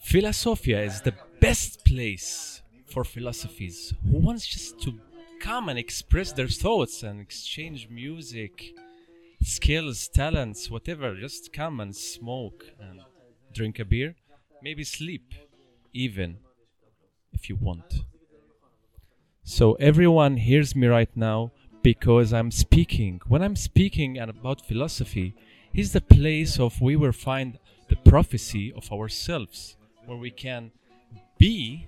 Philosophia is the best place for philosophies who wants just to come and express their thoughts and exchange music, skills, talents, whatever. Just come and smoke and drink a beer, maybe sleep, even if you want. So everyone hears me right now because I'm speaking. When I'm speaking and about philosophy, is the place of we will find the prophecy of ourselves, where we can be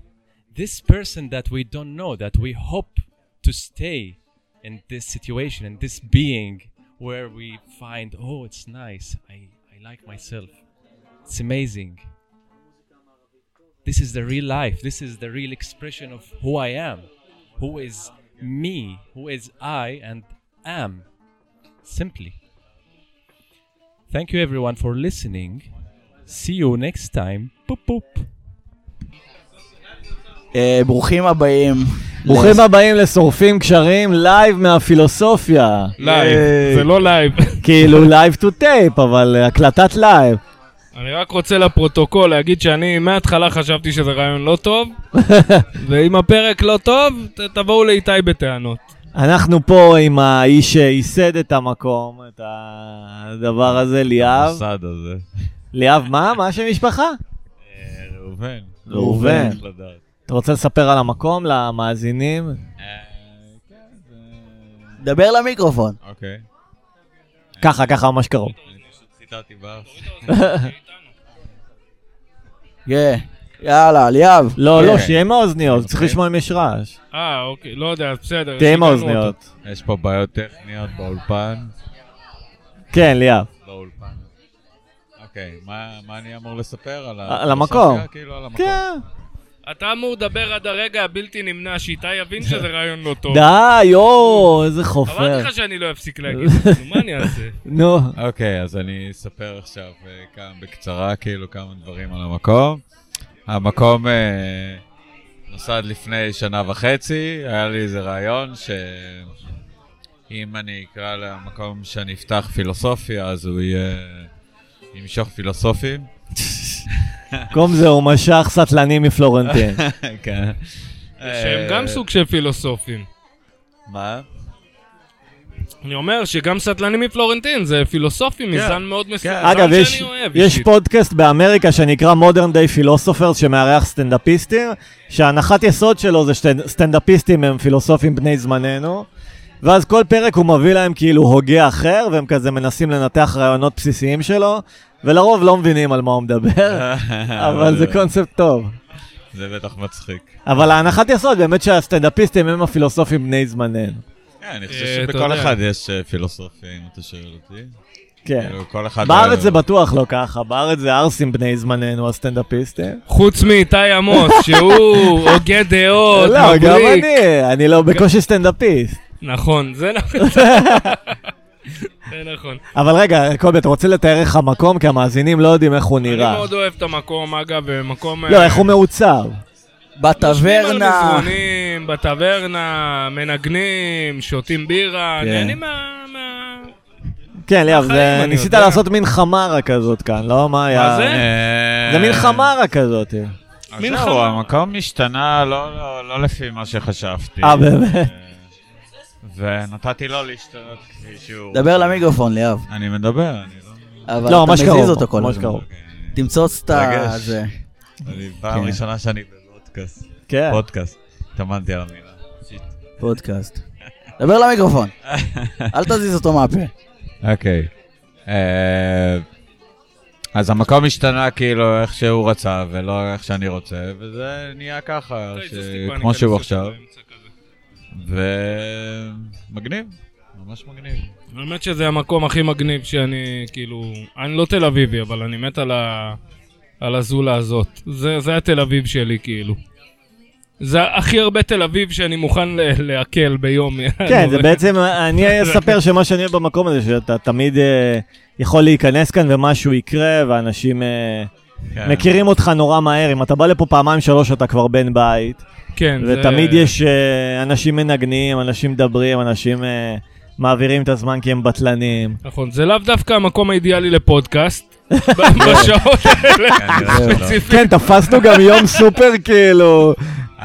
this person that we don't know, that we hope to stay in this situation, in this being, where we find, oh, it's nice, I, I like myself, it's amazing. This is the real life, this is the real expression of who I am, who is me, who is I and am, simply. Thank you everyone for listening. See you next time. Boop boop. אה, ברוכים הבאים. ברוכים הבאים לשורפים קשרים, לייב מהפילוסופיה. לייב, אה, זה לא לייב. כאילו לייב טו טייפ, אבל אה, הקלטת לייב. אני רק רוצה לפרוטוקול להגיד שאני מההתחלה חשבתי שזה רעיון לא טוב, ואם הפרק לא טוב, ת- תבואו לאיתי בטענות. אנחנו פה עם האיש שייסד את המקום, את הדבר הזה, ליאב. המוסד הזה. ליאב, מה? מה השם משפחה? אה, ראובן. ראובן. צריך לדעת. אתה רוצה לספר על המקום למאזינים? אה, כן, זה- דבר למיקרופון. אוקיי. ככה, ככה, ממש קרוב. אני פשוט ציטטתי באף. כן. יאללה, ליאב. לא, כן. לא, שיהיה עם האוזניות, צריך אוקיי. לשמוע אם יש רעש. אה, אוקיי, לא יודע, אז בסדר. תהיה עם שיגענו האוזניות. יש פה בעיות טכניות באולפן. כן, ליאב. באולפן. אוקיי, מה מה אני אמור לספר? על על המקום. הפילוסופיה? כאילו על המקום. כן. אותו. אתה אמור לדבר עד הרגע הבלתי נמנע, שאיתי יבין שזה רעיון לא טוב. די, יואו, איזה חופר. אמרתי לך שאני לא אפסיק להגיד, נו, מה אני אעשה? נו, אוקיי, אז אני אספר עכשיו אה, כמה בקצרה, כאילו, כמה דברים על המקום. המקום אה, נוסד לפני שנה וחצי, היה לי איזה רעיון שאם אני אקרא למקום שאני אפתח פילוסופיה, אז הוא יהיה ימשוך פילוסופים. במקום זה הוא משך סטלנים מפלורנטין. לא, כן. שהם גם אה, סוג של פילוסופים. מה? אני אומר שגם סטלנים מפלורנטין זה פילוסופי מזן מאוד מסוים. זן כן, אגב, יש, שאני אוהב יש אישית. פודקאסט באמריקה שנקרא Modern Day Philosophers שמארח סטנדאפיסטים, שהנחת יסוד שלו זה שסטנדאפיסטים הם פילוסופים בני זמננו, ואז כל פרק הוא מביא להם כאילו הוגה אחר, והם כזה מנסים לנתח רעיונות בסיסיים שלו, ולרוב לא מבינים על מה הוא מדבר, אבל זה קונספט טוב. זה בטח מצחיק. אבל ההנחת יסוד באמת שהסטנדאפיסטים הם הפילוסופים בני זמננו. כן, אני חושב אה, אתה שבכל יודע. אחד יש אה, פילוסופים, אם אתה שואל אותי. כן. כאילו, כל אחד... בארץ זה אוהב- בטוח לא ככה, בארץ זה ערסים בני זמננו, הסטנדאפיסטים. חוץ מאיתי עמוס, שהוא הוגה דעות, לא, גם מבריק. אני, אני לא בקושי סטנדאפיסט. נכון, זה נכון. זה נכון. אבל רגע, קובי, אתה רוצה לתאר איך המקום? כי המאזינים לא יודעים איך הוא אני נראה. מאוד אוהב את המקום, אגב, אה, מקום... לא, איך הוא מעוצב. בטברנה. מזרונים, בטברנה, מנגנים, שותים בירה, כן. נהנים מה... מה- כן, ליאב, בחיים, זה- אני ניסית יודע. לעשות מין חמרה כזאת כאן, לא? מה היה? מה זה? כן, אה, זה מין חמרה כזאת. אז מין זהו, חמרה. המקום השתנה לא- לא לא לפי מה שחשבתי. אה, אה, באמת? ונתתי לו להשתנות כפי שהוא. דבר למיקרופון, ליאב. אני מדבר, אני לא... אבל לא, אתה ממש מזיז קרוב, אותו כל ממש הזמן. קרוב. תמצוץ את מתרגש. ה... זה. אני פעם כן. ראשונה שאני בפודקאסט. כן. פודקאסט. התאמנתי על המילה. שיט. פודקאסט. דבר למיקרופון. אל תזיז אותו מהפה. אוקיי. אה, אז המקום השתנה כאילו איך שהוא רצה ולא איך שאני רוצה, וזה נהיה ככה, די, ש- זה סטיפה, אני אה, כמו אכנס שהוא לזה עכשיו, באמצע כזה. ומגניב, ממש מגניב. האמת שזה המקום הכי מגניב שאני, כאילו... אני לא תל אביבי, אבל אני מת על ה... על הזולה הזאת. זה, זה התל אביב שלי, כאילו. זה הכי הרבה תל אביב שאני מוכן ל- לעכל ביום. כן, זה בעצם, אני אספר שמה שאני אוהב במקום הזה, שאתה תמיד אה, יכול להיכנס כאן ומשהו יקרה, ואנשים אה, כן. מכירים אותך נורא מהר. אם אתה בא לפה פעמיים שלוש, אתה כבר בן בית. כן, זה- ותמיד יש אה, אנשים מנגנים, אנשים מדברים, אנשים אה, מעבירים את הזמן כי הם בטלנים. נכון, זה לאו דווקא המקום האידיאלי לפודקאסט, בשעות האלה. כנראה שלא. כן, תפסנו גם יום סופר, כאילו...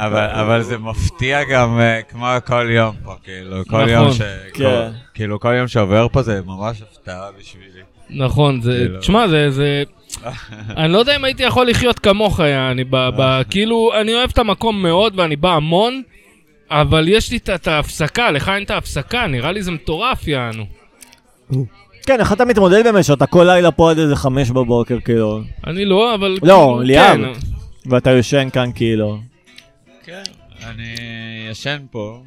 אבל, אבל זה מפתיע גם אה, כמו כל יום פה, כאילו, כל נכון, יום ש... כן. כל, כאילו, כל יום שעובר פה זה ממש הפתעה בשבילי. נכון, זה, כאילו. תשמע, זה, זה, אני לא יודע אם הייתי יכול לחיות כמוך, אני ב, אה. ב, כאילו, אני אוהב את המקום מאוד ואני בא המון, אבל יש לי את- את ההפסקה, לך אין את ההפסקה, נראה לי זה מטורף, יענו. כן, איך אתה מתמודד באמת שאתה כל לילה פה עד איזה חמש בבוקר, כאילו, אני לא, אבל... לא, כאילו, ליאם. כן. ואתה יושן כאן, כאילו. כן, אני ישן פה,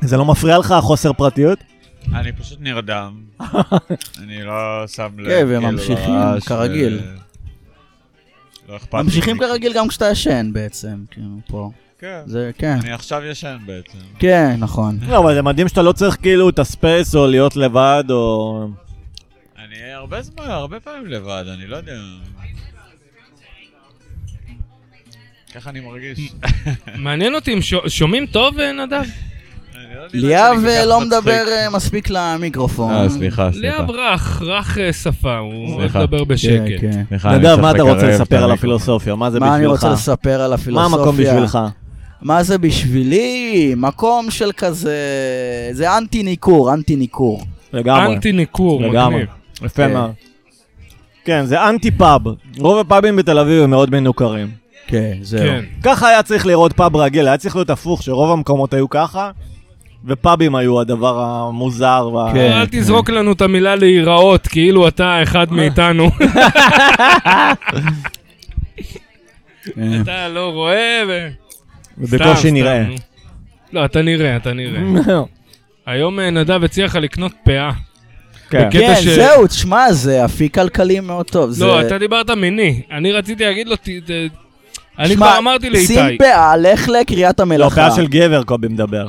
זה לא מפריע לך, החוסר פרטיות? אני פשוט נרדם. אני לא שם לב, כן, וממשיכים, לרעש, כרגיל. ו- לא אכפת לי. ממשיכים כרגיל גם כשאתה ישן בעצם, כאילו, פה. כן, זה, כן. אני עכשיו ישן בעצם. כן, נכון. לא, אבל זה מדהים שאתה לא צריך כאילו את הספייס או להיות לבד או... אני הרבה זמן, הרבה פעמים לבד, אני לא יודע. ככה אני מרגיש. מעניין אותי אם שו- שומעים טוב, אה, נדב? אני לא נראה שאני ליאב כל אה, כך לא מצחיק. מדבר אה, מספיק למיקרופון. אה, סליחה, סליחה. ליאב רך, רך אה, שפה, הוא אוהב סליחה. לדבר כן, בשקט. כן. סליחה, אני נדב, צריך מה אתה לקרב רוצה את לספר על המיקרופון. הפילוסופיה? מה זה בשבילך? מה אני רוצה לספר על הפילוסופיה? מה המקום בשבילך? מה זה בשבילי? מקום של כזה... זה אנטי ניכור, אנטי ניכור. לגמרי. אנטי ניכור, לגמרי. מגניב. יפה כן. מאוד. כן, זה אנטי פאב. רוב הפאבים בתל אביב הם מאוד מנוכרים. כן, זהו. כן. ככה היה צריך לראות פאב רגיל, היה צריך להיות הפוך, שרוב המקומות היו ככה, ופאבים היו הדבר המוזר. וה- כן. אל תזרוק לנו את המילה להיראות, כאילו אתה אחד מאיתנו. אה, אתה לא רואה ו... סתם, ובקושי סתם, נראה. לא. נו. לא, אתה נראה, אתה נראה. היום אה, נדב הציע לך לקנות פאה. כן. קטע כן, ש- זהו, תשמע, זה אפיק כלכלי מאוד טוב. זה- לא, אתה דיברת מיני. אני רציתי להגיד לו, ת- ת- אני תשמע, כבר אמרתי לאיתי. שים פאה, אה, לך לקריית לא, המלאכה. פאה של גבר קובי מדבר.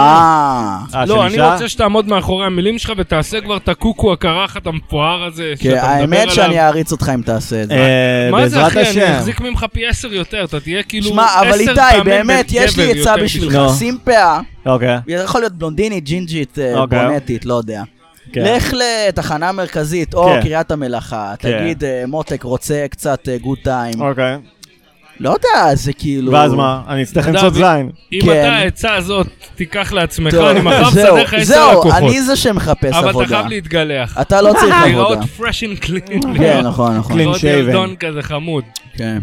אה, אה, של לא, אני אישה? רוצה שתעמוד מאחורי המילים שלך ותעשה כבר את הקוקו הקרחת המפואר הזה כן, שאתה מדבר האמת שאני עליו. אעריץ אותך אם תעשה את זה. אה, מה זה בעזרת אחי, אני השם. אחזיק ממך פי עשר יותר, אתה תהיה כאילו עשר שמע, פעמים אבל איתי, באמת, בגבר יש לי עצה יותר בשבילך, בשביל- שים פאה, אוקיי, יכול להיות בלונדינית, ג'ינג'ית, אה, אוקיי. בונטית, לא יודע. כן. לך לתחנה מרכזית או כן. קריית המלאכה, כן. תגיד אה, מותק רוצה קצת גוד טיים, אוקיי. לא יודע, זה כאילו... ואז מה? אני אצטרך נדב, למצוא זין. אם כן. אתה העצה הזאת תיקח לעצמך, טוב, אני מחר זהו, אסדר לך עשר זהו, לקוחות. אני זה שמחפש אבל אתה עבודה. חייב להתגלח. אתה לא צריך להיראות עבודה. fresh and clean. כן, נכון, נכון. clean לראות shaven. ילדון כזה חמוד. כן.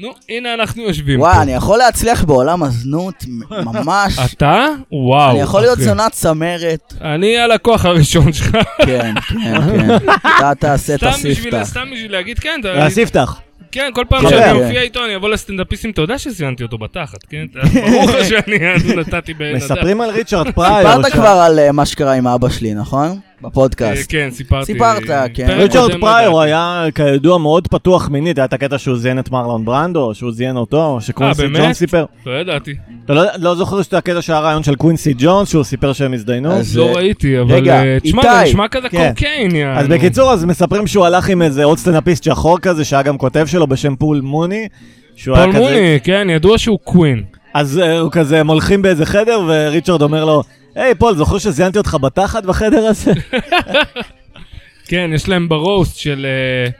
נו, הנה אנחנו יושבים פה. וואי, אני יכול להצליח בעולם הזנות מ- ממש. אתה? וואו. אני יכול להיות אחי. זונת צמרת. אני הלקוח הראשון שלך. כן, כן, כן. אתה תעשה את סתם בשביל, הספתח. סתם בשביל להגיד, כן, אתה- אז יפתח. כן, כל פעם כן. שאני כן. מופיע איתו, אני אבוא לסטנדאפיסטים, אתה יודע שזיינתי אותו בתחת, כן? אתה- ברור לך שאני נתתי בעין הדעת. מספרים על ריצ'רד פרייר. סיפרת כבר על אה, מה שקרה עם אבא שלי, נכון? בפודקאסט. אה, כן, סיפרתי. סיפרת, כן. פרק ריצ'רד קודם פרייר לדעתי. היה כידוע מאוד פתוח מינית, היה את הקטע שהוא זיין את מרלון ברנדו, שהוא זיין אותו, שקווינסי באמת? ג'ונס סיפר. לא ידעתי. אתה לא- לא זוכר שזה הקטע שהיה רעיון של קווינסי ג'ונס, שהוא סיפר שהם הזדיינו? אז- לא ראיתי, אבל... רגע, אה, תשמע, זה איתי. נשמע כזה כן. קוקיין, יענו. אז בקיצור, אז מספרים שהוא הלך עם איזה עוד סטנאפיסט שחור כזה, שהיה גם כותב שלו בשם פול מוני. שהוא היה פול כזה- מוני, כן, ידוע שהוא קווין. אז אה, הוא כזה, הם הולכים באיזה חדר, וריצ'רד אומר לו, היי פול, זוכר שזיינתי אותך בתחת בחדר הזה? כן, יש להם ברוסט של... אה,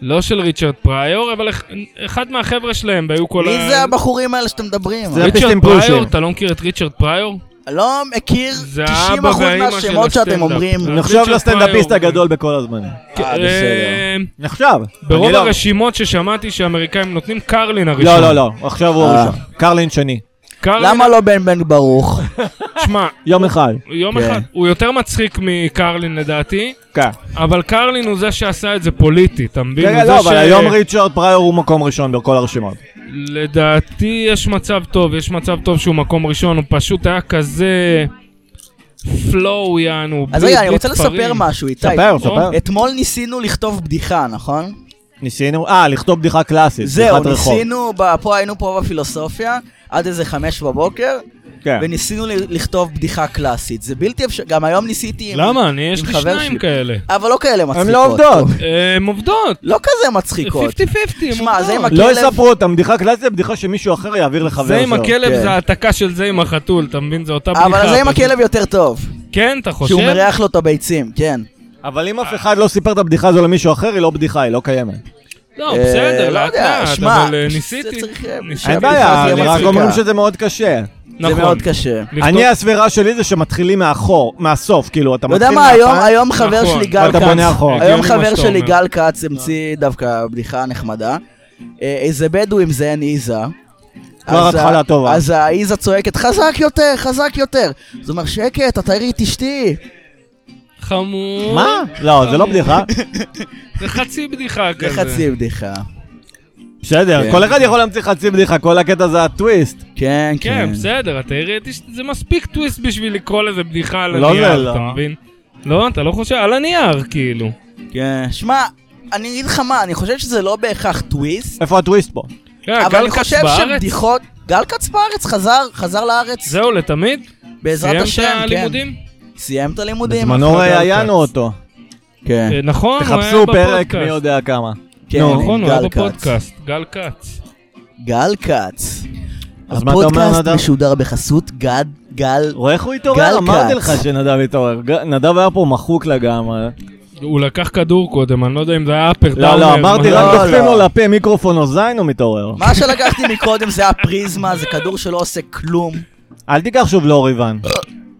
לא של ריצ'רד פריור, אבל אח- אחד מהחבר'ה שלהם, והיו כל מי זה הבחורים האלה שאתם מדברים? זה- ריצ'רד הפיסטים פריור? פרושים. אתה לא מכיר את ריצ'רד פריור? לא מכיר זה 90% האבא והאימא של מהשמות שאתם הסטנדאפ. אומרים. אה, נחשב ריצ'רד לסטנדאפיסט פרייר. הגדול בכל הזמנים. אה, בסדר. אה, נחשב. ברוב אני לא- הרשימות ששמעתי שהאמריקאים נותנים קרלין הראשון. לא, לא, לא, עכשיו הוא אה. הראשון. קרלין שני. קרלין, למה לא בן בן ברוך? שמע, יום אחד. יום כן. אחד, הוא יותר מצחיק מקרלין לדעתי, כן. אבל קרלין הוא זה שעשה את זה פוליטי, אתה מבין? הוא כן, זה לא, אבל ש- היום ריצ'רד פרייר הוא מקום ראשון בכל הרשימות. לדעתי יש מצב טוב, יש מצב טוב שהוא מקום ראשון, הוא פשוט היה כזה פלואו יענו, אז בלי- רגע, אני בלי רוצה לספר תפרים. משהו, איתי. אה? ספר, ספר. אתמול ניסינו לכתוב בדיחה, נכון? ניסינו, אה, לכתוב בדיחה קלאסית, זהו, בדיחת רחוב. ניסינו, ב- פה היינו פה בפילוסופיה, עד איזה חמש בבוקר, כן. וניסינו ל- לכתוב בדיחה קלאסית. זה בלתי אפשרי, גם היום ניסיתי עם... למה? אני, יש עם לי חבר שניים שלי. כאלה. אבל לא כאלה מצחיקות. הן לא עובדות. אה, הן עובדות. לא כזה 50-50, מצחיקות. הן שמע, זה עם עובדות. לא הכלב- יספרו אותם, בדיחה קלאסית זה בדיחה שמישהו אחר יעביר לחבר שלו. זה עם הכלב כן. זה העתקה של זה עם החתול, אתה מבין? זה אותה בדיחה. אבל זה עם פשוט. הכלב יותר טוב. כן, אתה חושב? שהוא מריח לו את הביצים, כן. אבל אם אף אחד לא סיפר את הבדיחה הזו למישהו אחר, היא לא בדיחה, היא לא קיימת. לא, אה, בסדר, לא לאט יודע, לאט, שמע, אבל אה, זה ניסיתי. צריך, אה, ניסיתי. אין שהבדיחה בעיה, תהיה הם רק מצחיקה. אומרים שזה מאוד קשה. זה נכון. מאוד קשה. לפתור- אני, הסבירה שלי זה שמתחילים מאחור, מהסוף, כאילו, אתה אתה יודע מתחיל מה, היום, מהפעם, היום חבר נכון, שלי גל ואתה בונה כץ, אחורה. היום הגיוני כן, מה חבר שאתה שלי אומר. גל כץ המציא דווקא בדיחה נחמדה. אה, איזה בדואים זה אין איזה. כבר אז ה- התחלה טובה. אז האיזה צועקת, חזק יותר, חזק יותר. אז הוא אומר, שקט, אתה תראי את אשתי. חמור. מה? לא, זה לא בדיחה. זה חצי בדיחה זה כזה. כן, חצי בדיחה. בסדר, כן. כל אחד יכול להמציא חצי בדיחה, כל הקטע זה הטוויסט. כן, כן, כן. בסדר, אתה הראיתי שזה מספיק טוויסט בשביל לקרוא לזה בדיחה על לא, זה הנייר, לא. אתה מבין? לא, אתה לא חושב, על הנייר, כאילו. כן. שמע, אני אגיד לך מה, אני חושב שזה לא בהכרח טוויסט, איפה הטוויסט פה? אה, אבל גל אני כץ חושב בארץ? שבדיחות... גל כץ בארץ חזר, חזר לארץ, זהו, לתמיד? בעזרת השם, סיים את כן. הלימודים? סיים את הלימודים. בזמנו חזר ראיינו כץ. אותו. כן. אה, נכון, הוא היה תחפשו פרק מי בפודקאסט. יודע כמה. כן, נו. עם נכון, הוא היה גל כץ. בפודקאסט, גל כץ. גל כץ. אז מה אתה אומר, הפודקאסט נדב? משודר בחסות גד, גל... רואה איך הוא גל התעורר? אמרתי כץ. לך שנדב התעורר. ג- נדב היה פה מחוק לגמרי. הוא לקח כדור קודם, אני לא יודע אם זה היה אפר לא, לא, אמרתי, לא, רק לא. דופקים לו לפה מיקרופון או זין, הוא מתעורר. מה שלקחתי מקודם זה הפריזמה, זה כדור שלא עושה כלום. אל תיקח שוב לאוריבן.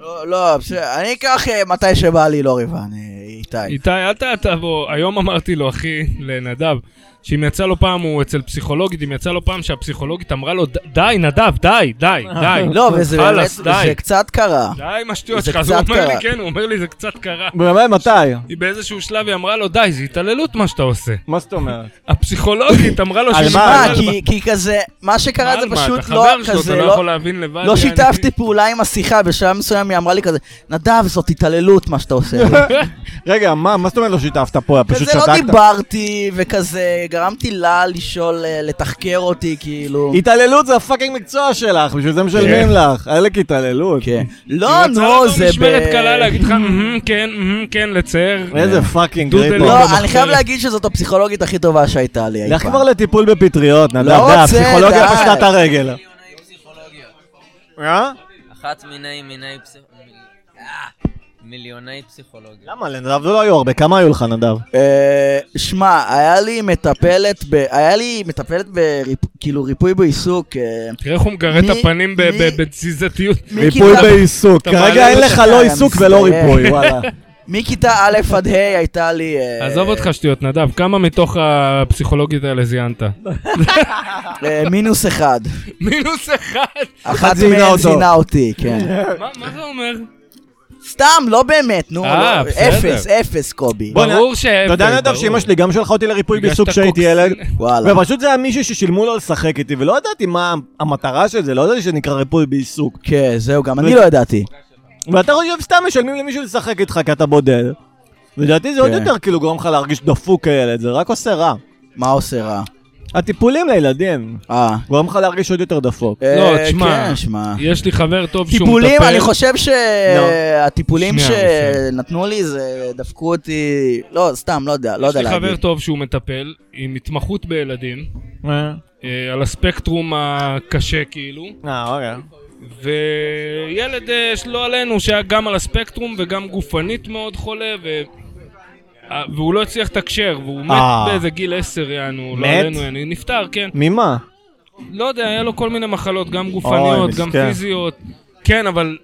לא, לא, בסדר, אני אקח אה, מתי שבא לי, לא ריבן, אה, איתי. איתי, אל ת- תבוא. היום אמרתי לו, אחי, לנדב, שאם יצא לו פעם, הוא אצל פסיכולוגית, אם יצא לו פעם שהפסיכולוגית אמרה לו, "ד- די, נדב, די, די, די. לא, וזה באמת, חלאס, די. זה קצת קרה. די עם השטויות זה שלך, אז הוא קצת אומר לי, קרה. כן, הוא אומר לי, זה קצת קרה. באמת, מתי? היא באיזשהו שלב, היא אמרה לו, די, זה התעללות מה שאתה עושה. מה זאת אומרת? הפסיכולוגית אמרה לו, על "שזה מה, התעללות." כי- כי כזה, מה שקרה זה על מה? פשוט אתה לא חבר שלו, כזה, אתה לא לא... יכול להבין לבד. לא אני- שיתפתי פעולה עם השיחה, בשלב מסוים היא אמרה לי כזה, נדב, זאת התעללות מה שאתה עושה. רגע, מה מה זאת אומרת לא שיתפת פה? פשוט כזה לא שתקת? דיברתי, וכזה גרמתי לה לשאול, אה, לתחקר אותי, כאילו. אוקיי. התעללות זה הפאקינג מקצוע שלך, בשביל זה משלמים לך. עלק התעללות. כן. היא לא, רוצה נו, לעשות זה משמרת אה, קלה להגיד לך, "מהמם, כן, מהמם, כן, לצייר. איזה פאקינג דודל. גריפו. לא, לא, אני אחרת. חייב להגיד שזאת הפסיכולוגית הכי טובה שהייתה לי אי לך פעם. כבר לטיפול בפטריות, נדב, לא די, רוצה, הפסיכולוגיה די. פשטה את הרגל. מיני פסיכולוגיות. אה? אחת מיני מיני פסיכולוגיות. אה, מיליוני פסיכולוגיות. למה, לנדב לא היו הרבה, כמה היו לך, נדב? אה, שמע, היה לי מטפלת ב... היה לי מטפלת בכאילו ריפוי בעיסוק. אה, תראה איך הוא מגרד את מי- הפנים ב- מי- ב- בתזיזתיות. ריפוי מכיתה- בעיסוק. אתה מעלה כרגע אין את לך השקעה, לא אני עיסוק מצטער. ולא ריפוי, וואלה. מכיתה א' עד ה' הייתה לי... אה, עזוב אותך שטויות, נדב, כמה מתוך הפסיכולוגית האלה זיינת? אה, מינוס אחד. מינוס אחד. אחת זינה מהן אותו. זינה אותי, כן. מה- מה זה אומר? סתם, לא באמת, נו. אה, לא, בסדר. אפס, אפס, קובי. בוא, ברור שאפס. אתה יודע, נדב, ברור. שאמא שלי גם שלחה אותי לריפוי בגלל בעיסוק שאתה כשהייתי קוקסינל. ילד, וואלה. ופשוט זה היה מישהו ששילמו לו לשחק איתי, ולא ידעתי מה המטרה של זה, לא ידעתי שנקרא ריפוי בעיסוק. כן, זהו, גם אני לא ידעתי. ואתה חושב סתם משלמים למישהו לשחק איתך כי אתה בודד. לדעתי זה עוד כן. יותר כאילו גורם לך להרגיש דפוק כילד, זה רק עושה רע. מה עושה רע? הטיפולים לילדים אה. גורם לך להרגיש עוד יותר דפוק. לא, אה, תשמע. כן, שמע. יש לי חבר טוב שהוא מטפל. טיפולים, אני חושב לא. שהטיפולים שנייה, בסדר. שנתנו לי זה דפקו אותי, לא, סתם, לא יודע, לא יש יודע לי חבר להגיד. טוב שהוא מטפל עם התמחות בילדים, אה, אה, על הספקטרום הקשה כאילו, אוקיי. וילד אה, שלא עלינו שהיה גם על הספקטרום וגם גופנית מאוד חולה, ו... אה, והוא לא הצליח לתקשר, והוא מת אה. באיזה גיל עשר, יענו, לא מת? עלינו, יעני, נפטר, כן. ממה? לא יודע, היה לו כל מיני מחלות, גם גופניות, גם מסכן. פיזיות. כן, אבל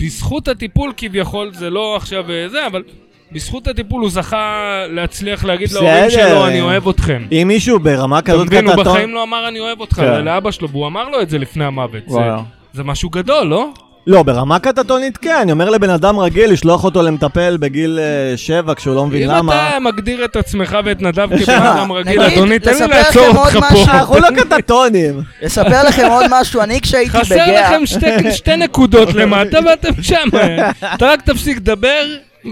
בזכות הטיפול כביכול, זה לא עכשיו אה, זה, אבל בזכות הטיפול הוא זכה להצליח להגיד להורים בסדר. שלו, אני אוהב אתכם. אם מישהו ברמה אתה כזאת מבין, הוא קטטון... בחיים לא אמר אני אוהב אותך, כן. אלא לאבא שלו, והוא אמר לו את זה לפני המוות. זה- וואו. זה משהו גדול, לא? לא, ברמה קטטונית כן, אני אומר לבן אדם רגיל לשלוח אותו למטפל בגיל אה, שבע כשהוא לא מבין אם למה. אתה מגדיר את עצמך ואת נדב שמע, כבן אדם רגיל, נגיד, אדוני, תן לא לי לספר לעצור לכם אותך עוד פה. משהו. אנחנו לא קטטונים. אספר לכם עוד משהו, אני כשהייתי חסר בגאה, לכם שתי- שתי נקודות למטה ואתם שם. אתה רק תפסיק לדבר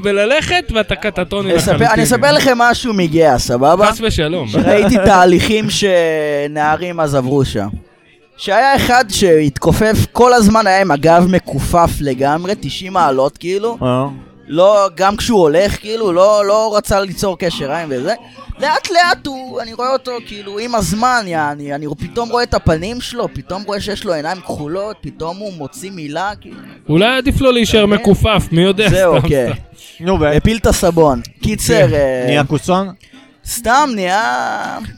וללכת ואתה קטטוני אספר- לחלוטין. אני אספר לכם משהו מגאה, סבבה? חס ושלום. ראיתי תהליכים שנערים אז עברו שם. שהיה אחד שהתכופף, כל הזמן היה עם הגב מכופף לגמרי, 90 מעלות כאילו, לא, גם כשהוא הולך, כאילו, לא, לא רצה ליצור קשר עין וזה. לאט לאט הוא, אני רואה אותו, כאילו, עם הזמן, יעני, אני פתאום רואה את הפנים שלו, פתאום רואה שיש לו עיניים כחולות, פתאום הוא מוציא מילה, כאילו, אולי עדיף לו להישאר לא מכופף, מי יודע. אה? זהו, סתם, כן. סתם. נו, ו... כן. הפיל את הסבון. קיצר, אה, נהיה קוצון? לא סתם נהיה...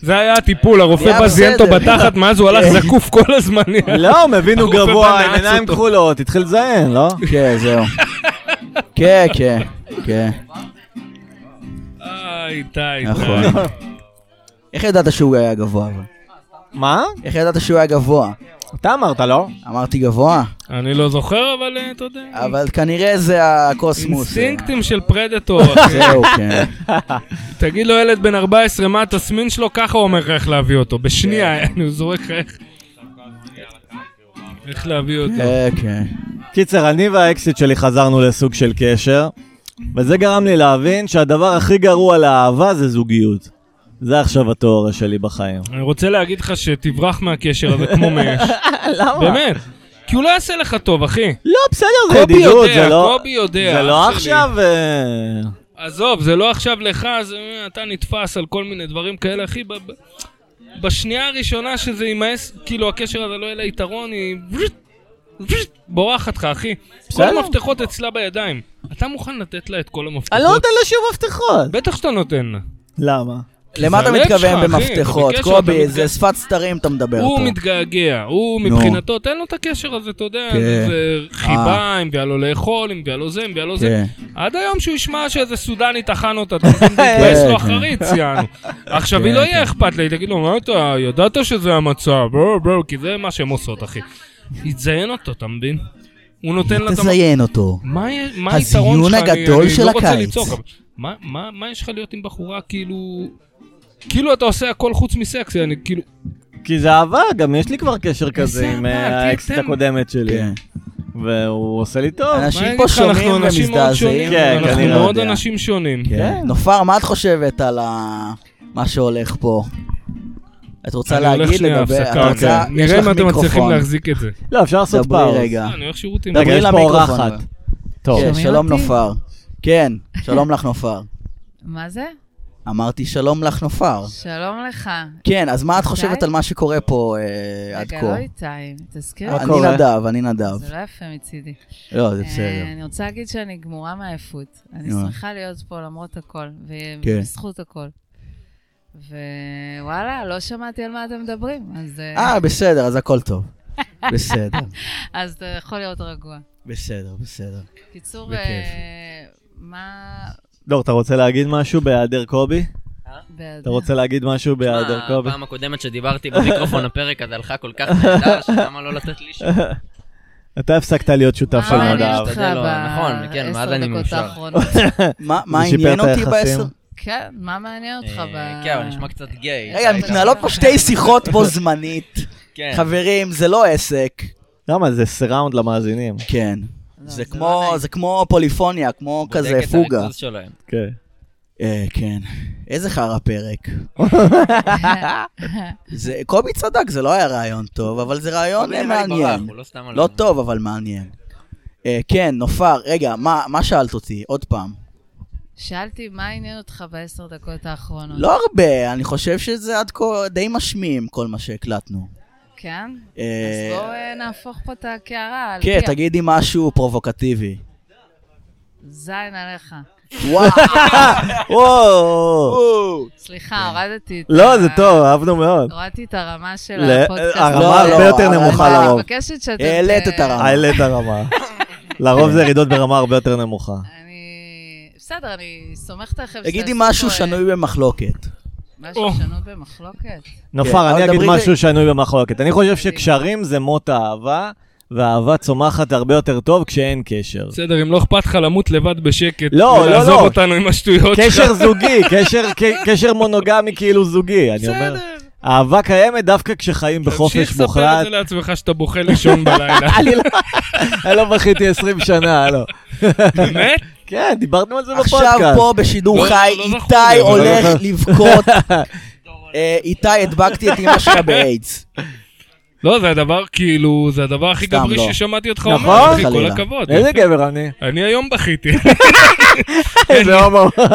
זה היה הטיפול, הרופא נהיה בא זיין אותו בסדר. בתחת, מאז הוא הלך זקוף כל הזמן. לא, הוא מבין, הוא הרופא גבוה, בנעץ עם עיניים אותו. כחולות, התחיל לזיין, לא? כן, זהו. כן, כן, כן. איי, די, נכון. די. איך ידעת שהוא היה גבוה? אבל? מה? איך ידעת שהוא היה גבוה? אתה אמרת, לא? אמרתי גבוה, אני לא זוכר, אבל אה, אתה יודע. אבל כנראה זה הקוסמוס. אינסטינקטים של פרדטור, אחי. אה. זהו, כן. תגיד לו ילד בן 14, מה התסמין שלו? ככה הוא אומר לך איך להביא אותו. בשנייה, כן. אני זורק לך איך... איך להביא אותו. אה, כן. קיצר, אני והאקסיט שלי חזרנו לסוג של קשר, וזה גרם לי להבין שהדבר הכי גרוע לאהבה זה זוגיות. זה עכשיו התיאוריה שלי בחיים. אני רוצה להגיד לך שתברח מהקשר הזה כמו מאש. למה? באמת. כי הוא לא יעשה לך טוב, אחי. לא, בסדר, זה קובי ידידות, יודע, זה לא... קובי יודע. זה לא אח שלי. עכשיו... אה, עזוב, זה לא עכשיו לך, זה, אה, אתה נתפס על כל מיני דברים כאלה, אחי. ב, ב, בשנייה הראשונה שזה יימאס, כאילו הקשר הזה לא יהיה לה יתרון, היא וריט, וריט, בורחת לך, אחי. בסדר. כל המפתחות אצלה בידיים. אתה מוכן לתת לה את כל המפתחות? אני לא נותן לה שום הבטחות. בטח שאתה נותן לה. נכון. למה? למה אתה הלב מתכוון שלך, אחי, במפתחות? אתה בקשר, אתה קובי, מתכוון. זה שפת סתרים אתה מדבר הוא פה. מתגעגע, הוא נו. מבחינתו, תן לו את הקשר הזה, אתה יודע, כן. זה חיבה, אם מביאה לו לאכול, אם מביאה לו זה, אם מביאה לו זה. כן. עד היום שהוא ישמע שאיזה סודני טחן אותה, אתה מבין, להתבאס לו אחרית, ציינו. עכשיו, היא לא יהיה אכפת לה, היא תגיד לו, מה אתה, ידעת שזה המצב, בואו, בואו, כי זה מה שהן עושות, אחי. היא תזיין אותו, אתה מבין? הוא נותן לה את המ... תזיין אותו. מה י- מה היתרון הזיון שלך? אני- הגדול אני של לא רוצה הקיץ. לצעוק, אבל מה- מה- מה יש לך להיות עם בחורה, כאילו... כאילו אתה עושה הכל חוץ מסקסי, אני כאילו... כי זה אהבה, גם יש לי כבר קשר כזה איזה עם אהבה, אה, תהיה האקסיט אתם. הקודמת שלי. כן. והוא עושה לי טוב. מה אנשים אני פה אגיד לך, אנחנו שומעים אנשים מאוד ומזדעזעים. שונים, כן, אנחנו כנראה, מאוד יודע. אנשים שונים. כן. כן. נופר, מה את חושבת על ה- מה שהולך פה? את רוצה אני הולך להגיד שנייה לגבי... הפסקה, את רוצה- אוקיי. יש נראה לך אם אתם מצליחים מיקרופון. להחזיק את זה. לא, אפשר לעשות דברי פאוס. רגע. אני הולך שירותים. רגע, דברי יש פה למיקרופון, אורחת. אבל. טוב. כן, שומעים שלום אותי? נופר. כן, שלום לך נופר. מה זה? אמרתי שלום לך נופר. שלום לך. כן, אז מה את חושבת די. על מה שקורה פה אה, עד רגע, כה? לא איתי, תזכיר מה אותי. אני קורה? נדב, אני נדב. זה לא יפה מצידי. לא, זה בסדר. אה, אני רוצה להגיד שאני גמורה מעייפות. אני נו. שמחה להיות פה למרות הכל, ו- כן. ובזכות הכל. ווואלה, לא שמעתי על מה אתם מדברים, אז, אה, אה, בסדר, אז הכל טוב. בסדר, אז אתה יכול להיות רגוע. בסדר, בסדר. קיצור, בכיף. אה, מה... דור, לא, אתה רוצה להגיד משהו בהיעדר קובי? בהיעדר- אתה רוצה להגיד משהו בהיעדר קובי? אה? הפעם הקודמת שדיברתי במיקרופון הפרק הזה הלכה כל כך נהדר, שלמה לא לתת לי שום? אתה הפסקת להיות שותף של מה מעניין נדב. נדב. אותך זה לא, נכון, כן, מאז בעשר אני דקות מאושר. האחרונות? מה מה זה שיפר עניין את אותי היחסים? בעשר? כן, מה מעניין אותך ב... אה, כן, אבל נשמע קצת גיי. רגע, לא מתנהלות פה שתי שיחות בו זמנית. כן. חברים, זה לא עסק. למה? זה סיראונד למאזינים. כן. לא, זה זה כמו, לא זה כמו פוליפוניה, כמו בודק כזה את פוגה. הריכוז שלהם. כן. אה, כן. איזה חרא פרק. זה, קובי צדק, זה לא היה רעיון טוב, אבל זה רעיון קובי אה, נראה לי ברח, מעניין. הוא לא סתם על לא הבמה. טוב, אבל מעניין. אה, כן, נופר, רגע, מה מה שאלת אותי? עוד פעם. שאלתי, מה עניין אותך בעשר דקות האחרונות? לא הרבה, אני חושב שזה עד כה די משמים כל מה שהקלטנו. כן? אז אה, בואו אה, נהפוך פה את הקערה על כן, פיה. תגידי משהו פרובוקטיבי. זין עליך. וואו. וואו. סליחה, הורדתי את לא, ה- זה טוב, אהבנו אוקיי, מאוד. הורדתי את הרמה של ל- הפודקאסט. הרמה לא, הרבה לא, יותר הרמה- נמוכה אני לרוב. אוקיי, מבקשת שאתם... העלית אה, את הרמה. כן. העלית הרמה. לרוב זה ירידות ברמה הרבה יותר נמוכה. אני... בסדר, אני סומכת עליכם תגידי שתעשו משהו פה, אה, שנוי במחלוקת. כן. משהו או. שנוי במחלוקת. אבל נופר, נכון, אני אגיד דברי רגע. משהו שנוי במחלוקת. אני חושב שקשרים זה מות האהבה, והאהבה צומחת הרבה יותר טוב כשאין קשר. בסדר, אם לא אכפת לך למות לבד בשקט, לא, לא, ולעזוב לא. אותנו עם השטויות שלך. קשר זוגי, קשר- ק- קשר מונוגמי כאילו זוגי, אני אומר. אהבה קיימת דווקא כשחיים בחופש תמשיך לספר את מוחלט. זה לעצמך שאתה בוכה לישון בלילה. אני לא- אני לא בכיתי 20 שנה, לא. באמת? כן, דיברנו על זה בפודקאסט. עכשיו פה בשידור לא, חי, לא נכון. זכור איתי לי, אבל- הולך לבכות. אה, איתי, הדבקתי את אמא שלך באיידס. לא, זה הדבר, כאילו, זה הדבר הכי סתם גברי לא. ששמעתי אותך נכון, אומר, אחי, כל חלילה. הכבוד. כן. איזה גבר אני. אני היום בכיתי. איזה הומו.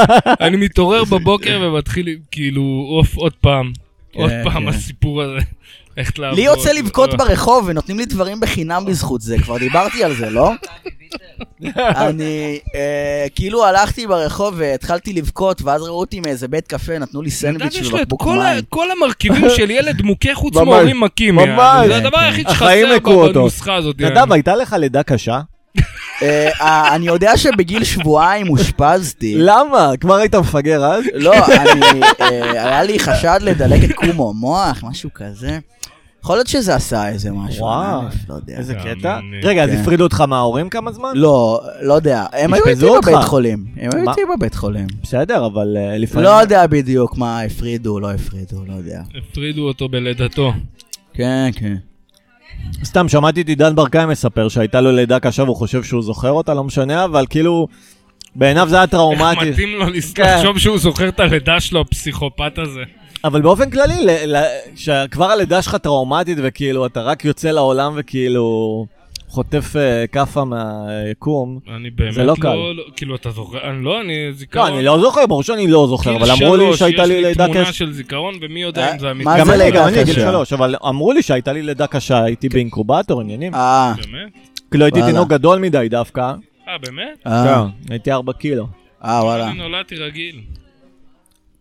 אני מתעורר בבוקר ומתחיל, כאילו, עוף עוד פעם. עוד כן, פעם כן. הסיפור הזה. ללכת לעבוד. לי יוצא לבכות אה, ברחוב ונותנים לי דברים בחינם בזכות זה, כבר דיברתי על זה, לא? אני אה, כאילו הלכתי ברחוב והתחלתי לבכות, ואז ראו אותי מאיזה בית קפה, נתנו לי נדב, סנדוויץ' יש לו את ובקבוק כל ה- מים. כל המרכיבים של ילד מוכה חוץ ממש. מהורים מכים. ממש. יעני. זה כן, הדבר כן. היחיד החיים שחסר הכו ב- אותו. בנוסחה הזאת. יעני. נדב, הייתה לך לידה קשה? אה, אה, אני יודע שבגיל שבועיים אושפזתי. למה? כבר היית מפגר אה? אז? לא, אני, אה, היה לי חשד לדלקת קומו מוח, משהו כזה. יכול להיות שזה עשה איזה משהו, וואו, אני לא יודע. איזה גם קטע. אני. רגע, אז כן. הפרידו אותך מההורים כמה זמן? לא, לא יודע. הם היו איתי אשפזו אותך. בבית חולים. הם היו מה? איתי בבית חולים. בסדר, אבל אה, לפעמים... לא יודע בדיוק מה הפרידו, לא הפרידו, לא יודע. הפרידו אותו בלידתו. כן, כן. סתם, שמעתי את עידן ברקאי מספר שהייתה לו לידה קשה והוא חושב שהוא זוכר אותה, לא משנה, אבל כאילו, בעיניו זה היה איך טראומטי. מתאים לו לס- כן. לחשוב שהוא זוכר את הלידה שלו, הפסיכופת הזה. אבל באופן כללי, ל- ל- שכבר הלידה שלך טראומטית וכאילו, אתה רק יוצא לעולם וכאילו חוטף אה, כאפה מהיקום. אני באמת זה לא קל. לא- כאילו, אתה זוכר, אני לא, אני לא, זיכרון. אני לא זוכר, ברור שאני לא זוכר, גיל אבל אמרו לי שלוש, שהייתה לי לידה יש לי תמונה קשה. של זיכרון, ומי יודע אם זה אה, אמיתי. מה גם זה אני, לידה גם אני, גיל קשה? שלוש, אבל אמרו לי שהייתה לי לידה קשה, הייתי באינקובטור, עניינים. אה, באמת? כאילו הייתי וואלה. תינוק גדול מדי דווקא. כן, אה, באמת? אה, הייתי ארבע קילו. אה, וואלה. אני נולדתי רגיל. אה,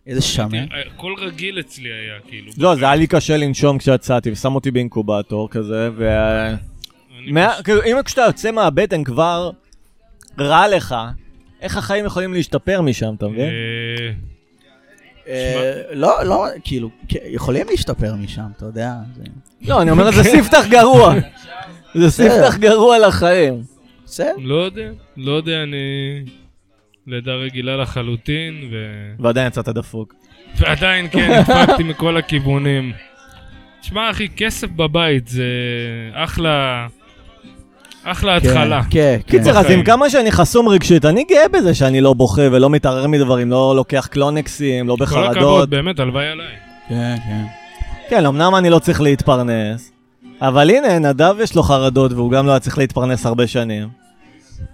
איזה שמן. הכל רגיל אצלי היה, כאילו. לא, זה היה לי קשה לנשום כשיצאתי, ושם אותי באינקובטור כזה, ו... אני מה- כאילו, אם כשאתה יוצא מהבטן כבר רע לך, איך החיים יכולים להשתפר משם, אתה מבין? כן. אה, אה, לא, לא, כאילו, כן, יכולים להשתפר משם, אתה יודע. זה- לא, אני אומר, זה ספתח גרוע. זה אה, ספתח גרוע לחיים. בסדר. לא יודע, לא יודע, אני... לידה רגילה לחלוטין, ו... ועדיין יצאת דפוק. ועדיין כן, נדפקתי מכל הכיוונים. תשמע, אחי, כסף בבית זה אחלה... אחלה התחלה. כן, כן. קיצר, אז בחיים. עם כמה שאני חסום רגשית, אני גאה בזה שאני לא בוכה ולא מתערער מדברים, לא לוקח קלונקסים, לא כל הכבוד, בחרדות. באמת, הלוואי עליי. כן, כן. כן, אמנם אני לא צריך להתפרנס, אבל הנה, נדב יש לו חרדות והוא גם לא היה צריך להתפרנס הרבה שנים.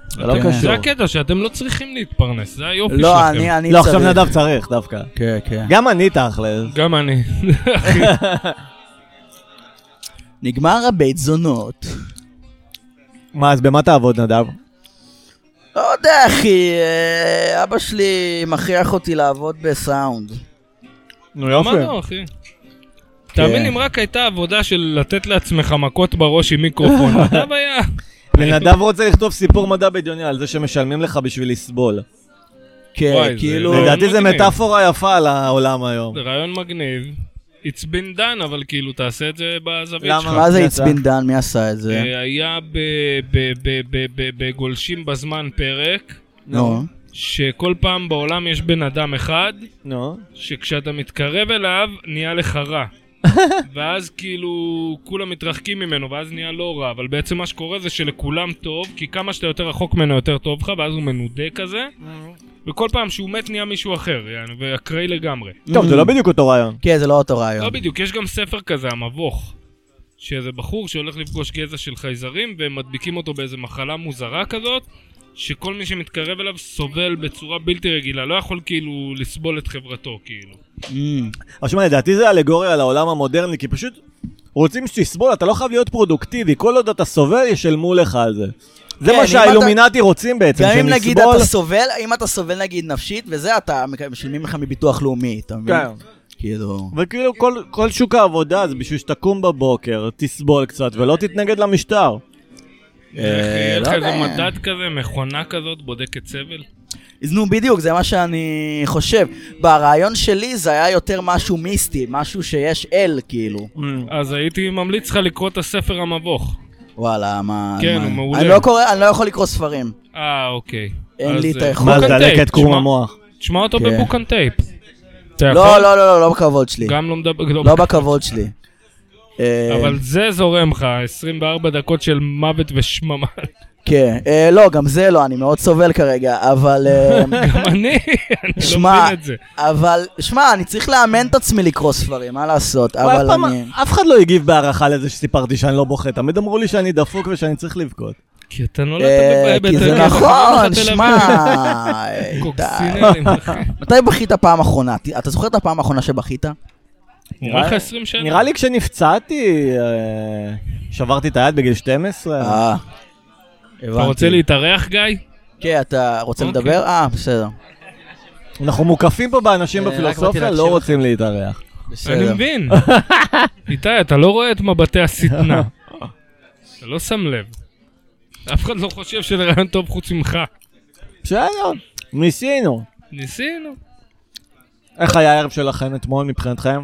זה לא אתם- קשור. כן. זה הקטע שאתם לא צריכים להתפרנס, זה היופי שלכם. כן. לא, אני, אני לא, עכשיו נדב צריך דווקא. כן, כן. גם אני תכל'ס. גם אני. נגמר הבית זונות. מה, אז במה תעבוד, נדב? לא יודע, אחי, אה, אבא שלי מכריח אותי לעבוד בסאונד. נו מה לא, אחי? כן. תאמין, אם רק הייתה עבודה של לתת לעצמך מכות בראש עם מיקרופון, אתה בעיה. ונדב רוצה לכתוב סיפור מדע בדיוני על זה שמשלמים לך בשביל לסבול. וואי, כן, זה- כאילו... לא, לדעתי זה מגניב. מטאפורה יפה על העולם היום. זה רעיון מגניב. It's been done, אבל כאילו, תעשה את זה בזווית למה? שלך. מה זה יצא. It's been done? מי עשה את זה? אה, היה ב- ב- ב- ב- ב- בגולשים בזמן פרק, נו. שכל פעם בעולם יש בן אדם אחד, נו. שכשאתה מתקרב אליו, נהיה לך רע. ואז כאילו, כולם מתרחקים ממנו, ואז נהיה לא רע, אבל בעצם מה שקורה זה שלכולם טוב, כי כמה שאתה יותר רחוק ממנו, יותר טוב לך, ואז הוא מנודה כזה, וכל פעם שהוא מת נהיה מישהו אחר, יעני, ואקראי לגמרי. טוב, זה לא בדיוק אותו רעיון. כן, זה לא אותו לא רעיון. בדיוק, יש גם ספר כזה, המבוך. שזה בחור שהולך לפגוש גזע של חייזרים, והם מדביקים אותו באיזה מחלה מוזרה כזאת, שכל מי שמתקרב אליו סובל בצורה בלתי רגילה, לא יכול כאילו לסבול את חברתו, כאילו. אמ, אבל שמע, לדעתי זה אלגוריה לעולם המודרני, כי פשוט רוצים שתסבול, אתה לא חייב להיות פרודוקטיבי, כל עוד אתה סובל, ישלמו לך על זה. זה כן, אם מה אתה- שהאילומינטי רוצים בעצם, גם אם נגיד שנסבול. אתה סובל, אם אתה סובל נגיד נפשית, וזה אתה, מק- משלמים לך מביטוח לאומי, אתה מבין? כן. כאילו... וכאילו כל, כל שוק העבודה זה בשביל שתקום בבוקר, תסבול קצת ולא תתנגד למשטר. אה, אה, איך יהיה לך לא איזה יודע. מדד כזה, מכונה כזאת, בודקת סבל? אז נו, בדיוק, זה מה שאני חושב. ברעיון שלי זה היה יותר משהו מיסטי, משהו שיש אל, כאילו. Mm. אז הייתי ממליץ לך לקרוא את הספר המבוך. וואלה, מה... כן, מה- הוא מעולה. אני לא קורא, אני לא יכול לקרוא ספרים. אה, אוקיי. אין אז, לי את אה, היכולת. מה, Book and זה דלקת Tape, קרום תשמע- המוח. תשמע אותו כן. בבוק אנד טייפ. לא, לא, לא, לא, לא בכבוד שלי. גם לא מדבר... לא בכבוד שלי. אה, אבל זה זורם לך, 24 דקות של מוות ושממה. כן. אה, לא, גם זה לא, אני מאוד סובל כרגע, אבל... אה, גם אני, אני לא שמע, מבין את זה. אבל, שמע, אני צריך לאמן את עצמי לקרוא ספרים, מה לעשות? אבל אף אבל פעם- אני... אף אחד לא הגיב בהערכה לזה שסיפרתי שאני לא בוכה, תמיד אמרו לי שאני דפוק ושאני צריך לבכות. כי אתה נולדת אה, בבית... כי זה נכון, שמע... אה, די. לא קוקסינלים, אחי. מתי בכית פעם אחרונה? ת- אתה זוכר את הפעם האחרונה שבכית? הוא נראה- אומר לך 20 שנה. נראה לי כשנפצעתי, אה, שברתי את היד בגיל 12. אה, אתה רוצה הבנתי. להתארח, גיא? כן, אתה רוצה אוקיי. לדבר? אה, בסדר. אנחנו מוקפים פה באנשים אה, רק באתי בפילוסופיה, להקשיב לא לך. רוצים להתארח. אני בסדר. מבין. איתי, אתה לא רואה את מבטי השטנה. אתה לא שם לב. אף אחד לא חושב שזה רעיון טוב חוץ ממך. בסדר, ניסינו. ניסינו. איך היה הערב שלכם אתמול מבחינתכם?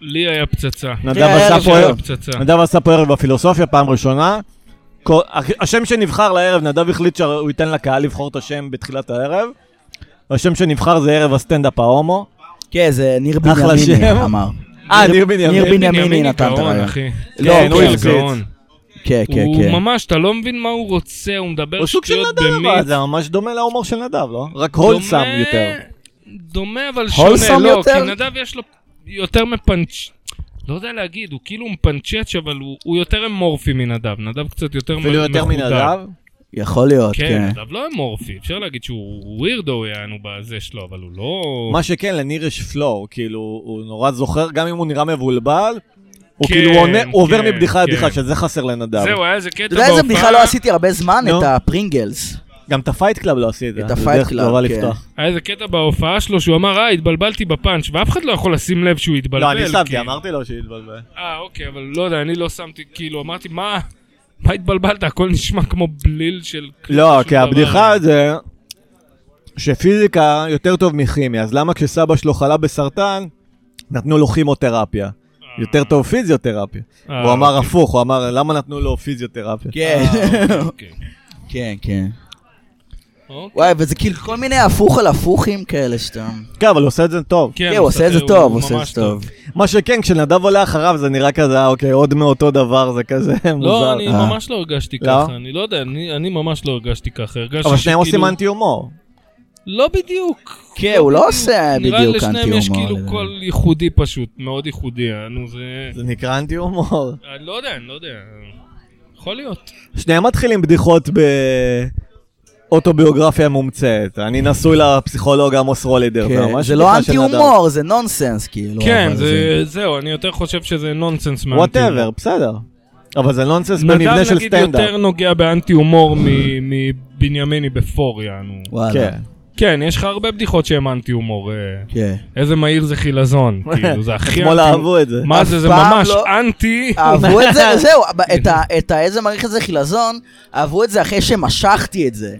לי היה פצצה. נדב היה עשה ערב של פה ערב. פצצה. נדב עשה פה ערב בפילוסופיה פעם ראשונה. כל- ה- השם שנבחר לערב, נדב החליט שהוא ייתן לקהל לבחור את השם בתחילת הערב. השם שנבחר זה ערב הסטנדאפ ההומו. כן, זה ניר אחלה שם. בנימיני אמר. אה, ניר ניר בנימין. בנימין נתן את גאון, הרעיון. אחי. לא, כן, הוא הוא כן, הפסיד. גאון. כן, כן, הוא כן. ממש, אתה לא מבין מה הוא רוצה, הוא מדבר הוא סוג של שטויות נדב, במיץ. אבל זה ממש דומה להומור של נדב, לא? רק הולסם דומה- יותר. דומה אבל שונה, הולסם לא, יותר? כי נדב יש לו יותר מפנצ'... לא יודע להגיד, הוא כאילו מפנצ'ץ', אבל הוא הוא יותר אמורפי מנדב, נדב קצת יותר אפילו מ- יותר מחודר. מנדב. יכול להיות, כן, כן. נדב לא אמורפי, אפשר להגיד שהוא ווירדו יענו בזה שלו, אבל הוא לא... מה שכן, לניר יש פלואו, כאילו, הוא נורא זוכר, גם אם הוא נראה מבולבל, הוא כן, כאילו עונה- הוא עובר כן, מבדיחה כן. לבדיחה, שזה חסר לנדב. זהו, היה איזה קטע אתה בהופעה. יודע איזה בדיחה לא עשיתי הרבה זמן? נו. את הפרינגלס. גם את הפייט קלאב לא עשית. את זה הפייט דרך קלאב, טובה כן. לפתוח. היה איזה קטע בהופעה שלו שהוא אמר, אה, התבלבלתי בפאנץ', ואף אחד לא יכול לשים לב שהוא התבלבל. לא, אני שמתי, כאילו. אמרתי לו שהתבלבל. אה, אוקיי, אבל לא יודע, אני לא שמתי, כאילו, אמרתי, מה? מה התבלבלת? הכל נשמע כמו בליל של... לא, שום כי דבר. הבדיחה זה שפיזיקה יותר טוב מכימיה, אז למה כשסבא שלו חלה בסרטן, נתנו לו כימותרפיה? יותר טוב פיזיותרפיה. אה, הוא אמר הפוך, הוא אמר, למה נתנו לו פיזיותרפיה? כן, אוקיי. כן, כן. אוקיי. וואי, וזה כאילו כל מיני הפוך על הפוכים כאלה שאתה... כן, אבל הוא עושה את זה טוב. כן, הוא עושה את זה טוב, הוא עושה את ממש זה טוב. מה שכן, כשנדב עולה אחריו זה נראה כזה, אה, אוקיי, עוד מאותו דבר, זה כזה לא, מוזר. אני אה. ממש לא הרגשתי לא? ככה, אני לא יודע, אני אני ממש לא הרגשתי ככה, הרגשתי אבל שניהם עושים שכאילו- אנטי הומור. לא בדיוק. כן, הוא לא עושה נראה לי בדיוק לשניהם יש אנטי-הומור, כאילו לדעתי. קול ייחודי פשוט, מאוד ייחודי, אה, נו זה... זה נקרא אנטי הומור. אני לא יודע, אני לא יודע. יכול להיות. שניהם מתחילים בדיחות באוטוביוגרפיה מומצאת. אני נשוי לפסיכולוג עמוס רולידר. כן, ממש זה לא בדיחה של אנטי נדב. הומור, זה נונסנס לא, כאילו. כן, אבל זה- זהו, אני יותר חושב שזה נונסנס מהאנטיומור. וואטאבר, בסדר. אבל זה נונסנס במבנה של נדב נגיד יותר סטנדאפ. נוגע באנטי הומור מ- מבנימיני בפור, יענו. וואלה, כן. כן, יש לך הרבה בדיחות שהן אנטי הומור. אה, כן. איזה מהיר זה חילזון, כאילו, זה הכי... אתמול אנטי- אהבו את זה. מה אף זה, זה פעם ממש לא- אנטי. אהבו את זה, זהו, את ה- את ה... איזה מעריך את זה חילזון, אהבו את זה אחרי שמשכתי את זה.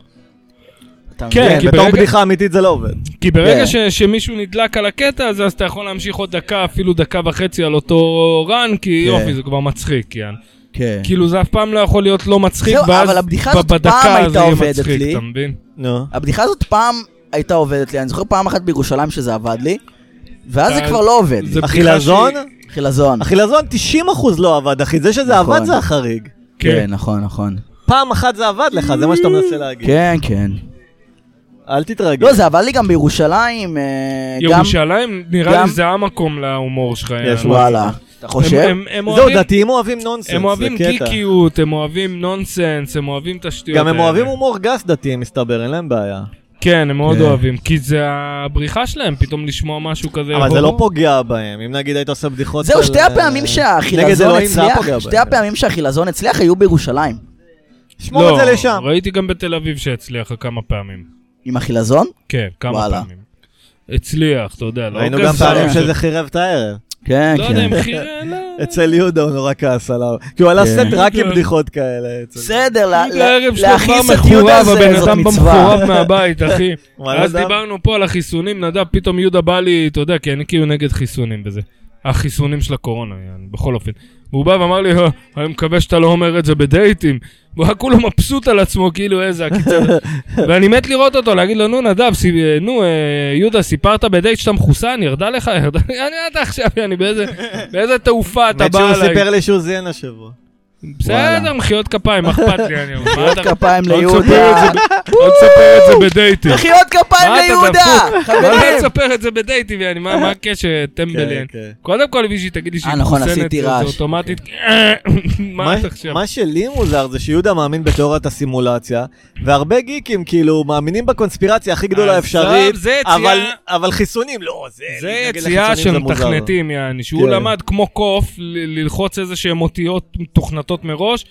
אתה מבין? כן, כי בתור ברגע- בדיחה אמיתית זה לא עובד. כי ברגע כן. ש- שמישהו נדלק על הקטע הזה, אז אתה יכול להמשיך עוד דקה, אפילו דקה וחצי על אותו רן, כי כן. יופי, זה כבר מצחיק, יען. כן. כאילו, זה אף פעם לא יכול להיות לא מצחיק, זהו, ואז אבל הבדיחה הזאת ב- בדקה פעם זה הייתה יהיה עובדת מצחיק, לי. אתה מבין? נו. הבדיחה הזאת פעם הייתה עובדת לי, אני זוכר פעם אחת בירושלים שזה עבד לי, ואז זה אה, כבר לא עובד לי. זה החילזון? בדיחה שהיא- חילזון. החילזון 90% לא עבד, אחי. זה שזה נכון. עבד זה החריג. כן. כן, נכון, נכון. פעם אחת זה עבד לך, זה מה שאתה מנסה להגיד. כן, כן. אל תתרגל. לא, זה עבד לי גם בירושלים, אה, גם... ירושלים, נראה גם- לי זה המקום להומור שלך. יש, יענו. וואלה. אתה חושב? הם- הם זהו, אוהבים- דתיים אוהבים נונסנס, הם אוהבים זה קטע. גיקיות, הם אוהבים נונסנס, הם אוהבים את השטויות גם הם האלה. אוהבים הומור גס דתיים, מסתבר, אין להם בעיה. כן, הם מאוד כן. אוהבים, כי זה הבריחה שלהם, פתאום לשמוע משהו כזה. אבל זה הומו. לא פוגע בהם, אם נגיד היית עושה בדיחות... זהו, על, שתי אה, הפעמים נגד שהחילזון אלוהים זה לא היה הצליח, פוגע שתי בהם. הפעמים שהחילזון הצליח היו בירושלים. שמור את זה לשם. לא, ראיתי גם בתל אביב שהצליח כמה פעמים. עם החילזון? כן, כמה וואלה. פעמים. הצליח, אתה יודע, לא ראינו כזה- גם פעמים שזה חירב את הערב. כן, לא יודע, כן. הם חירה, לא. אצל יהודה הוא נורא כעס עליו. כי הוא עלה כן. סט רק עם כן. בדיחות כאלה. אצל- בסדר, לה- יהודה הערב שלו להכניס כבר את יהודה מחורב, זה- הבן זאת אדם מצווה. במחורב מהבית, אחי. מה, לא אז נדב? דיברנו פה על החיסונים, נדב, פתאום יהודה בא לי, אתה יודע, כי אני כאילו נגד חיסונים בזה. החיסונים של הקורונה, יעני, בכל אופן. והוא בא ואמר לי, "אה, אני מקווה שאתה לא אומר את זה בדייטים. והוא היה כולו מבסוט על עצמו, כאילו, איזה הקיצר. ואני מת לראות אותו, להגיד לו, נו, נדב, סי- אה, נו, אה, יהודה, סיפרת בדייט שאתה מחוסן, ירדה לך, ירדה לי, אני אתה עכשיו, אני באיזה באיזה תעופה אתה האמת בא שהוא עליי. סיפר לי שהוא זיין השבוע. בסדר, מחיאות כפיים, מה אכפת לי, אני אומר. מחיאות כפיים לא תספר ליהודה. את זה ב- לא תספר את זה בדייטים. מחיאות כפיים מה אתה ליהודה! דפוק? מה חברים! לספר את זה בדייטים, יעני, מה מה הקשר, טמבלין? כן. קודם כל, אם מישהי תגיד לי שהיא אה, נכון, מחוסנת, עשיתי זה- זה רעש. אוטומטית, מה את עכשיו? מה שלי מוזר זה שיהודה מאמין בתיאוריית הסימולציה, והרבה גיקים כאילו מאמינים בקונספירציה הכי גדולה עזוב, האפשרית, אה, זה אבל- יציאה- אבל חיסונים, לא, זה... זה להתנגד יציאה לחיסונים של זה מוזר. מתכנתים, יעני, שהוא כן. למד כמו קוף ל- ללחוץ איזה שהם אותיות מתוכנתות מראש,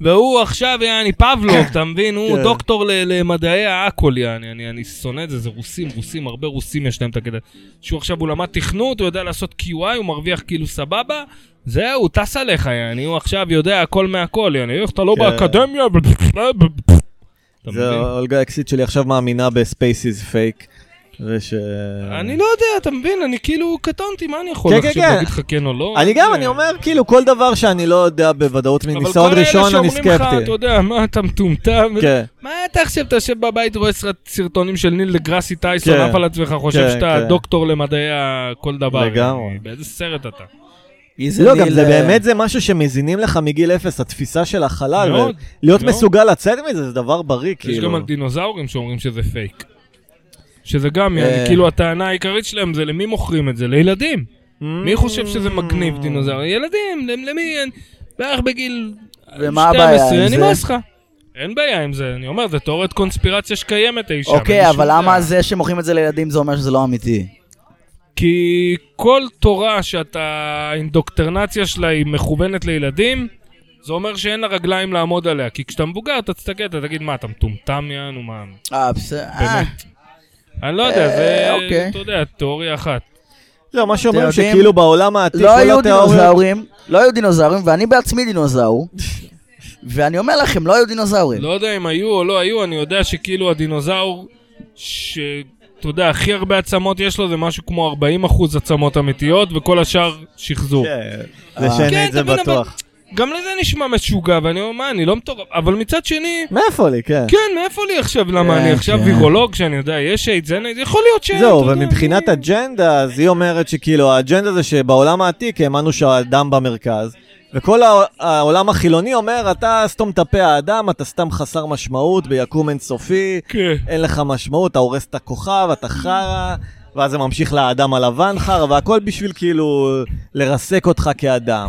והוא עכשיו, יעני, פבלוב, אתה מבין? הוא כן. דוקטור ל- למדעי העכול, יעני, אני- אני שונא את זה, זה רוסים, רוסים, הרבה רוסים יש להם את הקטע. שהוא עכשיו, הוא למד תכנות, הוא יודע לעשות QI, הוא מרוויח כאילו סבבה, זהו, הוא טס עליך, יעני, הוא עכשיו יודע הכל מהכל, יעני, איך אתה לא כן. באקדמיה? אתה זה מבין? אולגה אקסיט שלי עכשיו מאמינה בספייס איז פייק. וש... אני לא יודע, אתה מבין? אני כאילו קטונתי, מה אני יכול כן, עכשיו כן, כן. להגיד לך כן או לא? אני גם, זה- אני אומר, כאילו, כל דבר שאני לא יודע בוודאות מניסיון ראשון, אבל אני כל אלה שאומרים לך, אתה סקפטי. יודע, מה אתה מטומטם? כן, מה אתה עכשיו, אתה יושב בבית, רואה סרט- סרטונים של ניל דגרסי טייסון, כן. עף על עצמך, חושב כן, שאתה כן. דוקטור למדעי ה- כל דבר. לגמרי. באיזה סרט אתה? מי זה לא, גם ניל, זה אה, באמת זה משהו שמזינים לך מגיל אפס, התפיסה של החלל, מאוד, להיות מאוד. מסוגל לצאת מזה זה דבר בריא, יש גם כאילו. על דינוזאורים שאומרים שזה פייק. שזה גם, אה. יעני, כאילו הטענה העיקרית שלהם זה למי מוכרים את זה? לילדים. Mm. מי חושב שזה מגניב דינוזאור? ילדים, למ- למי? אין- בערך בגיל ומה הבעיה 12, עם אני זה? מס לך. אין בעיה עם זה, אני אומר, זה תיאוריית קונספירציה שקיימת אי שם. אין אוקיי, לי שום אבל בעיה. למה זה שמוכרים את זה לילדים זה אומר שזה לא אמיתי? אמ- כי כל תורה שאתה, האינדוקטרנציה שלה היא מכוונת לילדים, זה אומר שאין לה רגליים לעמוד עליה. כי כשאתה מבוגר, אתה תסתכל, אתה תגיד, מה, אתה מטומטם יענו, מה... אה, בסדר. אה, באמת. אני לא יודע, זה, אה, אוקיי. אתה יודע, תיאוריה אחת. לא, מה שאומרים אתם יודעים, שכאילו בעולם העתיק, לא כל היו התיאוריות... דינוזאורים, לא היו דינוזאורים, ואני בעצמי דינוזאור. ואני אומר לכם, לא היו דינוזאורים. לא יודע אם היו או לא היו, אני יודע שכאילו הדינוזאור, שאתה יודע, הכי הרבה עצמות יש לו, זה משהו כמו 40% עצמות אמיתיות, וכל השאר שחזור. כן, אה. זה שאין כן, את זה אתה מבין, אבל- בטוח. גם לזה נשמע משוגע, ואני אומר, מה, אני לא מטורף. אבל מצד שני, מאיפה לי, כן. כן, מאיפה לי עכשיו? למה, אני עכשיו כן. וירולוג, שאני יודע, יש איידס, אין איידס, יכול להיות שאין, זהו, כן, אתה יודע, ומבחינת אני- אג'נדה, אז היא אומרת שכאילו, האג'נדה זה שבעולם העתיק האמנו שהאדם במרכז, וכל הע- העולם החילוני אומר, אתה סתום את הפה האדם, אתה סתם חסר משמעות, ביקום אינסופי, כן. אין לך משמעות, אתה הורס את הכוכב, אתה חרא, ואז זה ממשיך לאדם הלבן חרא, והכל בשביל כאילו לרסק אותך כאדם.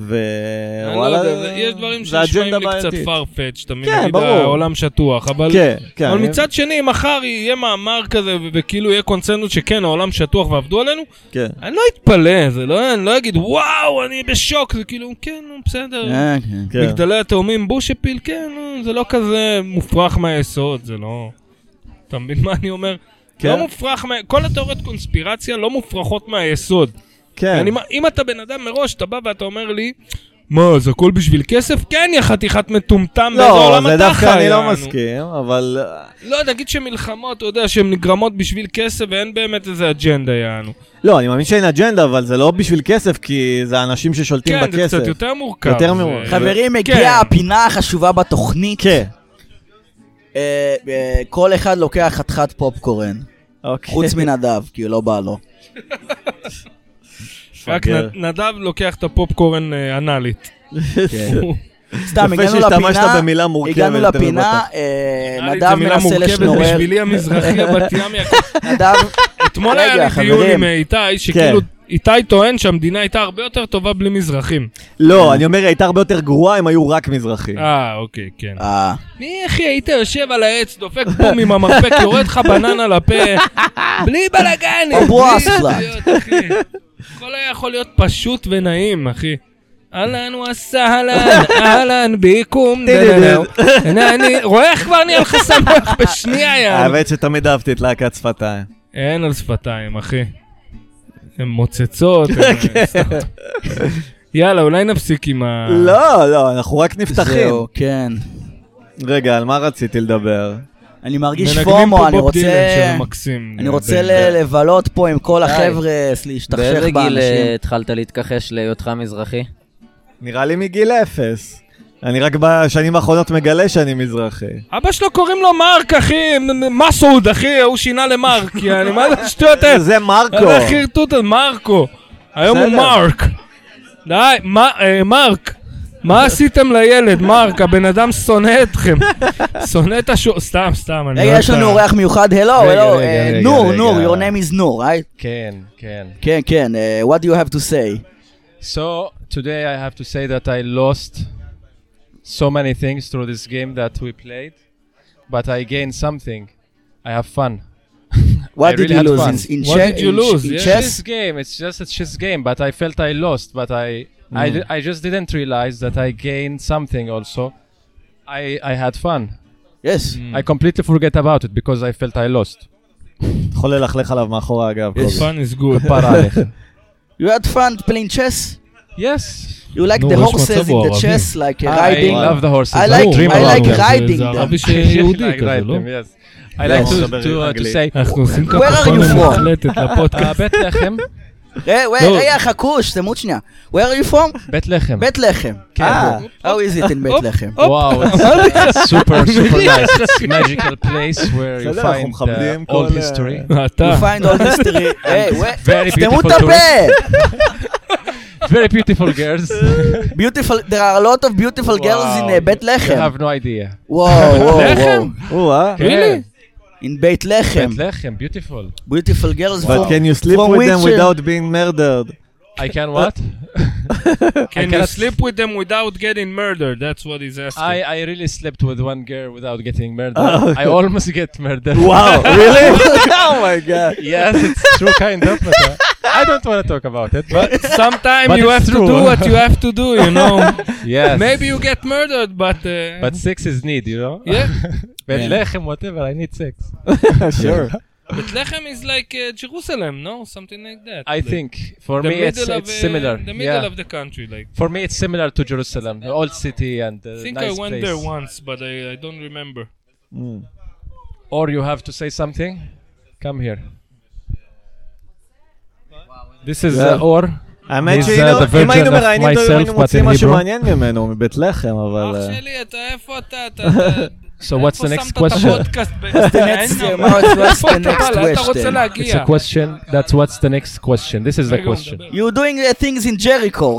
אני לא ווואלה, יודע, זה- יש דברים זה שנשמעים אג'נדה לי קצת בעייתית. farfetch, אתה מבין? כן, נגיד ברור. העולם שטוח, אבל... כן, כן. אבל אני- מצד שני, מחר יהיה מאמר כזה, ו- וכאילו יהיה קונצנזוס שכן, העולם שטוח ועבדו עלינו, כן. אני לא אתפלא, זה לא, אני לא אגיד, וואו, אני בשוק, זה כאילו, כן, נו, בסדר. אה, כן. כן. מגדלי התאומים בוש הפיל, כן, נו, זה לא כזה מופרך מהיסוד, זה לא... אתה מבין מה אני אומר? כן. לא מופרך, מה- כל התיאוריות קונספירציה לא מופרכות מהיסוד. כן. אני, מה- אם אתה בן אדם מראש, אתה בא ואתה אומר לי, מה, זה הכל בשביל כסף? כן, יא חתיכת מטומטם, באיזה לא, עולם זה אתה דווקא אני יענו. לא מסכים, אבל... לא, נגיד שמלחמות, אתה יודע, שהן נגרמות בשביל כסף ואין באמת איזה אג'נדה, יענו. לא, אני מאמין שאין אג'נדה, אבל זה לא בשביל כסף, כי זה האנשים ששולטים כן, בכסף. זה קצת יותר מורכב. יותר זה- מורכב. חברים, כן. הגיעה הפינה החשובה בתוכנית. כן. אה, אה, כל אחד לוקח חתיכת פופקורן. אוקיי. חוץ מנדב, כי לא בא לו. רק מפגר. נ- נדב לוקח את הפופקורן אה, אנאלית. הוא- כן. סתם, יפה הגענו שהשתמשת לפינה, במילה מורכבת, הגענו תראה לפינה, אה, נדב מנסה לשנורר, בשבילי המזרחי הבת ימי. נדב, אתמול היה רגע, לי דיון חברים. כן. עם אה, איתי, שכאילו, איתי טוען שהמדינה הייתה הרבה יותר טובה בלי מזרחים. אה. לא, אני אומר, היא הייתה הרבה יותר גרועה אם היו רק מזרחים. אה, אוקיי, כן. אה, מי, אחי, היית יושב על העץ, דופק בום עם המרפק, יורד לך בננה לפה, בלי בלאגנים. אבואסלה. הכל היה יכול להיות פשוט ונעים, אחי. אהלן וסהלן, אה, אהלן ביקום, דננו. הנה, אני רואה איך כבר נהיה לך שמח בשנייה, יאללה. האמת שתמיד אהבתי את להקת שפתיים. אין על שפתיים, אחי. הן מוצצות. הן- יאללה, אולי נפסיק עם ה... לא, לא, אנחנו רק נפתחים. זהו, כן. רגע, על מה רציתי לדבר? אני מרגיש מנגנים פומו, פה אני בוב דילן, אה, רוצה... שזה מקסים. אה, אני רוצה בין- ל- לבלות פה עם כל די. החבר'ה, להשתכשך באיזה גיל אה, באנשים. התחלת להתכחש להיותך מזרחי? נראה לי מגיל אפס. אני רק בשנים האחרונות מגלה שאני מזרחי. אבא שלו קוראים לו מרק, אחי, מ- מ- מסעוד, אחי, הוא שינה למרק, יעני, מה זה השטויות האלה? זה מרקו. איזה חרטוט על מרקו. היום הוא בסדר. מרק. די, מ- אה, מרק. מה עשיתם לילד, מרק? הבן אדם שונא אתכם. שונא את השור... סתם, סתם, אני... לא רגע, אוהב יש את לנו ה- אורח מיוחד, הלו, רגע, הלו, רגע, אה, רגע, נור, רגע. נור, your name is נור, right? Can, can. כן, כן, אה, what do you have to say? So today I have to say that I lost so many things through this game that we played, but I gained something. I have fun. What did really you had lose? fun. In, in What che- did you in- lose? in Yeah. Chess chess? game. It's just a chess game, but I felt I lost. But I, I, Hmm. di- I just didn't realize that I gained something. Also, I, I had fun. Yes. I completely forget about it because I felt I lost. יכול ללכלך עליו מאחורי הגב. קובי. פאן is good. כפרה עליך. You had fun playing chess? yes, You like נו, the יש horses מצב in the ערבי. chess, like I uh, riding? love the horses. I like- ברור, I אבל like זה- riding זה them. ערבי I שיהודי like כזה, לא? them, yes. I like to, to, uh, to say. אנחנו עושים Where are כפרפון you from? מוחלטת Uh, לפודקאסט. בית לחם, ר- ו- לא. רגע, חכו, שתמות שנייה. Where are you from? בית לחם. בית לחם. כן. آه. אה, How is it in בית לחם? Wow, it's super, super nice. It's a magical place where you בסדר, אנחנו find מכבדים uh, כל, old אה, history. אתה. You find all history. היי, where- Very beautiful סתמו את הפה! Very beautiful girls. Beautiful, there are a lot of beautiful girls in uh, בית You לחם. have no idea. וואו, וואו, לחם? וואו. או, אה? really? In בית לחם. בית לחם, beautiful. Beautiful girls But from... can you sleep From with them which, uh, without being murdered? I can what? Can you cannot- sleep with them without getting murdered? That's what he's I, asking. I really slept with one girl without getting murdered. I almost get murdered. וואו, Ah, Oh, really? Oh my god. Yes, it's true kind of. But, uh, I don't want to talk about it. But Sometimes But you it's have to true. do what you have to do, you know? yes, Maybe you get murdered, but... uh, But sex is need, you know. Yeah, Beit lechem, whatever. I need sex. Sure. Bethlehem is like uh, Jerusalem, no? Something like that. I Like, think for the me it's, middle it's of, uh, similar. The middle yeah. of the country, like. For me it's similar to Jerusalem, the old city and uh, I think nice I went place. there once, but I, I don't remember. Or you have to say something. Come here. This is uh, or. האמת He's, uh, שאילו- the אם היינו virgin of מראיינים אותו, myself, היינו but מוצאים in משהו Hebrew. מעניין ממנו, מבית לחם, אבל... אח אה, שלי, אתה איפה אתה? אתה... So what's the next question? Next, uh, what's- what's the next אתה רוצה question? להגיע. It's a question. That's what's the next question. This is the רגע, הוא question. מדבר. You're doing uh, things in Jericho,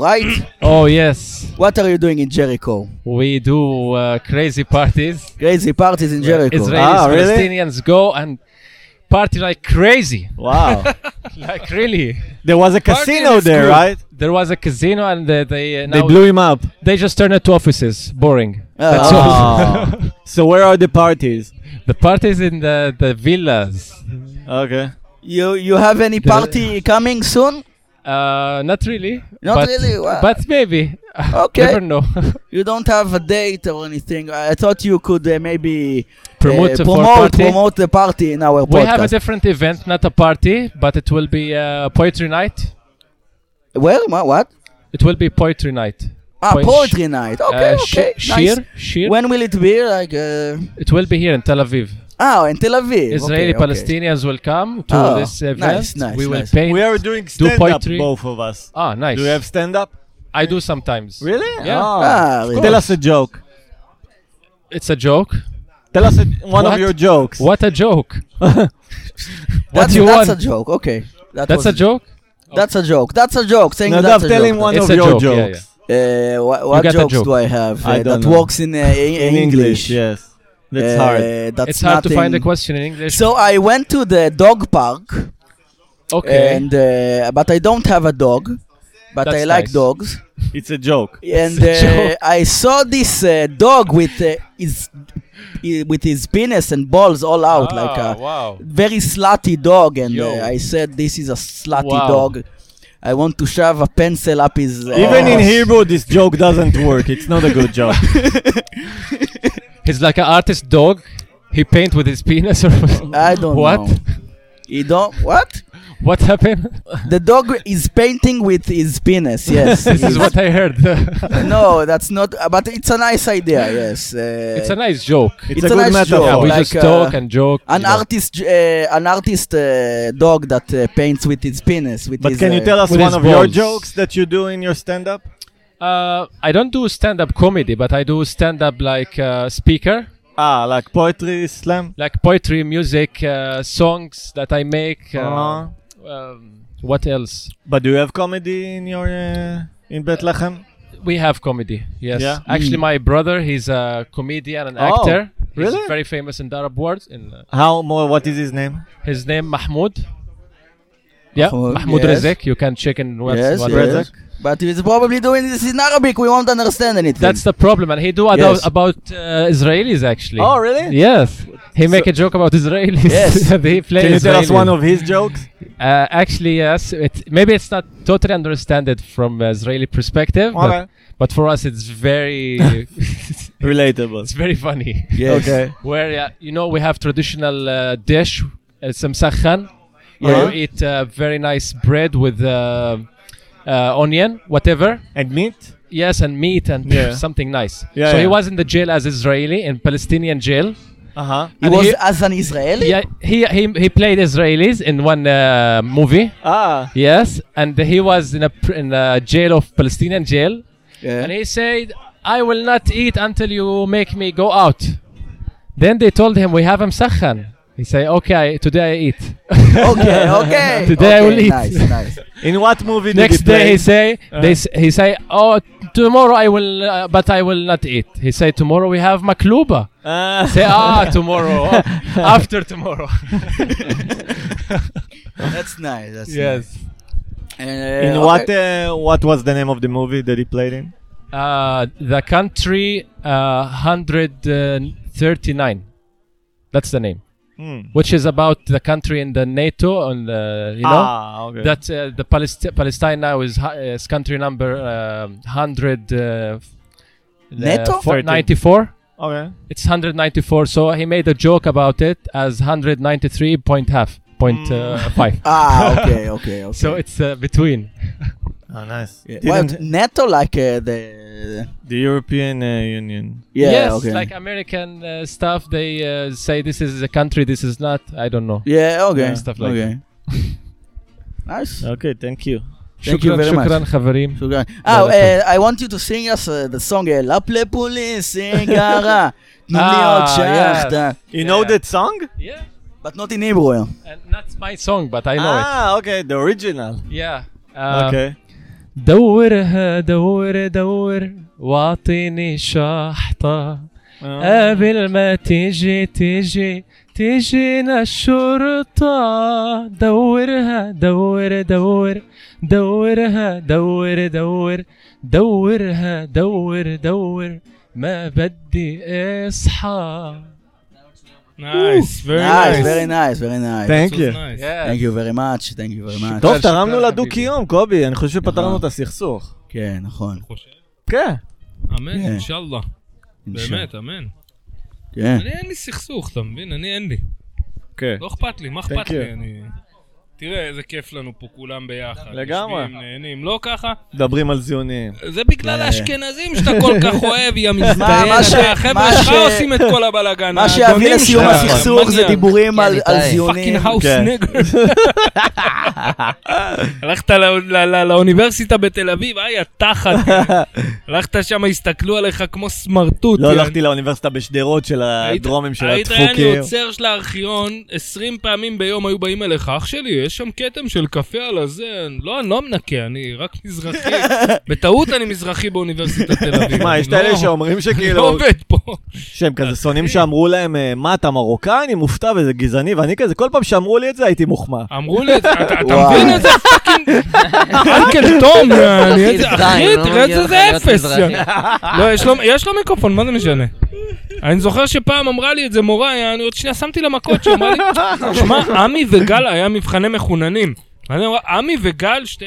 right? Oh yes, What are you doing in Jericho? we do uh, crazy parties. Crazy parties in Jericho. Israelis, Ah, really? Palestinians go and party like crazy. וואו. Like really. There was a casino there, right? There was a casino and they they, uh, They now blew him up. they just turned it to offices. Boring. That's all. Oh. So where are the parties? The parties in the the villas. Okay. You you have any party coming soon? Uh, not really. Not but, really, wow. But maybe. Okay. Never know. You don't have a date or anything. I thought you could uh, maybe Promote uh, the promote party. promote the party in our we have a podcast. different event, not a party, but it will be uh, poetry night. Where? Ma- what? It will be poetry night. Ah, Poe- poetry night. Okay, Uh, okay, Sh- nice. Shir, Shir. When will it be? Like uh, It will be here in Tel Aviv. oh, in Tel Aviv. Israeli okay, okay. Palestinians will come to Oh, this event. nice, nice, we will nice. paint. We are doing stand-up, poetry. both of us. ah, nice. Do you have stand-up? I do sometimes. Really? Yeah. Ah, Oh. really? Tell us a joke. It's a joke. Tell us a, one of What? your jokes. What a joke. what That's, you that's want? a joke. Okay, That That's was- a joke. That's a joke. That's a joke. Saying Nadav, that's a tell joke. him one It's of a your joke, yeah, jokes. Uh, wha- what got a jokes joke. do I have uh, I don't that know. works in, uh, in, in English? yes. Uh, That's hard. That's it's hard to find a nothing. question in English. So I went to the dog park, okay. and uh, but I don't have a dog, but That's I like nice. dogs. It's a joke. And a uh, joke. I saw this uh, dog with uh, his i- with his penis and balls all out, like a Ah, wow. very slutty dog. And Yo. uh, I said, "This is a slutty Wow. dog." I want to shove a pencil up his. Uh, Even in ass. Hebrew, this joke doesn't work. It's not a good joke. He's like an artist dog. He paint with his penis or I don't what? know. You don't what? What happened? The dog is painting with his penis. Yes, this is what I heard. no, that's not. uh, But it's a nice idea. Yes, uh, it's a nice joke. It's It's, a, a good nice joke. metaphor. yeah, we like, just talk uh, and joke. an you know. artist, uh, an artist uh, dog that uh, paints with his penis. With But his, can you uh, tell us with one his of your balls. jokes that you do in your stand-up? Uh, I don't do stand-up comedy, but I do stand-up like uh, speaker, Ah, like poetry slam. like poetry, music, uh, songs that I make. Uh, Uh-huh. um, what else? But do you have comedy in your uh, in Bethlehem? we have comedy. Yes. Yeah? Mm. Actually, my brother, he's a comedian and Oh, actor. He's really? very famous in the Arab world. In, uh, How more? What is his name? his name Mahmoud. Yeah, Mahmoud, Mahmoud yes. Rezek. You can check in what's Yes, what yes. Rezek. But it's probably doing this in Arabic, we won't understand anything. That's the problem, and he do about, Yes. about uh, Israelis actually. Oh, really? Yes, he make a joke about Israelis. Yes. he play Can you tell us Israelis. one of his jokes? Uh, actually, yes. It, maybe it's not totally understand it from Israeli perspective, but, but for us, it's very, it's Relatable. very funny. Yes. Okay. Where uh, you know we have traditional uh, dish, uh, samsakhan, Yeah. where you eat uh, very nice bread with uh, uh, onion, whatever. And meat? Yes, and meat and Yeah. something nice. Yeah, so he yeah. was in the jail as Israeli in Palestinian jail. Uh huh. He And was he- as an Israeli? Yeah, he he, he played Israelis in one uh, movie. Uh-huh. Ah. Yes, and he was in a pr- in a jail of Palestinian jail, Yeah. and he said, "I will not eat until you make me go out." Then they told him, "We have Msakhan." He said, "Okay, today I eat." Okay, okay. Today I okay, will eat. Nice, nice. In what movie did Next he play? Uh. day he say, they s- he say, "Oh, tomorrow I will, uh, but I will not eat." He say, "Tomorrow we have makluba." Ah. Say, "Ah, tomorrow, oh, after tomorrow." That's nice. That's yes. Nice. Uh, in okay. what uh, what was the name of the movie that he played in? Uh, the country uh, 139. That's the name. Hmm. which is about the country in the NATO and the you know ah, okay. that uh, the Palest- Palestine now is, hi- uh, is country number um, 100 uh, f- NATO? uh, for- 94 okay. it's 194 so he made a joke about it as 193 point half Hmm. point uh, five Ah, okay, okay, okay. so it's uh, between Oh, nice. Yeah. Didn't- What, NATO like uh, the... the European uh, Union. Yeah, yes okay. like American uh, stuff they uh, say this is a country this is not I don't know yeah, okay. Yeah, stuff like okay. nice. Okay, thank you. Thank you شكراً- very much. شكراً חברים שוגע. Ah, לא, אה, לא eh, אה, I want you to sing us uh, the song אה, "La Plépoli, סיגרה". תנו לי אה, עוד שחטה. You know Yeah. that song? yeah But not in Hebrew. and that's my song but I know it ah, okay, the original. yeah uh, okay. دورها دور دور واعطيني شحطة آه. قبل ما تيجي تيجي تيجينا الشرطة دورها دور دور دورها دور دور دورها دور دور ما بدي اصحى נייס, very Nice, nice. very nice, very nice. Thank you. Thank you very much, thank you very much. טוב, שוכרן, תרמנו שוכרן, לדו-קיום, קובי, אני חושב שפתרנו נכון. את הסכסוך. כן, נכון. כן. אמן, כן. אינשאללה. באמת, אמן. כן. אני אין לי סכסוך, אתה מבין? אני אין לי. כן. לא אכפת לי, מה Thank אכפת you. לי? אני... תראה איזה כיף לנו פה כולם ביחד. לגמרי. יושבים, נהנים, לא ככה. מדברים על זיונים. זה בגלל האשכנזים שאתה כל כך אוהב, יא אה. מה- מזדיין. מה ש- אתה- החבר'ה מה שלך ש- עושים את כל הבלאגן. מה שיביא לסיום שלך, הסכסוך זה דיבורים כן, על על איתי. זיונים. פאקינג האוס כן. נגר. הלכת לא- לא- לא- לאוניברסיטה בתל אביב, איי, התחת. הלכת שם, הסתכלו עליך כמו סמרטוט. לא יא- הלכתי לאוניברסיטה בשדרות של היית- הדרומים של היית היה לי הדפוקים. עוצר של הארכיון, 20 פעמים ביום היו באים אליך, אח שלי, יש שם כתם של קפה על הזה, אני- לא, אני לא מנקה, אני רק מזרחי. בטעות אני מזרחי באוניברסיטת תל אביב. מה, יש את אני לא- אלה שאומרים אני לא שכאילו, עובד פה. שהם כזה שונאים שאמרו להם, אה, מה, אתה מרוקאי? אני מופתע וזה גזעני, ואני כזה, כל פעם שאמרו לי את זה הייתי מוחמא. אמרו לי, אתה אתה וואי. מבין איזה פאקינג... אנקל תום, יעני, איזה- אחי, זין, לא מגיע תראה איזה לך זה להיות אפס. מזרחי. יעני. לא, יש לו- יש לו מיקרופון, מה זה משנה? אני זוכר שפעם אמרה לי את זה מורה, אני עוד שנייה שמתי לה מכות, שהיא אמרה לי, שמע, עמי וגל היה מבחני מחוננים. אני אומר, עמי וגל, שתי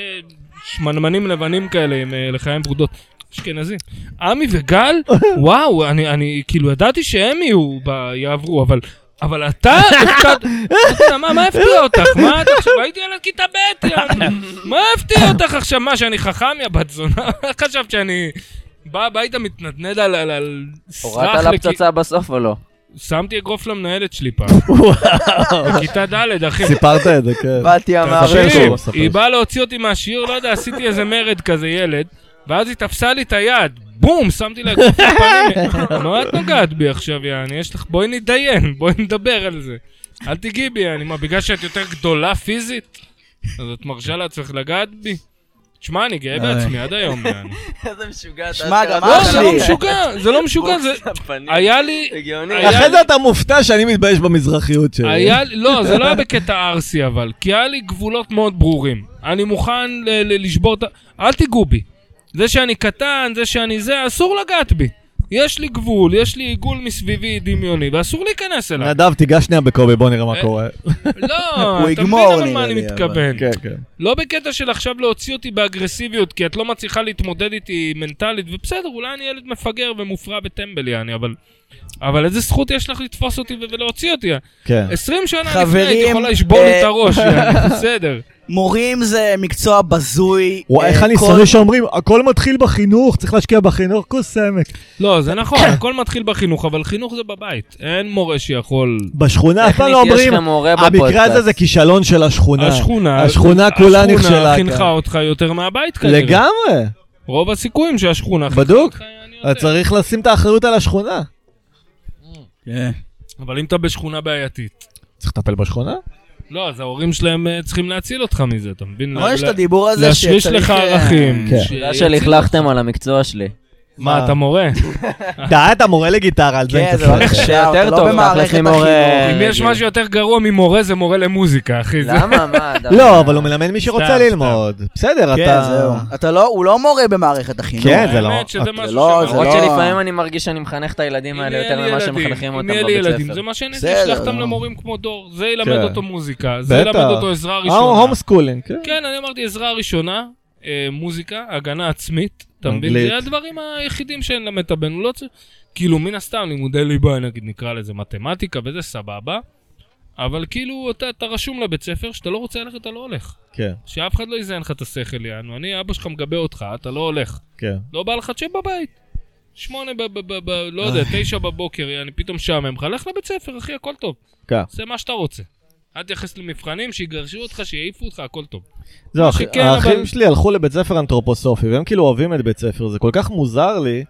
שמנמנים לבנים כאלה עם אה, לחיים ורודות. אשכנזי. עמי וגל, וואו, אני, אני כאילו ידעתי שהם יהיו, ב, יעברו, אבל... אבל אתה, הפתעת- אתה- כן, מה מה הפתיע אותך? מה אתה עכשיו, הייתי ילד כיתה ב', יעני. מה הפתיע אותך עכשיו? מה, שאני חכם, יא בת זונה? חשבת שאני בא הביתה, מתנדנד על- על על סרח הורדת לה לכי- פצצה בסוף או לא? שמתי אגרוף למנהלת שלי פעם. בכיתה ד', אחי. סיפרת את זה, כן. באתי ספר המערכת. שהוא תקשיב, מספר. היא באה להוציא אותי מהשיעור, לא יודע, עשיתי איזה מרד כזה ילד, ואז היא תפסה לי את היד, בום, שמתי לה אגרוף בפנים. מה את נוגעת בי עכשיו, יעני? יש לך, בואי נתדיין, בואי נדבר על זה. אל תיגעי בי, אני מה, בגלל שאת יותר גדולה פיזית? אז את מרשה לעצמך לגעת בי? תשמע, אני גאה בעצמי עד היום, יעני. איזה משוגע. שמע, גם לא, אח זה לא שלי. משוגע, זה לא משוגע, זה... היה לי... הגיוני. היה- אחרי זה אתה מופתע שאני מתבייש במזרחיות שלי. היה, לי- לא, זה לא היה בקטע ערסי אבל, כי היה לי גבולות מאוד ברורים. אני מוכן ל- ל- לשבור את ה... אל תיגעו בי. זה שאני קטן, זה שאני זה, אסור לגעת בי. יש לי גבול, יש לי עיגול מסביבי דמיוני, ואסור להיכנס אליו. נדב, תיגש שנייה בקובי, בוא נראה מה אה, קורה. לא, אתה מבין יגמור, אבל נראה מה אני לי, מתכוון. כן, כן. לא בקטע של עכשיו להוציא אותי באגרסיביות, כי את לא מצליחה להתמודד איתי מנטלית, ובסדר, אולי אני ילד מפגר ומופרע בטמבל יעני, אבל... אבל איזה זכות יש לך לתפוס אותי ו- ולהוציא אותי? כן. 20 שנה לפני חברים, הייתי יכולה לשבור לי אה, את הראש, יעני, בסדר. מורים זה מקצוע בזוי. וואי, אה, איך אני כל- שונא שאומרים, הכל מתחיל בחינוך, צריך להשקיע בחינוך, כוס עמק. לא, זה נכון, הכל מתחיל בחינוך, אבל חינוך זה בבית. אין מורה שיכול... בשכונה אף פעם לא טכנית, יש אומרים, לך מורה המקרה הזה בפודקאסט. זה כישלון של השכונה. השכונה, השכונה כולה השכונה נכשלה. כאן. חינכה אותך יותר מהבית כנראה. לגמרי, רוב הסיכויים שהשכונה חינכה בדוק. אותך, אני אז יודע. צריך לשים את האחריות על השכונה. כן. אבל אם אתה בשכונה בעייתית, צריך לטפל בשכונה? לא, אז ההורים שלהם אה, צריכים להציל אותך מזה, אתה מבין? אבל יש לה- את הדיבור הזה לא, שצריך... להשריש לך אה, ערכים. כן. ש- תודה שלכלכתם על המקצוע שלי. מה, אתה מורה? די, אתה מורה לגיטרה, על זה כן, אני זה צריך לא לדעת. נחשב, יותר אתה לא טוב, במערכת תכלס החינוך. ממורה- אם יש רגיל. משהו יותר גרוע ממורה, זה מורה למוזיקה, אחי. זה- למה? מה? אתה- לא, אבל הוא מלמד מי שרוצה סתם, ללמוד. בסדר, כן, אתה... זהו. אתה לא, הוא לא מורה במערכת החינוך. כן, זה לא- האמת שזה זה משהו לא- שאני- זה למרות לא- שלפעמים אני מרגיש שאני מחנך את הילדים אם האלה יהיה יותר לי ממה ילדים, שמחנכים אם אותם יהיה לי בבית ילדים, זה ספר. מה שאני בסדר, אשלח אותם נו. למורים כמו דור. זה ילמד כן. אותו מוזיקה, זה בטח. ילמד אותו עזרה ראשונה. הום סקולינג, כן. כן, אני אמרתי עזרה ראשונה, אה, מוזיקה, הגנה עצמית, אתה מבין? אנגלית. זה הדברים היחידים שאני למד את הבן, הוא לא צריך... כאילו, מן הסתם, לימודי ליבה, נגיד, נקרא לזה מתמטיקה, וזה סבבה, אבל כאילו, אתה אתה רשום לבית ספר, שאתה לא רוצה ללכת, אתה לא הולך. כן, שאף אחד לא יזיין לך את השכל, יענו. אני, אבא שלך מגבה אותך, אתה לא הולך. כן. לא בא לך, תשב בבית. שמונה, ב- ב- ב- ב- לא יודע, תשע בבוקר, יעני, פתאום משעמם לך, לך לבית ספר, אחי, הכל טוב. כן. זה מה שאתה רוצה. אל תתייחס למבחנים, שיגרשו אותך, שיעיפו אותך, הכל טוב. זהו, אחי- שכן, האחים אבל- שלי הלכו לבית ספר אנתרופוסופי, והם כאילו אוהבים את בית ספר, זה כל כך מוזר לי.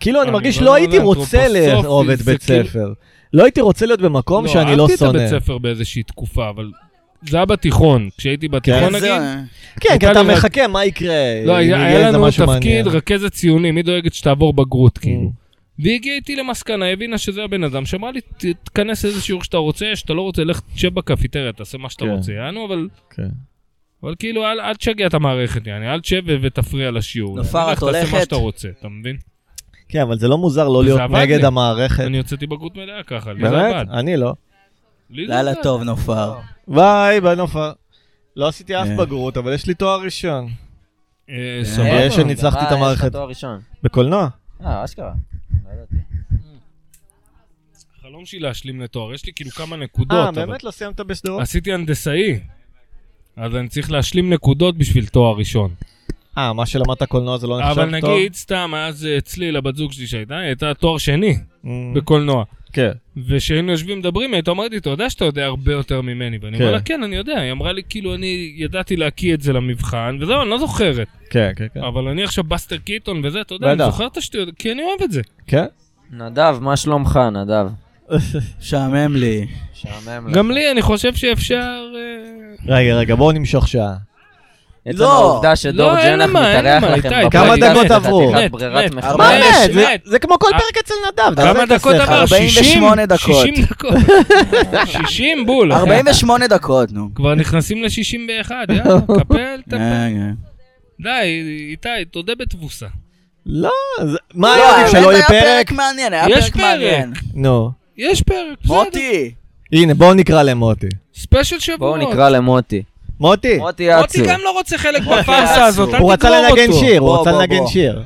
כאילו, אני אני מרגיש לא לא יודע, הייתי רוצה אנתרופוסופי לאהוב את זה בית כאילו- ספר. לא הייתי רוצה להיות במקום שאני לא אהבתי שונא. את הבית ספר באיזושהי תקופה, אבל זה היה בתיכון, כשהייתי בתיכון זה- נגיד. כן, כי הייתה אתה לי רק- מחכה, מה יקרה? לא, היה אם היה אה, יהיה איזה לנו משהו מעניין. Mm. תפקיד רכזת ציונים, היא דואגת שתעבור בגרות, כאילו. והיא הגיעה איתי למסקנה, הבינה שזה הבן אדם, שאמרה לי, "ת- תכנס איזה שיעור שאתה רוצה, שאתה לא רוצה, לך תשב בקפיטריה, תעשה מה שאתה כן. רוצה, יענו, אבל... כן. אבל כאילו, אל, אל תשגע את המערכת, יעני, אל תשב ו- ותפריע לשיעור. נופר, יעני, לך את תעשה מה הולכת? שאתה רוצה, אתה מבין? כן, אבל זה לא מוזר לא וזה להיות עבד נגד לי. המערכת. אני הוצאתי בגרות מלאה ככה, לי זה עבד. באמת? אני לא. לי זה לילה עבד. טוב, נופר. ביי, בנופר. לא עשיתי אף אה. בגרות, אבל יש לי תואר ראשון. אה, אה, סבבה. שניצחתי את אה, יש המערכת. לך תואר ראשון. בקולנוע. אה, אשכרה. לא ידעתי. חלום שלי להשלים לתואר, יש לי כאילו כמה נקודות. אה, אבל- באמת לא סיימת בשדרות? עשיתי הנדסאי, אז אני צריך להשלים נקודות בשביל תואר ראשון. אה, מה שלמדת קולנוע זה לא נחשב אבל טוב? נגיד, סתם, אז אה, אצלי, לבת זוג שלי שהייתה, היא הייתה תואר שני Mm, בקולנוע. כן. וכשהיינו יושבים מדברים, היא הייתה אומרת לי, אתה יודע שאתה יודע הרבה יותר ממני? ואני כן. אומר לה, כן, אני יודע. היא אמרה לי, כאילו, אני ידעתי להקיא את זה למבחן, וזהו, אני לא זוכרת. כן, כן, כן. אבל אני עכשיו בסטר קיטון וזה, אתה יודע, אני בטח. זוכר את השטויות, כי אני אוהב את זה. כן? נדב, מה שלומך, נדב? משעמם לי. משעמם גם לי, אני חושב שאפשר... אה, רגע, רגע, בואו נמשוך שעה. עצם לא. העובדה שדור לא, אין ג'נח למה, אין מתארח למה, לכם איתי, בפודקאסט, כמה דקות זה עברו? חתיכת מת, ברירת מת, מחדל. מה מה, יש? זה- מת. זה כמו כל אה. פרק אצל נדב. כמה אצלך, דקות עבר? 60? 48 דקות. 60 דקות. 60 בול. אחי. 48 דקות, נו. כבר נכנסים ל-61, יאללה, קפל, טפל. אה, כן. די, איתי, תודה בתבוסה. לא, זה- מה לא, היה עדיף שלא יהיה האמת, היה פרק? פרק מעניין, היה יש פרק פרק. מעניין. נו. יש פרק, בסדר. מוטי! הנה, בואו נקרא למוטי. ספיישל שבועות. בואו נקרא למוטי. מוטי, מוטי מוטי יאצו. גם לא רוצה חלק בפארסה הזאת, אל תגרור אותו. הוא רצה לנגן שיר, הוא בוא, רצה בוא, לנגן בוא. שיר.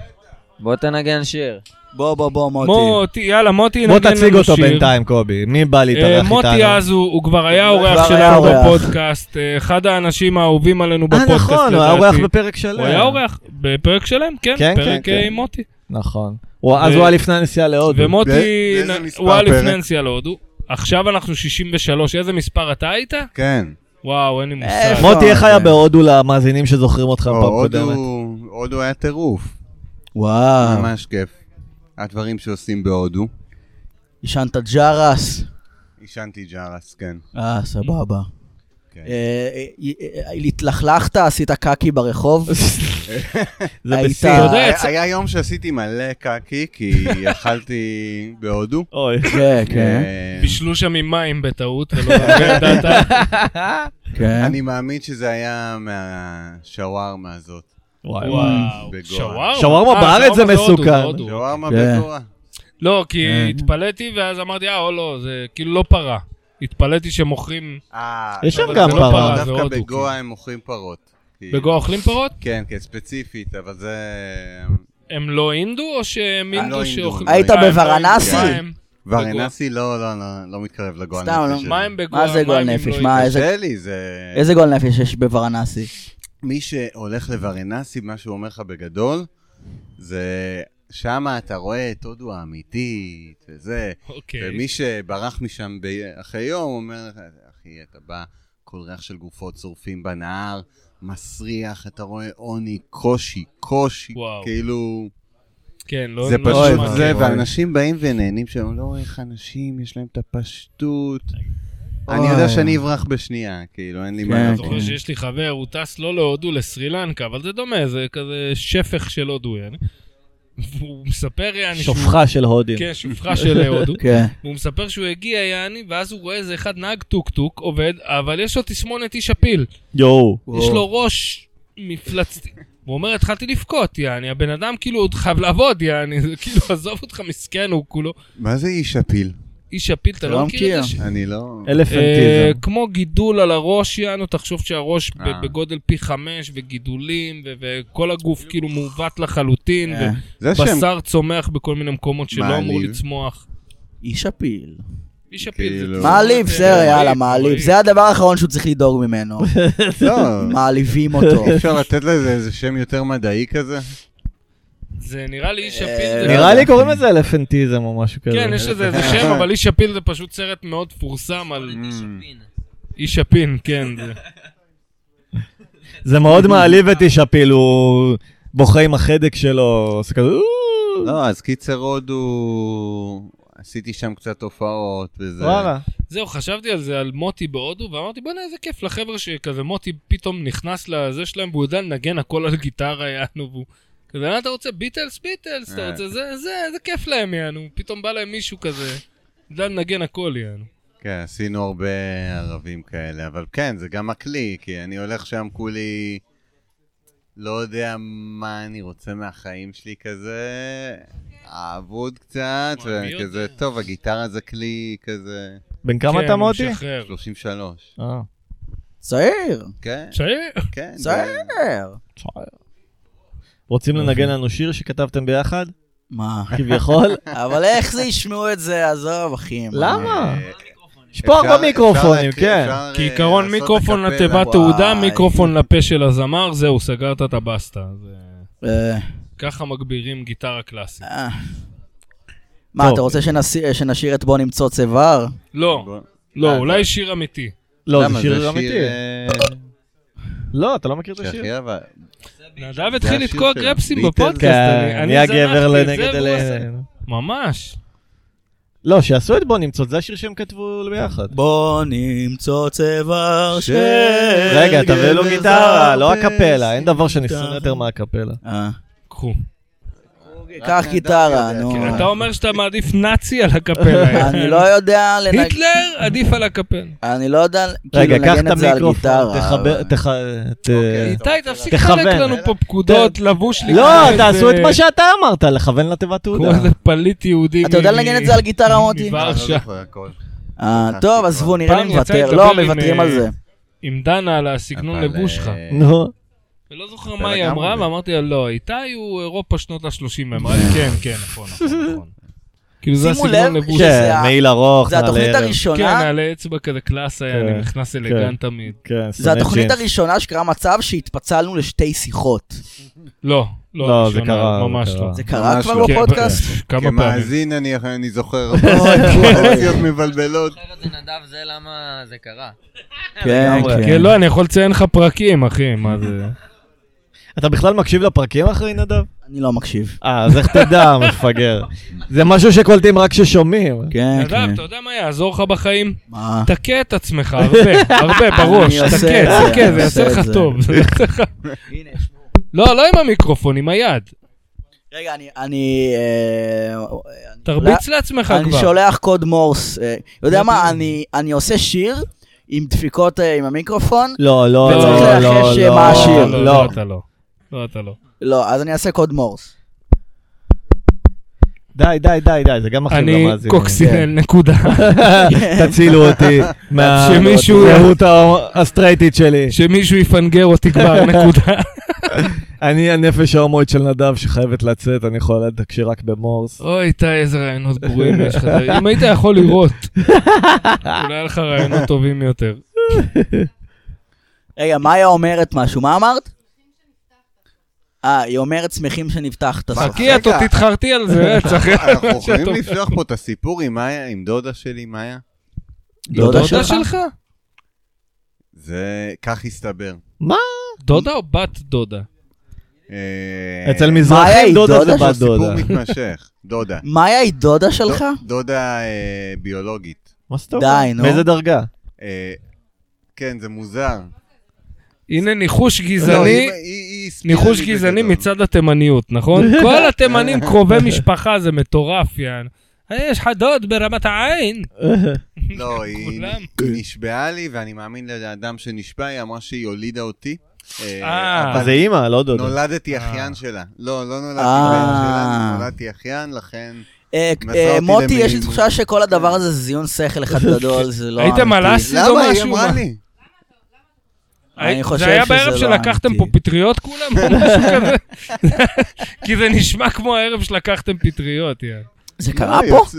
בוא תנגן שיר. בוא, בוא, בוא, מוטי. מוטי, יאללה, מוטי בוא ינגן לא לנו תציג אותו שיר. בינתיים, קובי. מי בא אה, להתארח מוטי איתנו? אזו, הוא כבר היה הוא אורח כבר היה שלנו אורח. בפודקאסט, אה, אחד האנשים האהובים עלינו אה, בפודקאסט, נכון, הוא היה לדעתי. אורח בפרק שלם. הוא היה אורח, בפרק שלם, כן, כן, פרק כן, אה, כן. עם מוטי. נכון. הוא- אז הוא היה לפני הנסיעה להודו. ומוטי, באיזה נ- מספר הוא היה לפני פרק? הנסיעה להודו. עכשיו אנחנו 63, איזה מספר אתה היית? כן. וואו, אין לי מושג. אה, מוטי, איך היה כן. בהודו למאזינים שזוכרים אותך לא, פעם הודו- קודמת? הודו היה טירוף, וואו. ממש כיף. הדברים שעושים בהודו. עישנת ג'רס? עישנתי ג'רס, כן. אה, סבבה. כן. אה, אה, אה, אה, התלכלכת, עשית קקי ברחוב? זה הייתה- בסדר. יודע, היה- יצא- היה יום שעשיתי מלא קקי, כי אכלתי בהודו. אוי. כן, כן, אה, בישלו שם עם מים בטעות, ולא ידעת. כן. אני מאמין שזה היה מהשווארמה הזאת. וואי, וואי. וואו, בגואה. שווארמה. שווארמה אה, בארץ זה שווארמה בהודו, מסוכן. בהודו. שווארמה כן. בגואה. לא, כן. כי התפלאתי, ואז אמרתי, אה, או לא, זה כאילו לא פרה. התפלאתי שמוכרים... אה, יש שם אבל גם זה פרה. לא פרה. זה הודו, דווקא כן. בגואה הם מוכרים פרות. כי- בגואה אוכלים פרות? כן, כן, ספציפית, אבל זה... הם לא אינדו, או שהם אה, אינדו לא שאוכלים... אינדו. היית אה, הם לא בוורנסי? אינדו, מה הם? ורנסי לא, לא, לא, לא מתקרב לגועל סתם, נפש לא- שלי. מה הם לא בגואה? מה זה גועל נפש? מה, איזה- קשה לי, זה... איזה גול נפש יש בוורנסי? מי שהולך לוורנסי, מה שהוא אומר לך בגדול, זה... שמה אתה רואה את הודו האמיתית, וזה, אוקיי. ומי שברח משם ב... אחרי יום אומר לך, אחי, אתה בא, כל ריח של גופות שורפים בנהר, מסריח, אתה רואה עוני, קושי, קושי, וואו. כאילו... כן, לא... זה לא פשוט שמעתי. זה, ואנשים באים ונהנים שם, לא איך אנשים, יש להם את הפשטות. אני יודע שאני אברח בשנייה, כאילו, אין לי מה כן, אני לעשות. זוכר שיש לי חבר, הוא טס לא להודו, לסרי לנקה, אבל זה דומה, זה כזה שפך של הודו, יעני. והוא מספר, יעני, שהוא- שופחה של הודים. כן, שופחה של הודו. כן. והוא מספר שהוא הגיע, יעני, ואז הוא רואה איזה אחד נהג טוקטוק עובד, אבל יש לו תסמונת איש הפיל. יואו. יש לו ראש מפלצתי. הוא אומר, התחלתי לבכות, יעני, הבן אדם כאילו עוד חייב לעבוד, יעני, זה כאילו, עזוב אותך, מסכן, הוא כולו... מה זה איש הפיל? איש הפיל, אתה לא לא מכיר מכיר. את זה? ש- אני לא... אה, אלפנטיזם. כמו גידול על הראש, יענו, תחשוב שהראש ב- אה. בגודל פי חמש, וגידולים, ו- וכל הגוף כאילו מעוות לחלוטין, אה, זה שם... ובשר צומח בכל מיני מקומות שלא אמור מעליב. לצמוח. איש הפיל. איש הפיל זה... כאילו- תסמונת, מעליב, אה, בסדר, יאללה, נוראית, מעליב. נוראית. זה הדבר האחרון שהוא צריך לדאוג ממנו. לא, מעליבים אותו. אי אפשר לתת לזה איזה שם יותר מדעי כזה? זה נראה לי איש אה, הפיל. זה- נראה לי קוראים לזה אלפנטיזם או משהו כזה. כן, יש לזה איזה אה. שם, אבל איש הפיל זה פשוט סרט מאוד מפורסם על איש הפין, כן. זה- זה מאוד מעליב את איש הפיל, הוא בוכה עם החדק שלו, עושה כזה... "אוו". לא, אז קיצר הודו... עשיתי שם קצת הופעות וזה. וואלה. זהו, חשבתי על זה, על מוטי בהודו, ואמרתי, בוא'נה, איזה כיף לחבר'ה שכזה מוטי פתאום נכנס לזה שלהם, והוא יודע לנגן הכל על גיטרה, יענו, והוא... כזה, מה אתה רוצה? ביטלס, ביטלס, אתה אה. רוצה זה, זה, זה כיף להם, יענו. פתאום בא להם מישהו כזה, יודע לנגן הכל, יענו. כן, עשינו הרבה ערבים כאלה, אבל כן, זה גם הכלי, כי אני הולך שם כולי... לא יודע מה אני רוצה מהחיים שלי כזה, אבוד קצת, וואי, מי ואני יודע? כזה, טוב, הגיטרה זה כלי כזה... בן כמה כן, אתה הוא מוטי? משחרר. 33. אה. צעיר, כן, צעיר. כן. זה- צעיר. רוצים לנגן לנו שיר שכתבתם ביחד? מה? כביכול? אבל איך זה ישמעו את זה? עזוב, אחי. מה? למה? אה, יש פה הרבה אפשר- מיקרופונים, אפשר- כן. אפשר, אה, כעיקרון לעשות מיקרופון הקפלה. לתיבת וואי. תעודה, מיקרופון לפה של הזמר, זהו, סגרת את הבסטה. זה- אה, ככה מגבירים גיטרה קלאסית. אה. מה, טוב. אתה רוצה שנשי- אה, שנשאיר את בוא נמצוא צוואר? לא, בוא- לא, אה, אולי שיר אמיתי. לא, למה? זה שיר אמיתי. אה, לא, אתה לא מכיר כן. את השיר? שהכי אבל... נדב זה התחיל השיר לתקוע של גרפסים ביטלס. בפודקאסט. אני- כן, אני נהיה זנחתי גבר את זה, לנגד והוא עשה- אלינו. ממש. לא, שיעשו את בוא נמצא, זה השיר שהם כתבו ביחד. בוא נמצוא צוואר של... רגע, תביאו לו גבר גיטרה, זר לא בס- הקפלה, אין דבר שאני שונא יותר מהקפלה. אה, קחו. קח גיטרה, נו. כן, אתה אומר שאתה מעדיף נאצי על הקפלה. אני לא יודע לנגן... היטלר עדיף על הקפלה. אני לא יודע רגע, כאילו קח לנגן את את זה על המיקרופון, גיטרה. תחבר, אבל- תח... ת... אוקיי. איתי, תפסיק תכוון. לחלק לנו פה פקודות, לבוש לי. לא, תעשו את מה שאתה אמרת, לכוון לתיבת כמו תעודה. איזה פליט יהודי. אתה יודע מ- לנגן את זה על גיטרה, מוטי? מברשה. אני לא זוכר הכל. אה, טוב, עזבו, נראה פעם לי יצא מוותר. לדבר לא, עם, מוותרים אה, על זה. עם דנה על הסגנון אבל, לבוש שלך. אה, נו, ולא לא זוכר אתה מה היא לגמרי אמרה, זה. ואמרתי לה, לא, איתי הוא אירופה שנות ה-30. אמרה לי, כן, כן, נכון, נכון, נכון. כאילו זה שימו הסגנון לב לבוש. שזה כן, ה- מעיל ארוך, כן, זה התוכנית נעלה ערב. כן, הראשונה נעלה אצבע כזה קלאסה, אני נכנס אלגנט תמיד. כן, זה שונא התוכנית ג'ינס. הראשונה שקרה מצב שהתפצלנו לשתי שיחות. לא, לא, לא, הראשונה, זה קרה, ממש זה לא. קרה. זה קרה ממש כבר לא. כן, בפודקאסט? ב- כמה פעמים. כמאזין אני אני זוכר פרופורציות מבלבלות. אחרת לנדב זה למה זה קרה. כן, כן, לא, אני יכול לציין לך פרקים, אחי, מה זה? אתה בכלל מקשיב לפרקים אחרי נדב? אני לא מקשיב. אה, אז איך תדע, מפגר. זה משהו שקולטים רק כששומעים. כן, נדב, כן. אתה יודע מה יעזור לך בחיים? מה? תכה את עצמך הרבה, הרבה בראש, אני עושה תכה, את זה, תכה, אני זה יעשה עושה את לך זה. טוב. זה יעשה לך- לא, לא עם המיקרופון, עם היד. רגע, אני... אני אה, אני תרביץ לעצמך שולח- אני כבר. שולח קוד מורס. אה, יודע מה, אני- אני עושה שיר עם דפיקות אה, עם המיקרופון. לא, לא, וצריך לא, לא, לנחש מה לא, השיר. לא, לא. לא, אתה לא. לא, אתה לא. לא, אז אני אעשה קוד מורס. די, די, די, די, זה גם מחשב אני למאזינים. כן. קוקסינל, נקודה. תצילו אותי מה... שמישהו- מהזהות ההומו- הסטרייטית שלי. שמישהו יפנגר אותי כבר, נקודה. אני הנפש ההומואית של נדב שחייבת לצאת, אני יכול לתקשר רק במורס. אוי, איתי, איזה רעיונות גרועים יש לך. אם היית יכול לראות, אולי היה לך רעיונות טובים יותר. רגע, מאיה אומרת משהו, מה אמרת? אה, היא אומרת שמחים שנפתחת. סוף. חכי, את עוד רגע. תתחרתי על זה, רצח. אנחנו יכולים שאתה- לפתוח פה את הסיפור עם מאיה, עם דודה שלי, מאיה? דודה דודה לא, שלך? שלך? זה כך הסתבר. דודה או בת דודה? אה, אצל מאיה מזרחים היא דודה זה דודה בת זה סיפור דודה. מתמשך, דודה. מאיה היא דודה שלך? דו- דודה אה, ביולוגית. מה זאת אומרת? די, נו. מאיזה דרגה? אה, כן, זה מוזר. הנה ניחוש לא, גזעני, היא- היא- היא הספירה ניחוש לי גזעני בגדול. מצד התימניות, נכון? כל התימנים קרובי משפחה, זה מטורף, יען. אה, יש לך דוד ברמת העין. לא, היא כולם. היא נשבעה לי, ואני מאמין לאדם שנשבע, היא אמרה שהיא הולידה אותי. אה, אה. אבל אז זה אימא, לא דודה. נולדתי אחיין שלה. לא, לא נולדתי אה. בן שלה, אני נולדתי אחיין, לכן... אה, מסרתי אה, מוטי, למילים. יש לי תחושה שכל הדבר הזה זה זיון שכל אחד גדול, זה לא הייתם על אמיתי. אסי? זה אה, למה? היא משהו, אמרה מה? לי. אני חושב זה היה שזה בערב לא שלקחתם אמיתי. פה פטריות כולם, או משהו כזה? כי זה נשמע כמו הערב שלקחתם פטריות, יען. זה קרה לא, פה? יוצא-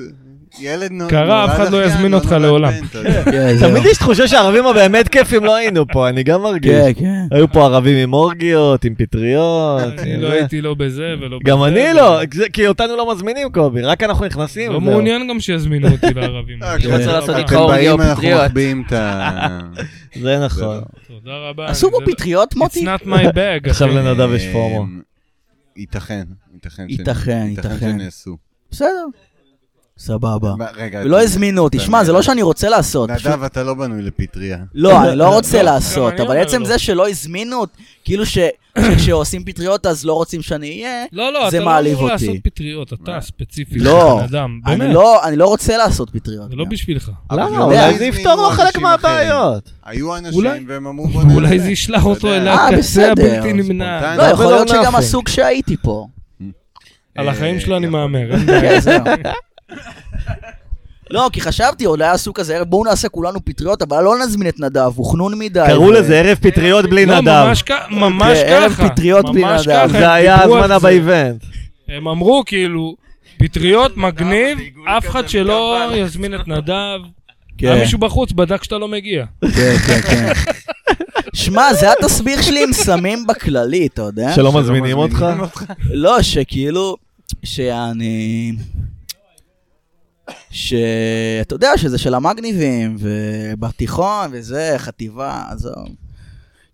ילד נולד קרה, אף אחד לא אחיין, יזמין אותך נולד לעולם. בן, אתה כן, יודע. כן, תמיד יש תחושה שהערבים הבאמת כיפים לא היינו פה, אני גם מרגיש. כן, כן. היו פה ערבים עם אורגיות, עם פטריות. אני עם לא זה. הייתי לא בזה ולא בזה. גם אני לא, זה- כי אותנו לא מזמינים קובי, רק אנחנו נכנסים. לא וזהו. מעוניין גם שיזמינו אותי לערבים. אה, אני כן. רוצה לעשות רבה. איתך- אתם אורגיה או באים, אנחנו פטריות. מחביאים את אה. ה... זה נכון. תודה רבה. עשו אני- פה זה- לא- פטריות, מוטי? It's not my bag. עכשיו אחי. לנדב יש אה, פומו. ייתכן, ייתכן. שנ- ייתכן, ייתכן ייתכן. שנעשו. בסדר. סבבה. ב- רגע. ולא אתה- הזמינו אותי. אתה- שמע, זה לא שאני רוצה לעשות. פשוט- נדב, אתה לא בנוי לפטריה. לא, אני לא רוצה לא, לעשות, גם אני אבל אומר עצם לא. זה שלא הזמינו, אות- כאילו ש- שכשעושים פטריות אז לא רוצים שאני אהיה, לא, לא, זה אתה לא מעליב אמור לעשות אותי. פטריות, אתה ספציפית, לא. בן אדם, אני באמת, לא- אני לא רוצה לעשות פטריות. זה לא בשבילך. אבל למה? לא אולי הזמינו זה יפתור לו חלק אנשים מהבעיות. אחרים. היו אולי- אנשים והם אמרו בוא נעשה. אולי זה ישלח אותו יודע. אל אה, הקצה בסדר. הבלתי נמנע. ספונטני. לא, לא, יכול ולא להיות שגם נאפים. הסוג שהייתי פה. על החיים שלו אני אה, מהמר. אין בעיה. כן, זהו. לא, כי חשבתי, אולי הסוג הזה, בואו נעשה כולנו פטריות, אבל לא נזמין את נדב, הוא חנון מדי. קראו ו- לזה ערב פטריות בלי לא, נדב. ממש כ- ממש כן, ככה. ערב פטריות בלי ממש נדב. ככה, זה הם היה דיברו על הזמן זה. באיבנט. הם אמרו כאילו, פטריות מגניב, אף אחד שלא יזמין את נדב. היה כן, מישהו בחוץ בדק שאתה לא מגיע. כן, כן, כן. שמע, זה התסביך שלי עם סמים בכללי, אתה יודע? שלא מזמינים אותך? כן? לא, שכאילו, שאני... שאתה יודע שזה של המגניבים, ובתיכון וזה, חטיבה, עזוב.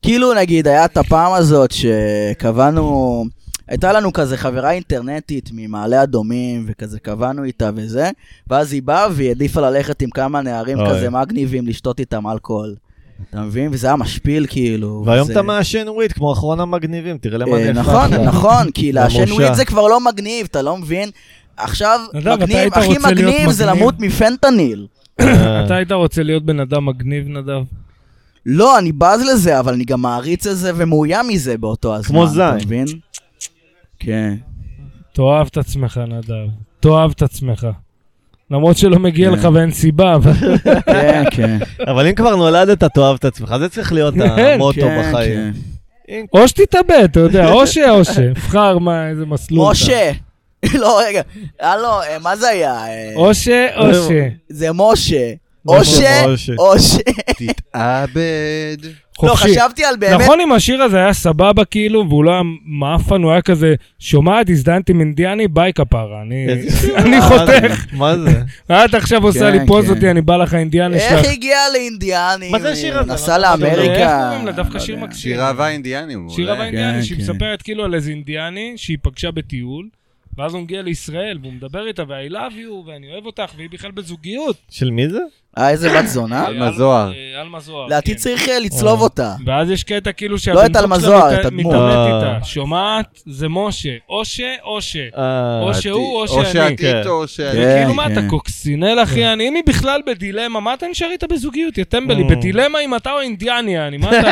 כאילו נגיד, היה את הפעם הזאת שקבענו, הייתה לנו כזה חברה אינטרנטית ממעלה אדומים, וכזה קבענו איתה וזה, ואז היא באה והיא העדיפה ללכת עם כמה נערים אוי. כזה מגניבים, לשתות איתם אלכוהול. אתה מבין? וזה היה משפיל כאילו. והיום וזה- אתה מעשן וויד כמו אחרון המגניבים, תראה למה אה, נהפכת. נכון, נכון, כי לעשן למורשע. וויד זה כבר לא מגניב, אתה לא מבין? עכשיו, נדב, אתה מגניב, היית הכי רוצה להיות מגניב זה מגניב? למות מפנטניל. אה, אתה היית רוצה להיות בן אדם מגניב, נדב? לא, אני בז לזה, אבל אני גם מעריץ את זה ומאוים מזה באותו הזמן. כמו אתה זין. מבין? כן. תאהב את עצמך, נדב. תאהב את עצמך. למרות שלא כן. מגיע לך ואין סיבה, אבל... כן, כן. אבל אם כבר נולדת, תאהב את עצמך, זה צריך להיות כן, המוטו כן, בחיים. כן. או שתתאבד, אתה יודע, או ש... או ש... תבחר מה, איזה מסלול. אתה. משה. לא, רגע. הלו, אה, מה זה היה? אה, או ש... או ש... זה משה. משה, אושה, משה. אושה. תתאבד. לא, חופשי. חשבתי על באמת... נכון אם השיר הזה היה סבבה כאילו, והוא לא היה מאפן, הוא היה כזה, שומעת, הזדנתי עם אינדיאני, ביי כפרה. אני- אני חותך. מה זה? את עכשיו עושה כן, לי פוז כן. אותי, אני בא לך אינדיאני שלך. איך הגיע לאינדיאנים? מה זה השיר הזה? נסע לא, לא, לא, איך לאמריקה. קוראים לה? דווקא שיר לא יודע. מקסים. שירה והאינדיאנים. שירה אולי. והאינדיאני, כן, שהיא כן. מספרת כאילו על איזה אינדיאני שהיא פגשה בטיול, ואז הוא מגיע לישראל, והוא מדבר איתה, ו-I love you, ואני אוהב אותך, והיא בכלל בזוגיות. של מי זה? אה, איזה בת זונה. עלמה זוהר. אה, עלמה זוהר. לעתיד כן. צריך אה, לצלוב אותה. ואז יש קטע כאילו לא את זוג עלמה שלה זוהר, מת- את הדמות. מתעמת אה. איתה. שומעת? זה משה. או ש, או ש. אה, או שהוא או או שאני. שאת איתו או שאני. כן, כאילו מה, כן. אתה קוקסינל אחי? אני, אם היא בכלל בדילמה, מה אתה נשאר איתה בזוגיות, יא טמבלי? Mm. בדילמה אם אתה או אינדיאני, אני, מה אתה...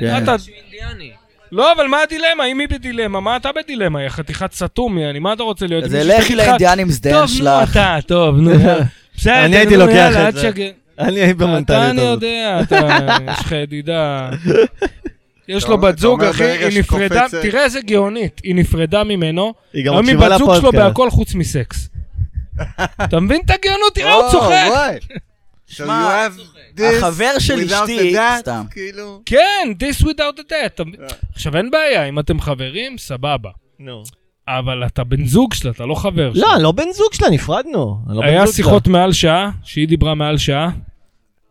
כן. מה אתה... שהוא אינדיאני. לא, אבל מה הדילמה? אם היא בדילמה, מה אתה בדילמה? יא חתיכת סתום, יא, אני, מה אתה רוצה להיות? אז מישהו לכי חתיכת- לאינדיאנים זדיין טוב, נו שלך. אתה, טוב, נו. יאללה. בסדר, אני הייתי נו, לוקח יאללה, את עד זה. שג- אני אתה, אהיה אני במנטליות הזאת. יודע, אתה, יש לך ידידה. יש לו אתה בת זוג, אומר אחי, ברגע היא נפרדה, שקופצת- תראה איזה גאונית, היא נפרדה ממנו, היא גם היום היא מקשיבה בת זוג שלו לפודקאסט. בהכל חוץ מסקס. אתה מבין את הגאונות? תראה, לא, הוא צוחק. שמע, החבר של אשתי, סתם. כאילו... כן, this without a debt. אתה מבין? עכשיו, אין בעיה, אם אתם חברים, סבבה. נו. אבל אתה בן זוג שלה, אתה לא חבר שלה. לא, אני לא בן זוג שלה, נפרדנו. אני לא בן היה זוג שלה. שיחות מעל שעה, שהיא דיברה מעל שעה.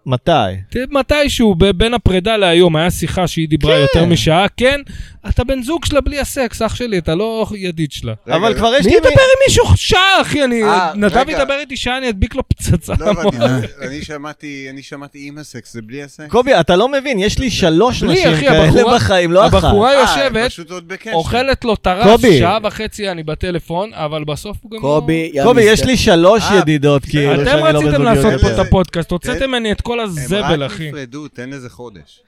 מתי? ת- מתישהו, ב- בין הפרידה להיום, היה שיחה שהיא דיברה כן. יותר משעה, כן, אתה בן זוג שלה בלי הסקס, אח שלי, אתה לא ידיד שלה. אבל כבר יש מי לי... ידבר עם מישהו שעה, אחי? אני... אה, נדב רגע. ידבר איתי שעה, אני אדביק לו פצצה. לא הבנתי, אה. אני שמעתי, אני שמעתי עם הסקס, זה בלי הסקס? קובי, אתה לא מבין, יש לי שלוש בלי, נשים אחי, כאלה הבחורה- בחיים, לא אחת. הבחורה אה, יושבת, פשוט עוד בקשר. אוכלת לו טרף, קובי. שעה וחצי אני בטלפון, אבל בסוף הוא גם... לא- קובי, יא קובי, יש מיסטר. לי שלוש אה, ידידות, כאילו, אתם שאני לא רציתם בזוגיות. לעשות פה איתך. את הפודקאסט, הוצאתם כן. ממני את כל הזבל, הם אחי. רק נפרדו, תן לזה חודש.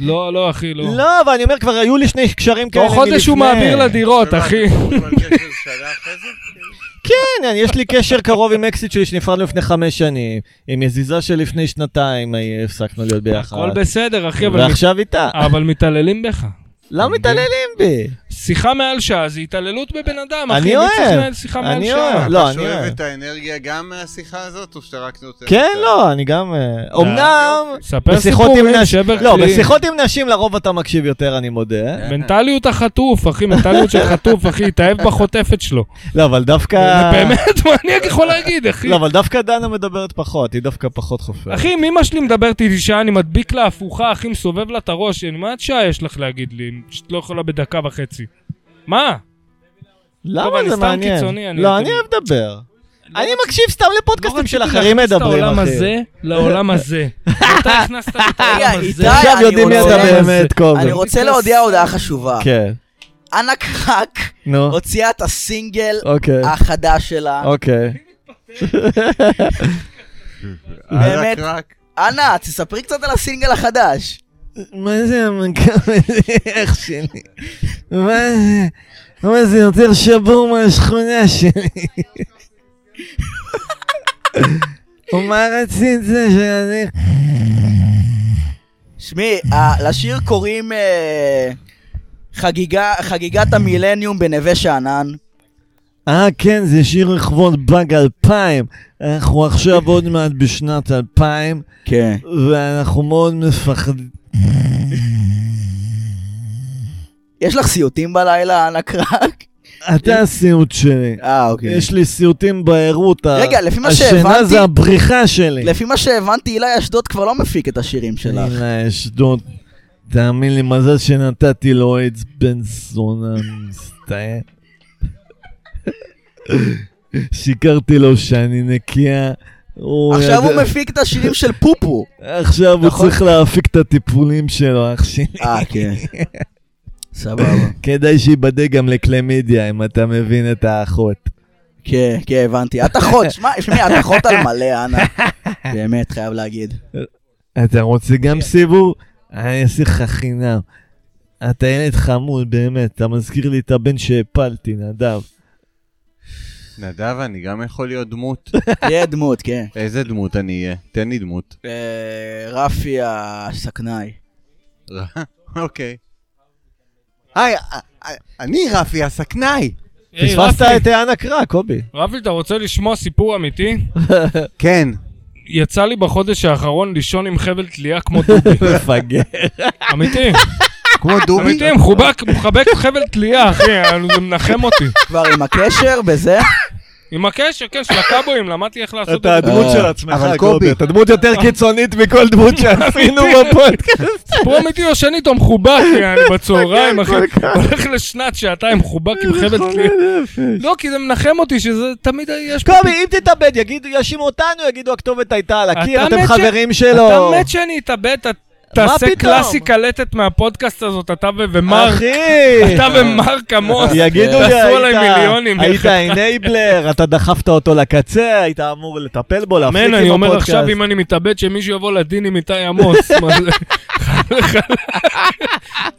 לא, לא, אחי, לא. לא, אבל אני אומר, כבר היו לי שני קשרים כאלה תוך מלפני. חודש הוא מעביר לדירות, ומה, אחי. אתם מדברים על קשר שנה אחרי זה? כן, אני- יש לי קשר קרוב עם אקסיט שלי שנפרדנו לפני חמש שנים, עם יזיזה שלפני שנתיים אה, הפסקנו להיות ביחד. הכל בסדר, אחי, אבל מת- ועכשיו איתה. אבל מתעללים בך. למה מתעללים בי? שיחה מעל שעה זה התעללות בבן אדם, אחי. אני מי צריך אוהב. לנהל שיחה מעל אני שעה? אוהב. לא, אתה אני שואב אוהב. את האנרגיה גם מהשיחה הזאת, או שאתה רק נותן? כן, אותה? לא, אני גם... אה, אמנם... ספר בשיחות סיפורים, עם נשים, שבר לא, כלים. בשיחות עם נשים לרוב אתה מקשיב יותר, אני מודה. כן. מנטליות החטוף, אחי, מנטליות של חטוף, אחי, התאהב בחוטפת שלו. לא, אבל דווקא... באמת, מה אני יכול להגיד, אחי? לא, אבל דווקא דנה מדברת פחות, היא דווקא פחות חופרת. אחי, אם אמא שלי מדברת איתי שעה, אני מדביק לה הפוכה, אחי, מסובב לה את הראש, אני, מה את שעה יש לך להגיד לי? אם שאת לא יכולה בדקה וחצי. מה? טוב, למה אני זה סתם מעניין? קיצוני, אני- לא, אתם- אני אוהב לדבר. אני לא רציתי- מקשיב סתם לפודקאסטים של אחרים לא רציתי להכניס את מדברים, העולם אחי. הזה לעולם הזה. אתה הכנסת לי את רגע, העולם הזה. איתי, עכשיו אני יודעים מי אתה רוצה- באמת, קובי. אני רוצה להודיע הודעה חשובה. כן, אנה קרק נו, הוציאה את הסינגל אוקיי, החדש שלה. אוקיי. אה, באמת? רק- רק. אנה, תספרי קצת על הסינגל החדש. מה זה המנכ"ל הזה, אח שלי? מה זה? מה זה יותר שבור מהשכונה שלי? ומה רצית זה שאני... שמי, ה- לשיר קוראים אה, חגיגה- חגיגת המילניום בנווה שאנן. אה, כן, זה שיר לכבוד באג 2000. אנחנו עכשיו עוד מעט בשנת 2000, כן. ואנחנו מאוד מפחדים. יש לך סיוטים בלילה, אנה קרק? אתה הסיוט שלי. אה, אוקיי. יש לי סיוטים בערות. ה- רגע, לפי מה השינה שהבנתי- זה הבריחה שלי. לפי מה שהבנתי, הילה אשדוד כבר לא מפיק את השירים שלך. הנה, אשדוד. תאמין לי, מזל שנתתי לו עץ בן זונה מסתער. שיקרתי לו שאני נקייה. הוא עכשיו הוא ידע- מפיק את השירים של פופו. עכשיו הוא נכון. צריך להפיק את הטיפולים שלו, אח שלי. אה, כן. סבבה. כדאי שייבדק גם לקלמידיה, אם אתה מבין את האחות. כן, כן, הבנתי. את אחות, שמע, שמע, את אחות על מלא, אנה. באמת, חייב להגיד. כן. אתה רוצה גם סיבוב? אני אעשה לך חינם. אתה ילד חמוד, באמת. אתה מזכיר לי את הבן שהפלתי, נדב. נדב, אני גם יכול להיות דמות. תהיה דמות, כן. איזה דמות אני אהיה? תן לי דמות. אה, רפי הסכנאי. אוקיי. היי, אה, אה, אני רפי הסכנאי. היי, פספסת רפי, את אנה קרא, קובי. רפי, אתה רוצה לשמוע סיפור אמיתי? כן. יצא לי בחודש האחרון לישון עם חבל תלייה כמו דובי. מפגר. אמיתי, כמו דובי? אמיתי, מחובק, מחבק חבל תלייה, אחי, זה מנחם אותי. כבר עם הקשר, בזה? עם הקשר, כן, של הקאבויים, למדתי איך לעשות את אתה זה. הדמות אה, של עצמך, אבל קובי. קובי- אתה דמות יותר קיצונית מכל דמות שעשינו בפודקאסט. סיפור אמיתי או שנית, או מחובק, יעני, כן, בצהריים, אחי. הולך לשנת שעתיים מחובק עם חבל תלייה. לא, כי זה מנחם אותי שזה תמיד יש... פה- קובי, אם תתאבד, יגידו, יאשימו אותנו, יגידו, הכתובת הייתה על הקיר, אתה אתם מת ש- חברים אתה שלו. מת שאני אתאבד, אתה תעשה פתאום? קלאסי קלטת מהפודקאסט הזאת, אתה ו- ומר, אחי! אתה ומרק עמוס. יגידו לי, תעשו עליי היית- מיליונים, היית אנבלר, אתה דחפת אותו לקצה, היית אמור לטפל בו, להפסיק עם מן, הפודקאסט. אני אומר עכשיו, אם אני מתאבד, שמישהו יבוא לדין עם איתי עמוס. מה זה?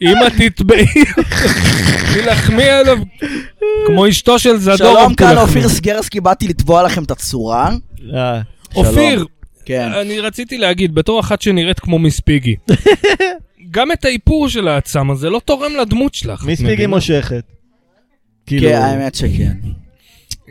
אמא תתבעי, תילחמי עליו, כמו אשתו של זדורוב. שלום, כאן תילחמי. אופיר סגרסקי, באתי לתבוע לכם את הצורה. אה, אופיר, כן. אני רציתי להגיד, בתור אחת שנראית כמו מיס פיגי, גם את האיפור של העצם הזה לא תורם לדמות שלך. מיס את פיגי מבינה? מושכת. כאילו, כן, האמת שכן.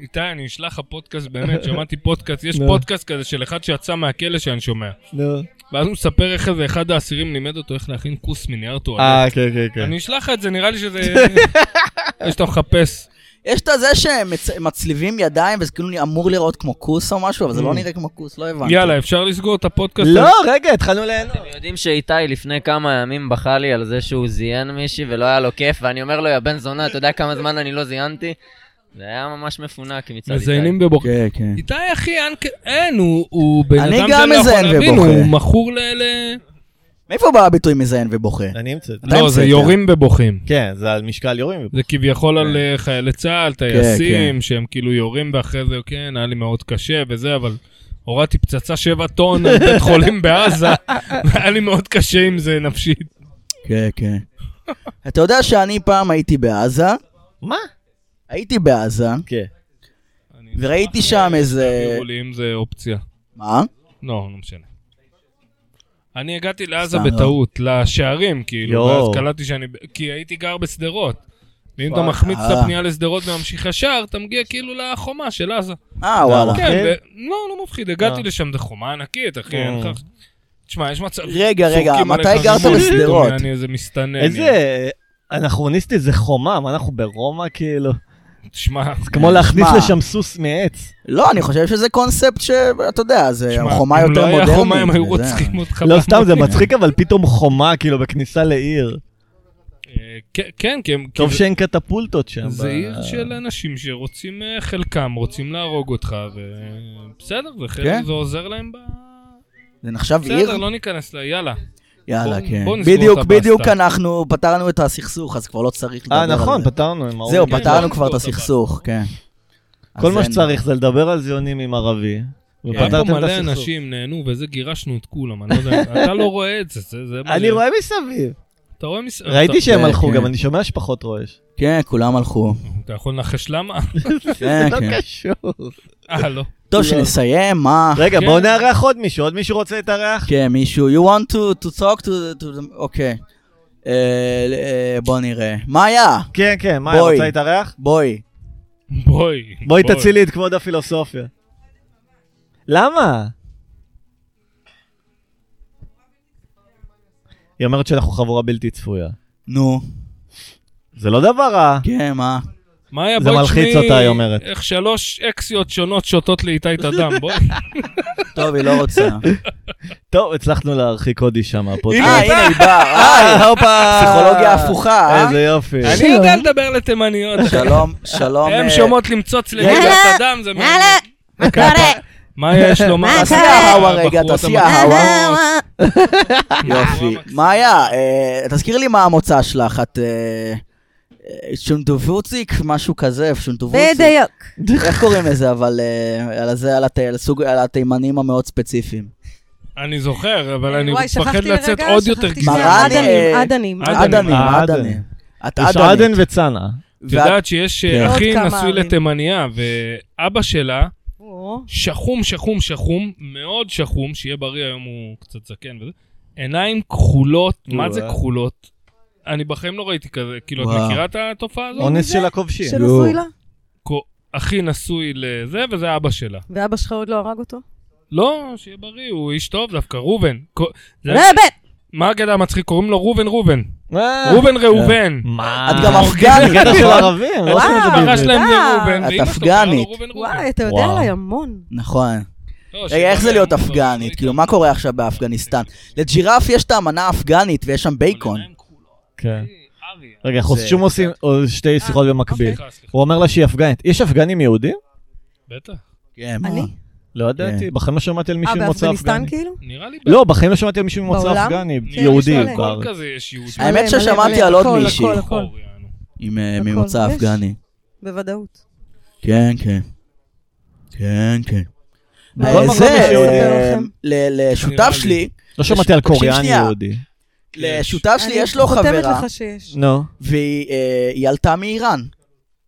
איתי, אני אשלח לך פודקאסט, באמת, שמעתי פודקאסט, יש נו. פודקאסט כזה של אחד שיצא מהכלא שאני שומע. נו. ואז הוא מספר איך איזה אחד האסירים לימד אותו איך להכין כוס מנייר טואלט. אה, כן, כן, כן. אני אשלח לך את זה, נראה לי שזה... זה שאתה מחפש. יש את הזה שהם מצ- מצליבים ידיים וזה כאילו אמור להיראות כמו כוס או משהו, אבל Mm. זה לא נראה כמו כוס, לא הבנתי. יאללה, אפשר לסגור את הפודקאסט? לא, רגע, התחלנו ליהנות. אתם יודעים שאיתי לפני כמה ימים בכה לי על זה שהוא זיין מישהי ולא היה לו כיף, ואני אומר לו, יא בן זונה, אתה יודע כמה זמן אני לא זיינתי? זה היה ממש מפונק מצד איתי. מזיינים בבוקר. כן, כן. איתי, אחי, אין כ- אין, הוא- הוא בן אני אדם גם שלא יכול מזיין להבין, ובוכה. הוא מכור ל... ל- מאיפה בא הביטוי מזיין ובוכה? אני המצאתי. אתה לא, זה המצאת. יורים בבוכים. כן, זה על משקל יורים. זה כביכול על אה, חיילי צה"ל, כן. טייסים, שהם כאילו יורים ואחרי זה, כן, היה לי מאוד קשה וזה, אבל הורדתי פצצה שבע טון על בית חולים בעזה, והיה לי מאוד קשה עם זה נפשית. כן, כן. אתה יודע שאני פעם הייתי בעזה, מה? הייתי בעזה, כן. וראיתי שם איזה... תראו לי אם זה אופציה. מה? לא, לא משנה. אני הגעתי לעזה סתם, לא. בטעות, לשערים, כן. כאילו, יואו. ואז קלטתי שאני... כי הייתי גר בשדרות. ואם אתה וואלה. אה. מחמיץ את הפנייה לשדרות וממשיך ישר, אתה מגיע כאילו לחומה של עזה. אה, וואלה. כן, מפחיד? ו- לא, לא מפחיד, הגעתי אה. לשם, זה חומה ענקית, אחי, אה. אין לך... תשמע, יש מצב... רגע, רגע, זורקים מתי עליך גרת רימון, בשדרות? אני איזה מסתנן. איזה אנכרוניסטי זה חומה, מה אנחנו ברומא כאילו? תשמע, זה כמו להכניס מה? לשם סוס מעץ. לא, אני חושב שזה קונספט שאתה יודע, זה תשמע, חומה יותר אם לא היה חומה, מודרנית. הם היו וזה- רוצחים אותך. לא סתם, זה מצחיק, אבל פתאום חומה כאילו בכניסה לעיר. אה, כן- כן, כי הם... טוב כי- שאין קטפולטות שם. זה ב- עיר של אנשים שרוצים, אה, חלקם רוצים להרוג אותך, ובסדר, זה חלק, כן. זה עוזר להם ב... זה נחשב עיר? בסדר, לא ניכנס ל... יאללה. יאללה, בוא- כן. בוא נסגור בדיוק, את הבסטה. בדיוק אנחנו פתרנו את הסכסוך, אז כבר לא צריך לדבר אה, על זה. נכון, פתרנו עם זהו, ההורים. כן, פתרנו בוא כבר את נסגור את הסכסוך, כן. כל אז מה אין- שצריך זה לדבר על זיונים עם ערבי. היה כן. פה ופתרתם את מלא הסכסוך. אנשים נהנו, וזה גירשנו את כולם, אני לא יודע, אתה לא רואה את זה, זה... זה מה אני זה. רואה מסביב. אתה רואה מס... ראיתי שהם כן, הלכו כן. גם, אני שומע שפחות רועש. כן, כולם הלכו. אתה- אתה יכול לנחש למה? זה כן, לא כן. קשור. אה, לא. טוב, לא. שנסיים, מה? רגע, כן. בואו נארח עוד מישהו, עוד מישהו רוצה להתארח? כן, מישהו, you want to, to talk to the... to the- אוקיי. אה, אה, בוא נראה. מה היה? כן, כן, מה, בואי. רוצה להתארח? בואי. בואי. בואי תצילי את כבוד הפילוסופיה. למה? היא אומרת שאנחנו חבורה בלתי צפויה. נו. זה לא דבר רע. כן, מה? מאיה, זה בואי מלחיץ תשמעי אותה, היא אומרת. איך שלוש אקסיות שונות שותות לאיתי את הדם, בואי. טוב, היא לא רוצה. טוב, הצלחנו להרחיק הודי שם מהפודקאסט. אה, הנה היא באה. היי, אה, הופה! אה, פסיכולוגיה הפוכה, אה? איזה יופי. אני יודע לדבר לתימניות. שלום, שלום. הן אה, שומעות למצוץ לאיתי את הדם, זה מעניין. יאללה, מה קורה? מאיה, יש לומר? מה תעשי קרה? אהווה רגע, הבחורות תעשי המקסימות. אהווה. יופי. לא, יופי. מה היה? אה, תזכיר לי מה המוצא שלך, את... אה, אה, שונטובוציק, משהו כזה, שונטובוציק. בדיוק. איך קוראים לזה, אבל אה, על זה, על הת- על סוג- על התימנים המאוד ספציפיים. אני זוכר, אבל אני אה, וואי, מפחד שכחתי לצאת לרגע, עוד יותר שכחתי גזען. שזה עדנים, מרן, אה, עדנים. עדנים. אדנים, אה, אדנים. את יש אדנית. עדן וצנעא. את יודעת שיש אה, כן. אחי עוד כמה נשוי ערים. לתימניה, ואבא שלה או, שחום, שחום, שחום, מאוד שחום, שיהיה בריא, היום הוא קצת זקן וזה. עיניים כחולות, מה זה וואו. כחולות? אני בחיים לא ראיתי כזה, כאילו, את וואו. מכירה את התופעה הזאת? אה. אונס של הכובשים. שנשוי לה, אחי נשוי לזה, וזה אבא שלה. ואבא שלך עוד לא הרג אותו. לא, שיהיה בריא, הוא איש טוב דווקא, ראובן. כל- זה- רבן! מה הגדע המצחיק? קוראים לו ראובן ראובן. אה, ראובן ראובן. מה? את גם אפגנית. זה קטע של ערבים, לא עושים את וואו. זה אמרה בעברית. שלהם זה אה, ראובן, את ואמא שלו קראה לו אפגנית. ראובן ראובן. וואי, אתה יודע וואו. עליי המון. נכון. לא, רגע, שבא איך זה להם להיות כבר, אפגנית? לא אה, כאילו, איתם. מה קורה עכשיו באפגניסטן? לג'ירף יש את האמנה האפגנית ויש שם לא, בייקון. אה, כן. רגע, אנחנו שום עושים עוד שתי שיחות במקביל. אוקיי, סליחה, סליחה. הוא אומר לה שהיא אפגנית. יש אפגנים יהודים? בטח. כן, מה? אני? לא ידעתי, בחיים לא שמעתי על אה, מישהו ממוצא אפגני. באפגניסטן כאילו? נראה לי... לא, בחיים לא שמעתי על מישהו ממוצא בעולם? אפגני, נראה לי יהודי שעל כל בארץ. כזה יש יהודי. האמת מלא, מלא, ששמעתי מלא. על עוד הכל, מישהי. הכל, הכל. חור, יענו. עם אה, הכל, ממוצא יש. אפגני. בוודאות. כן, כן. כן, כן. לא, בכל אה, מקום זה, יש יהודים. אה, לכם. ל- לשותף נראה לי. שלי, לא שמעתי על תקשיב קוריאן שנייה. יהודי. לשותף שלי יש לו אני חברה, חותמת לך שיש. נו, והיא אה, היא עלתה מאיראן.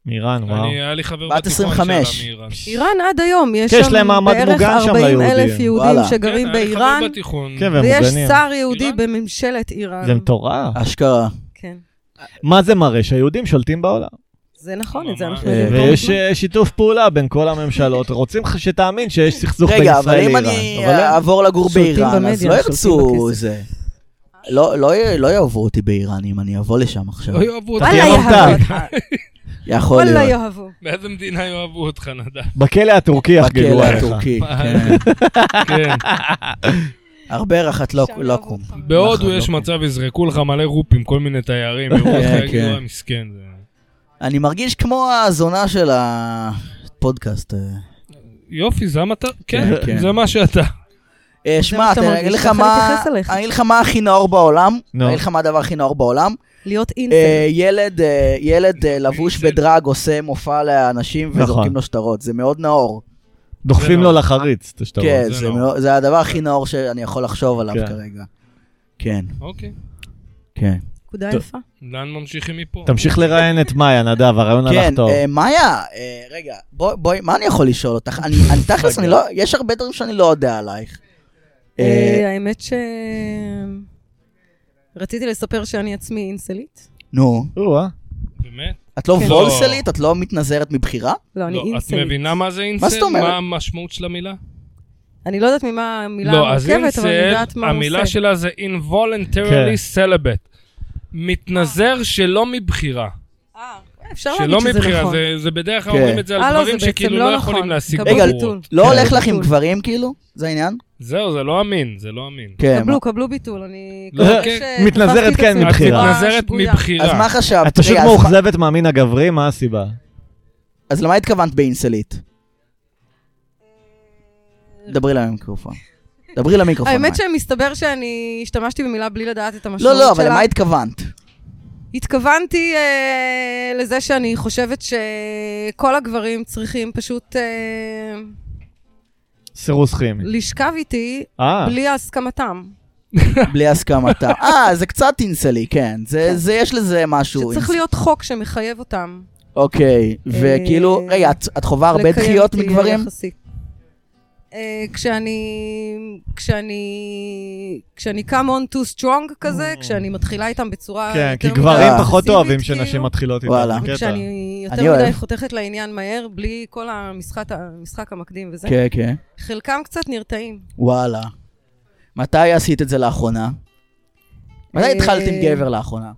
מאיראן, וואו. אני, היה לי חבר בת בתיכון 25. שעלה מאיראן. איראן עד היום, יש כן, יש שם להם מעמד בערך מוגן שם 40 אלף ליהודים. יהודים וואלה. שגרים כן, היה לי חבר באיראן, בתיכון. כן, והם ויש מוגנים. שר יהודי איראן? בממשלת איראן. זה מטורף. אשכרה. כן. מה זה מראה? שהיהודים שולטים בעולם. זה נכון, את זה ממש. אנחנו יודעים. כבר ויש מזמן. אה, שיתוף פעולה בין כל הממשלות. רוצים לך שתאמין שיש סכסוך בין רגע, אבל ישראל אם אני לאיראן. אבל לא. אין. אעבור לגור שולטים באיראן, אז במדיה, לא שולטים ירצו בכסף. זה. לא- לא י- לא יאהבו אותי באיראן אם אני אבוא לשם עכשיו. לא יאהבו אותך. וואלה תהיה יאהבו מבטא. אותך, אוקיי, יכול וואלה להיות. יאהבו. באיזה מדינה יאהבו אותך, נדב? בכלא הטורקי יחגגו בכלא עליך. הטורקי, כן. כן. הרבה רחת לא שם לא יאהבו קום. אותך. בהודו נכון, יש לא. מצב, יזרקו לך מלא רופים, כל מיני תיירים, יראו אותך, כן, יגידו, כן. "אה, מסכן. זה- אני מרגיש כמו הזונה של הפודקאסט. אה. יופי, זה המטר... כן, כן. זה מה שאתה. אה, שמע, שאתה אתה- אני מרגיש, אגיד לך ככה מה להתייחס אליך. אני אגיד לך מה הכי נאור בעולם. נו. אני אגיד לך מה הדבר הכי נאור בעולם. להיות אה, אינסל. ילד, אה, ילד אה, לבוש בדרג עושה מופע לאנשים נכון. וזורקים לו שטרות, זה מאוד נאור. דוחפים זה לו לא. לחריץ, את השטרות. כן, זה לא. זה נאור. מאוד- זה הדבר הכי נאור שאני יכול לחשוב עליו כן. כרגע. כן, אוקיי. כן. נקודה טוב. יפה. לאן ממשיכים מפה? תמשיך לראיין את מאיה, נדב, הרעיון כן, הלך טוב. אה, מאיה, אה, רגע, בוא- בואי, מה אני יכול לשאול אותך? אני אני תכלס, אני לא, יש הרבה דברים שאני לא יודע עלייך. אה, אה, האמת ש... רציתי לספר שאני עצמי אינסלית. נו, או-אה. באמת? את לא אה. כן. וולסלית? את לא מתנזרת מבחירה? לא, אני לא, את אינסלית. מבינה מה זה אינסל? מה זאת אומרת? מה המשמעות של המילה? אני לא יודעת ממה המילה לא, אז מורכבת, אבל אני אינסל, יודעת מה המילה מושג. שלה זה כן. involuntarily celibate. מתנזר שלא מבחירה. אה, אפשר שלא להגיד שזה מבחירה, נכון. זה- זה בדרך כלל כן. אומרים את זה אה, על לא, דברים זה בעצם שכאילו לא לא נכון. יכולים להשיג קבלו רגע, בגרות. לא כן. הולך לך עם ביטול. גברים כאילו? זה העניין? זהו, זה לא אמין, זה לא אמין. כן. קבלו, קבלו ביטול, אני... לא, כנראה כן. שתפסתי מתנזרת את כן עצמי את מבחירה. בצורה מתנזרת שגויה. מבחירה. אז מה חשבת? את פשוט רגע, אז מה- מאוכזבת מהמין הגברי, מה הסיבה? אז למה התכוונת באינסלית? דברי למיקרופון. דברי למיקרופון. האמת מאי. שמסתבר שאני השתמשתי במילה בלי לדעת את המשמעות לא, שלה. לא, אבל למה התכוונת? התכוונתי אה, לזה שאני חושבת שכל הגברים צריכים פשוט אה, סירוס כימי. לשכב איתי אה, בלי הסכמתם. בלי הסכמתה. אה, זה קצת אינסלי, כן. זה, זה, יש לזה משהו. שצריך אינס- להיות חוק שמחייב אותם. אוקיי, וכאילו, אה, רגע, את, את חווה הרבה לקיים דחיות אותי מגברים? יחסית. אה, כשאני, כשאני, כשאני come on too strong כזה, כשאני מתחילה איתם בצורה Mm. כן, כי יותר מדי גברים אה. פחות אגרסיבית, אוהבים כאילו. שנשים מתחילות איתם. וואלה. זה קטע. וכשאני אני יותר אוהב. מדי חותכת לעניין מהר, בלי כל המשחק, המשחק המקדים וזה, כן, כן. חלקם קצת נרתעים. וואלה. מתי עשית את זה לאחרונה? מתי אה, התחלת עם גבר לאחרונה?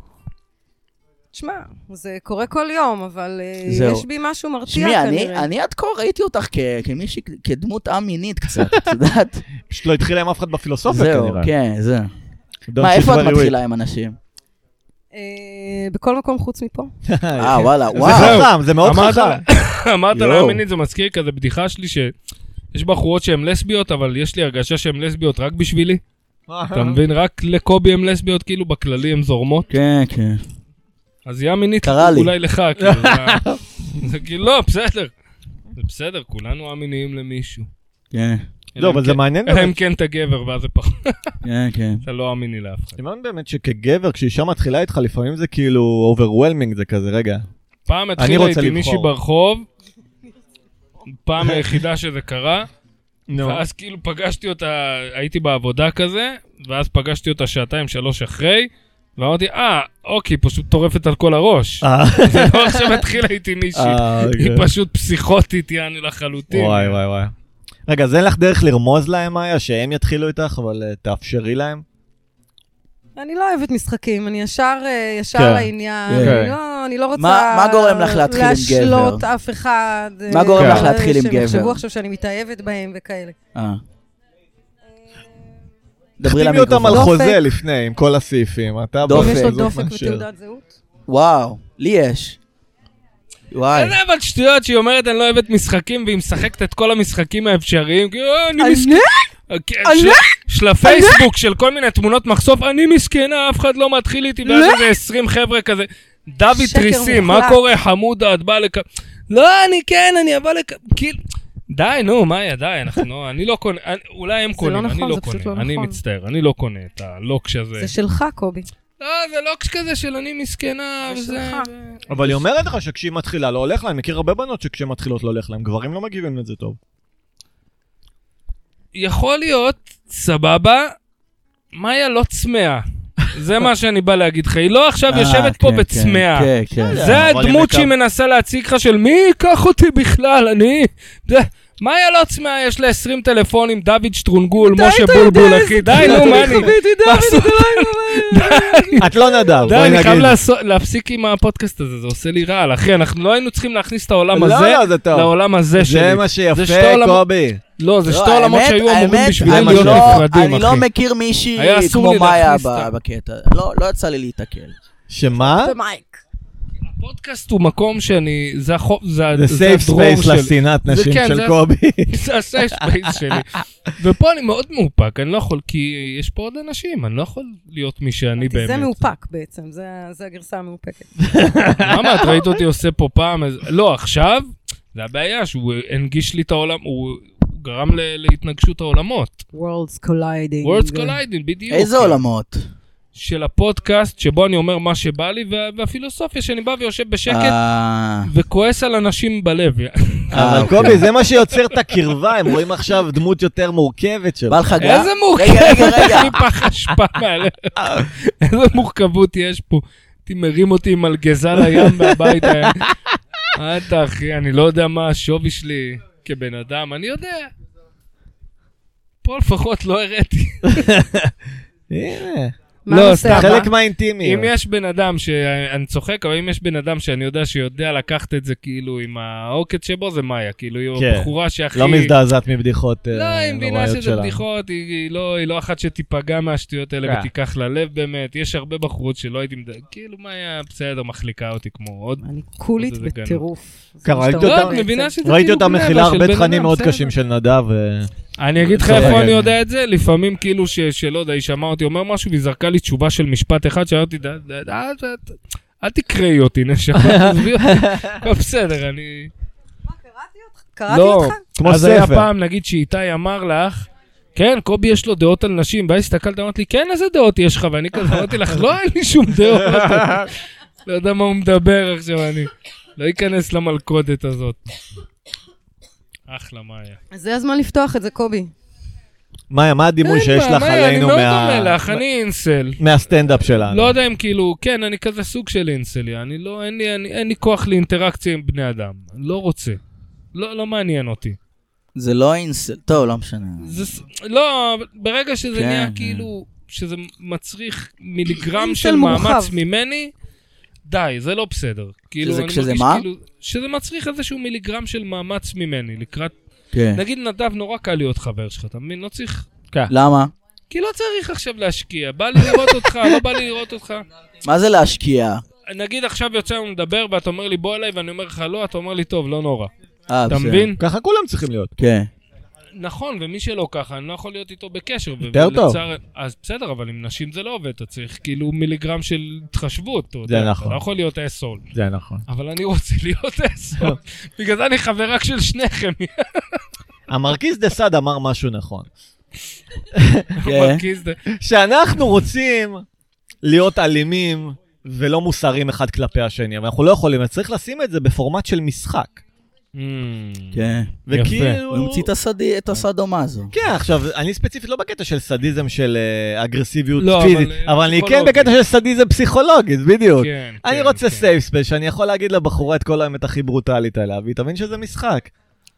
תשמע, זה קורה כל יום, אבל אה, זהו. יש בי משהו מרתיע תשמעי, אני, כנראה. אני עד כה ראיתי אותך כ- כמישהי, כדמות א-מינית קצת, את יודעת? פשוט לא התחילה עם אף אחד בפילוסופיה זהו, כנראה. כן, זהו. Don't מה, shit איפה את where you מתחילה עם אנשים? אה, בכל מקום חוץ מפה. eat. אה, וואלה, זה וואו. חכם, זה מאוד כן. אמרת חכם. אמרת יואו. להם מינית, זה מזכיר כזה בדיחה שלי ש... יש בחורות שהן לסביות, אבל יש לי הרגשה שהן לסביות רק בשבילי. אתה מבין? רק לקובי הן לסביות, כאילו בכללי הן זורמות. כן, כן. אז יא מינית קרה לי. אולי לך, כאילו. זה- זה כאילו, לא, בסדר. זה בסדר, כולנו אמיניים למישהו. כן, לא, אבל זה מעניין. אלא באמת. אם כן אתה גבר, ואז זה פחות. כן, כן. אתה לא אמיני לאף אחד. אני מאמין באמת שכגבר, כשאישה מתחילה איתך, לפעמים זה כאילו overwhelming, זה כזה, רגע. פעם רוצה התחילה איתי לבחור. מישהי ברחוב, פעם היחידה שזה קרה, נו. ואז כאילו פגשתי אותה, הייתי בעבודה כזה, ואז פגשתי אותה שעתיים, שלוש אחרי, ואמרתי, אה, אוקיי, פשוט טורפת על כל הראש. אה. זה לא עכשיו התחילה איתי מישהי, היא פשוט פסיכוטית, יעני לחלוטין. אוקיי. וואי וואי וואי. רגע, אז אין לך דרך לרמוז להם, מאיה, שהם יתחילו איתך, אבל אה, תאפשרי להם? אני לא אוהבת משחקים, אני ישר, אה, ישר כן. לעניין. כן. אני לא- אני לא רוצה... מה- מה גורם לך להתחיל עם גבר? להשלות אף אחד. אה, מה כן. גורם לך אה, להתחיל עם שהם גבר? יחשבו עכשיו שאני מתאהבת בהם וכאלה. אה. תחתימי אותם על דופק. חוזה לפני, עם כל הסעיפים. אתה דופק. בסוף יש לו זאת דופק מאשר. ותעודת זהות? וואו, לי יש. וואי. זה לא אבל שטויות שהיא אומרת אני לא אוהבת משחקים והיא משחקת את כל המשחקים האפשריים. כאילו, "אה, אני אני? מסכנה. כן, אני? של- של הפייסבוק, של כל מיני תמונות מחשוף, אני מסכנה, אף אחד לא מתחיל איתי, ואז לא. איזה 20 חבר'ה כזה. דוד שקר טריסים, מוחלט. מה קורה, חמודה, את באה לכ... לא, אני כן, אני אבוא לכ... כאילו... די, נו, מאיה, די, אנחנו... אני לא קונה... אני- אולי הם זה קונים, לא אני נכון, לא זה פשוט קונה. לא אני נכון. מצטער, אני לא קונה את הלוקש הזה. זה שלך, קובי. לא, זה לוקש כזה של אני מסכנה, וזה... אבל היא אומרת לך שכשהיא מתחילה לא הולך לה, אני מכיר הרבה בנות שכשהן מתחילות לא הולך להן, גברים לא מגיבים לזה טוב. יכול להיות, סבבה, מאיה לא צמאה. זה מה שאני בא להגיד לך, היא לא עכשיו אה, יושבת פה כן, בצמאה. כן, כן. זה אבל היא הדמות מקו- שהיא מנסה להציג לך של מי ייקח אותי בכלל, אני... זה- מאיה לא צמאה, יש לה 20 טלפונים, דוד שטרונגול, משה בולבול, אחי, די, נו, מה אני... מה לעשות? את לא נדב, די, בואי אני חייב נגיד. לעשות- להפסיק עם הפודקאסט הזה, זה עושה לי רעל, אחי, אנחנו לא היינו צריכים להכניס את העולם לא, הזה לא, זה טוב. לעולם הזה זה שלי. מה שיפה, שתי עולמות- קובי. לא, זה שתי לא, עולמות האמת- שהיו אמורים האמת, בשבילם אני להיות לא- נפרדים, אני לא אחי. מכיר מישהי היה אסור כמו לי מאיה להכניס אותה. ב- בקטע. לא, לא יצא לי להתקל. שמה? במייק. הפודקאסט הוא מקום שאני, זה החוב, זה זה הדרור safe space שלי. לשנאת זה- נשים כן, של זה- קובי. זה ה-safe space שלי. ופה אני מאוד מאופק, אני לא יכול, כי יש פה עוד אנשים, אני לא יכול להיות מי שאני אוקיי, באמת. זה מאופק בעצם, זה- זה הגרסה המאופקת. למה את ראית אותי עושה פה פעם? איזה- לא, עכשיו, זה הבעיה שהוא הנגיש לי את העולם, הוא הוא גרם ל- להתנגשות העולמות. Worlds colliding. Words colliding, בדיוק. אוקיי. איזה עולמות? של הפודקאסט, שבו אני אומר מה שבא לי, וה- והפילוסופיה שאני בא ויושב בשקט אה, אוקיי. וכועס על אנשים בלב. אה, אבל אוקיי. קובי, זה מה שיוצר את הקרבה, הם רואים עכשיו דמות יותר מורכבת שלך. בא לך גם? איזה מורכבות, רגע, רגע, אה. רגע. יש לי פח אשפה מעליך. איזה מורכבות יש פה. הייתי מרים אותי עם מלגזה לים והביתה. מה אתה אחי, אני לא יודע מה השווי שלי כבן אדם, אני יודע. פה לפחות לא הראתי. הנה, מה לא, הנושא סתם, הבא? חלק מהאינטימיות. אם יש בן אדם, ש- אני צוחק, אבל אם יש בן אדם שאני יודע שיודע לקחת את זה כאילו עם העוקץ שבו, זה מאיה. כאילו, היא כן. בחורה שהכי... לא מזדעזעת מבדיחות אה, לא, היא מבינה נוראיות שזה שלה. בדיחות, היא- היא לא- היא לא אחת שתיפגע מהשטויות האלה כן. ותיקח ללב באמת. יש הרבה בחורות שלא הייתי מד... כאילו, מה היה בסדר, מחליקה אותי כמו עוד. אני כולית זה גנוב. בטירוף. כן, ראיתי לא, אותה- את מבינה שזה כאילו... ראיתי אותה בני אדם מכילה של הרבה בן תכנים אדם, מאוד בסדר. קשים של נדב. אה, אני אגיד לך בסדר. איפה אני יודע את זה, לפעמים כאילו ש- שלא יודע, היא שמעה אותי אומר משהו והיא זרקה לי תשובה של משפט אחד, שאמרתי, "ד- ד- אל- ת- אל תקראי אותי, נשמה, תעזבי אותי. הכל בסדר, אני... קראתי לא. אותך? כמו אז היה ספר. פעם, נגיד, שאיתי אמר לך, כן, קובי יש לו דעות על נשים, ואז הסתכלת, אמרת לי, כן, איזה דעות יש לך? ואני כזה אמרתי לך, לא, אין לי שום דעות. לא יודע מה הוא מדבר עכשיו, אני לא אכנס למלכודת הזאת. אחלה, מאיה. זה הזמן לפתוח את זה, קובי. מאיה, מה הדימוי אין שיש מה, לך מאיה, עלינו אני מה- לא דומה לך, אני אינסל. מהסטנדאפ שלנו? לא יודע אם כאילו, כן, אני כזה סוג של אינסלי, אני לא, אין לי, אני- אין לי כוח לאינטראקציה עם בני אדם. לא רוצה. לא, לא מעניין אותי. זה לא אינסל, טוב, לא משנה. זה, ס- לא, אבל ברגע שזה כן, נהיה כן. כאילו, שזה מצריך מיליגרם אינסל של מורחב. מאמץ ממני, די, זה לא בסדר. כאילו, שזה אני כשזה מרגיש מה? כאילו, שזה מצריך איזשהו מיליגרם של מאמץ ממני, לקראת... כן. נגיד, נדב, נורא קל להיות חבר שלך, אתה מבין? לא צריך... למה? כי לא צריך עכשיו להשקיע, בא לי לראות אותך, לא בא לי לראות אותך. מה זה להשקיע? נגיד עכשיו יוצא לנו לדבר, ואתה אומר לי בוא אליי, ואני אומר לך לא, אתה אומר לי טוב, לא נורא. אה, אתה בסדר. מבין? ככה כולם צריכים להיות. כן. נכון, ומי שלא ככה, אני לא יכול להיות איתו בקשר. יותר טוב. ולצער- אז בסדר, אבל עם נשים זה לא עובד, אתה צריך כאילו מיליגרם של התחשבות. אתה זה יודע, נכון. אתה לא יכול להיות אסול. זה נכון. אבל אני רוצה להיות אסול. בגלל זה אני חבר רק של שניכם. המרכיז דה סעד אמר משהו נכון. כן. מרכיז זה- שאנחנו רוצים להיות אלימים ולא מוסריים אחד כלפי השני, אבל אנחנו לא יכולים, אז צריך לשים את זה בפורמט של משחק. Mm. כן. וכאילו... הוא המציא את הסדי- את הסדומה הזו. כן, עכשיו, אני ספציפית לא בקטע של סדיזם של אה, אגרסיביות לא, אבל, פיזית, אה, אבל אני כן פסיכולוגי. בקטע של סדיזם פסיכולוגית, בדיוק. כן, אני כן, רוצה כן. סייף ספייס, שאני יכול להגיד לבחורה את כל האמת הכי ברוטלית עליה, והיא תבין שזה משחק.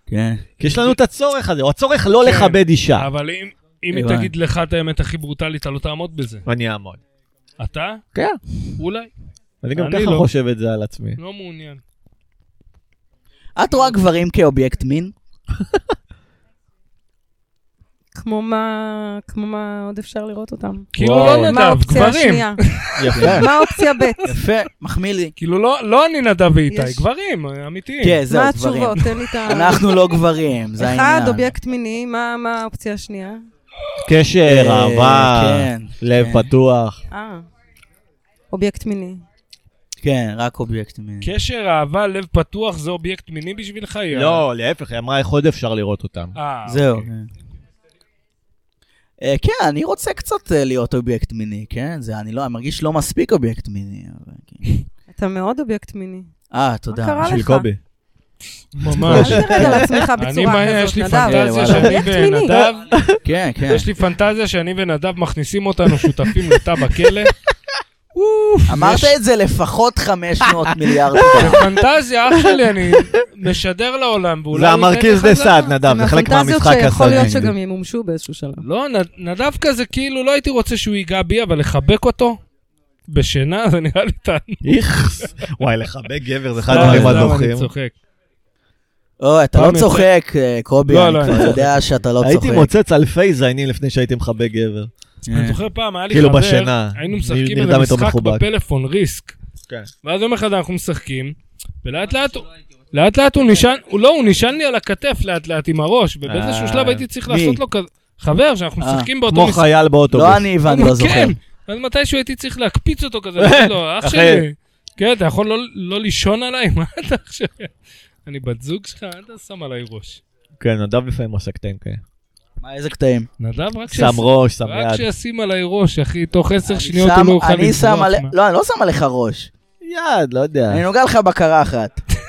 כן. כי יש לנו את הצורך הזה, או הצורך לא כן. לכבד אישה. אבל אם... אם היא הבנתי. תגיד לך את האמת הכי ברוטלית, אתה לא תעמוד בזה. אני אעמוד. אתה? כן. אולי. אני גם אני ככה לא. חושב את זה על עצמי. לא מעוניין. את רואה גברים כאובייקט מין? כמו מה, כמו מה עוד אפשר לראות אותם. כאילו לא מה נדב, האופציה גברים. השנייה? יפה. מה האופציה ב'? יפה, מחמיא לי. כאילו לא, לא אני נדב ואיתי, יש. גברים, אמיתיים. כן, זהו, מה גברים. התשובות? תן לי את ה- אנחנו לא גברים, זה אחד, העניין. אובייקט מיני, מה מה האופציה השנייה? קשר, אה, אהבה, כן, לב כן. פתוח. אה, אובייקט מיני. כן, רק אובייקט מין. קשר, אהבה, לב פתוח, זה אובייקט מיני בשבילך? יא? לא, להפך, היא אמרה איך עוד אפשר לראות אותם. אה, זהו. אוקיי. אה, כן, אני רוצה קצת אה, להיות אובייקט מיני, כן? זה, אני לא, אני מרגיש לא מספיק אובייקט מיני. אבל כן. אתה מאוד אובייקט מיני. אה, תודה. מה קרה בשביל לך? קובי. ממש. אל תרד על עצמך בצורה אני, מה, כזאת, יש לי נדב. אה, פנטזיה וואלה. שאני אובייקט מיני. ונדב, כן, כן. יש לי פנטזיה שאני ונדב מכניסים אותנו שותפים לתא בכלא. אמרת יש- את זה לפחות 500 מיליארד פעם. בפנטזיה, אח שלי, אני משדר לעולם, ואולי... זה הוא ייתן המרכיז לי דה חזרה. סעד, נדב, זה חלק מהפנטזיות מהמשחק שיכול להיות הסרטי. שגם ימומשו באיזשהו שלב. לא, נ- נדב כזה, כאילו, לא הייתי רוצה שהוא ייגע בי, אבל לחבק אותו בשינה, זה נראה לי טענות. איכס. וואי, לחבק גבר זה אחד הדברים אני הדוחים. צוחק. אוי, אתה לא פעם צוחק, אה, קובי, לא, אני לא, כבר אני- יודע שאתה לא צוחק. הייתי מוצץ אלפי זיינים לפני שהייתי מכבה גבר. אה. אני זוכר פעם, היה לי כאילו חבר, בשינה, היינו נ- משחקים נרדם איזה איתו משחק מחובק. בפלאפון, ריסק. כן. ואז יום אחד אנחנו משחקים, ולאט לאט הוא... לאט לאט הוא נשען, הוא לא, הוא נשען לי על הכתף לאט לאט עם הראש, ובאיזשהו אה, שלב הייתי צריך מי? לעשות לו כזה, חבר, שאנחנו אה, משחקים באותו כמו משחק, חייל באוטובוס. לא אני ואני לא זוכר. כן, ואז מתישהו הייתי צריך להקפיץ אותו כזה, להגיד לו, אח אחי. שלי, כן, אתה יכול לא- לא לישון עליי? מה אתה עכשיו? אני בת זוג שלך, אל תשם עליי ראש. כן, נדב לפעמים עושה קטעים כאלה. מה, איזה קטעים? נדב, רק שם שישים- ראש, שם רק יד. שישים עליי ראש, אחי, תוך עשר אני שניות שם- הוא לא יוכל לברוח. אני שם עלי... מה- לא, אני לא שם עליך ראש. יד, לא יודע. אני נוגע לך בקרחת.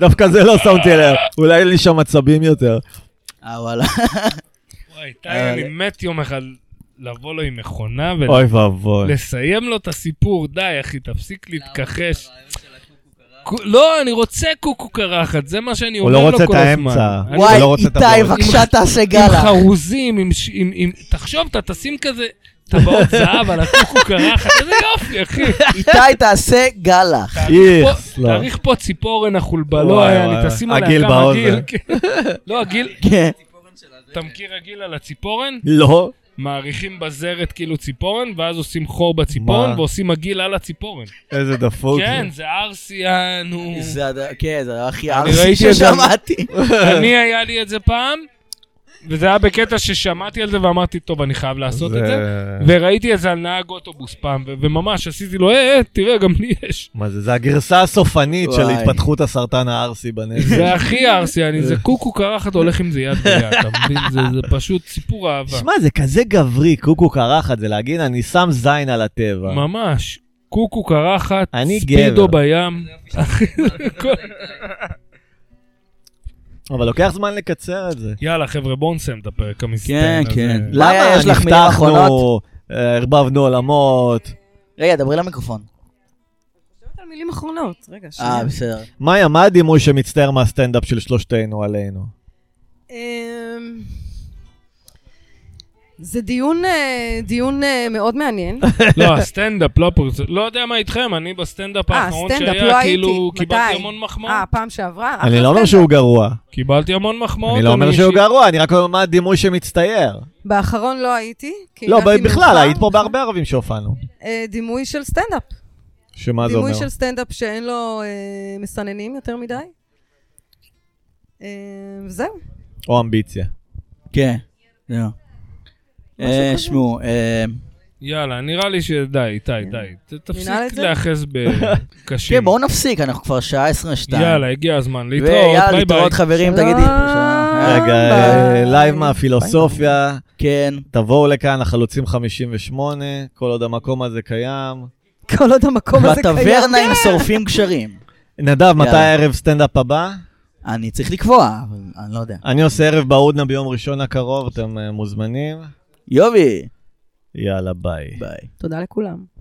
דווקא זה לא שמתי לב. אולי אין לי שם עצבים יותר. אה, וואלה. וואי, טלי, אני מת יום אחד לבוא לו עם מכונה ול... אוי ואבוי. לסיים לו את הסיפור, די אחי, תפסיק להתכחש. קו- לא, אני רוצה קוקו קרחת, זה מה שאני הוא אומר לא לו כל הזמן. רוצה את האמצע. אני- וואי, לא רוצה את איתי, הבלוק. בבקשה תעשה עם גאלה. חרוזים, עם ש- עם... עם- תחשוב, אתה תשים כזה טבעות זהב על הקוקו קרחת, איזה יופי, אחי. איתי, תעשה גאלה. כן, איכס, פה- לא. תאריך פה ציפורן החולבלו, וואי, היה וואי, אה. לי, תשים וואי. עליה עגיל כמה באוזן. גיל. כן. לא, הגיל, כן. אתה מכיר הגיל על הציפורן? לא. מעריכים בזרת כאילו ציפורן, ואז עושים חור בציפורן, מה? ועושים עגיל על הציפורן. איזה דפוק. כן, זה ארסיה, נו. זה הד- כן, זה הדבר הכי ראיתי ארסי את זה. ששמעתי. אני, היה לי את זה פעם, וזה היה בקטע ששמעתי על זה ואמרתי, טוב, אני חייב לעשות את זה. וראיתי את זה על נהג אוטובוס פעם, ו- וממש עשיתי לו, אה, אה, תראה, גם לי יש. מה זה, זה הגרסה הסופנית של וואי. התפתחות הסרטן הערסי בנפש. זה הכי ארסי, אני, זה קוקו קרחת הולך עם זה יד ביד, אתה מבין? זה זה פשוט סיפור אהבה. שמע, זה כזה גברי, קוקו קרחת, זה להגיד, אני שם זין על הטבע. ממש. קוקו קרחת, אני גבר. ספידו בים. אחי, כל- אבל לוקח זמן לקצר את זה. יאללה, חבר'ה, בואו נסיים את הפרק כן, המסתיים. הזה. כן. לאיה, יש לך מילים נפתחנו, אחרונות? אה, ערבבנו עולמות. רגע, דברי למיקרופון. על מילים אחרונות, רגע, שנייה. אה, בסדר. מאיה, מה הדימוי שמצטער מהסטנדאפ של שלושתנו עלינו? אה, אמ, זה דיון, אה, דיון אה, מאוד מעניין. לא, הסטנדאפ, לא הפרצוף. לא יודע מה איתכם, אני בסטנדאפ אה, האחרון סטנדאפ, לא שהיה, הייתי. כאילו, קיבלתי מתי? המון אה, מחמאות. פעם שעברה? אני אחלה לא אומר סטנדאפ. שהוא גרוע. קיבלתי המון מחמאות. אני לא אומר שהוא אישית- גרוע, אני רק אומר מה הדימוי שמצטייר. באחרון לא הייתי. כי לא, הגעתי בכלל, מאוחר. היית פה בהרבה ערבים שהופענו. אה, דימוי של סטנדאפ. שמה זה אומר? דימוי של סטנדאפ שאין לו אה, מסננים יותר מדי. אה, וזהו. או אמביציה. כן. זהו. אה, שמעו, אה, יאללה, נראה לי שדי, איתי, די. ת- ננעל את תפסיק זה? להיאחז בקשים. כן, בואו נפסיק, אנחנו כבר שעה 22. יאללה, הגיע הזמן להתראות, ויאללה, ביי ביי. להתראות שלום. חברים, תגידי. רגע, ביי. אה, לייב מהפילוסופיה, כן. תבואו לכאן, החלוצים 58, כל עוד המקום הזה קיים. כל עוד המקום הזה קיים. כן. בטברנה הם שורפים גשרים. נדב, מתי יאללה. הערב סטנדאפ הבא? אני צריך לקבוע, אבל אני לא יודע. אני עושה ערב בהודנה ביום ראשון הקרוב, אתם אה, מוזמנים. יובי. יאללה, ביי. ביי. תודה לכולם.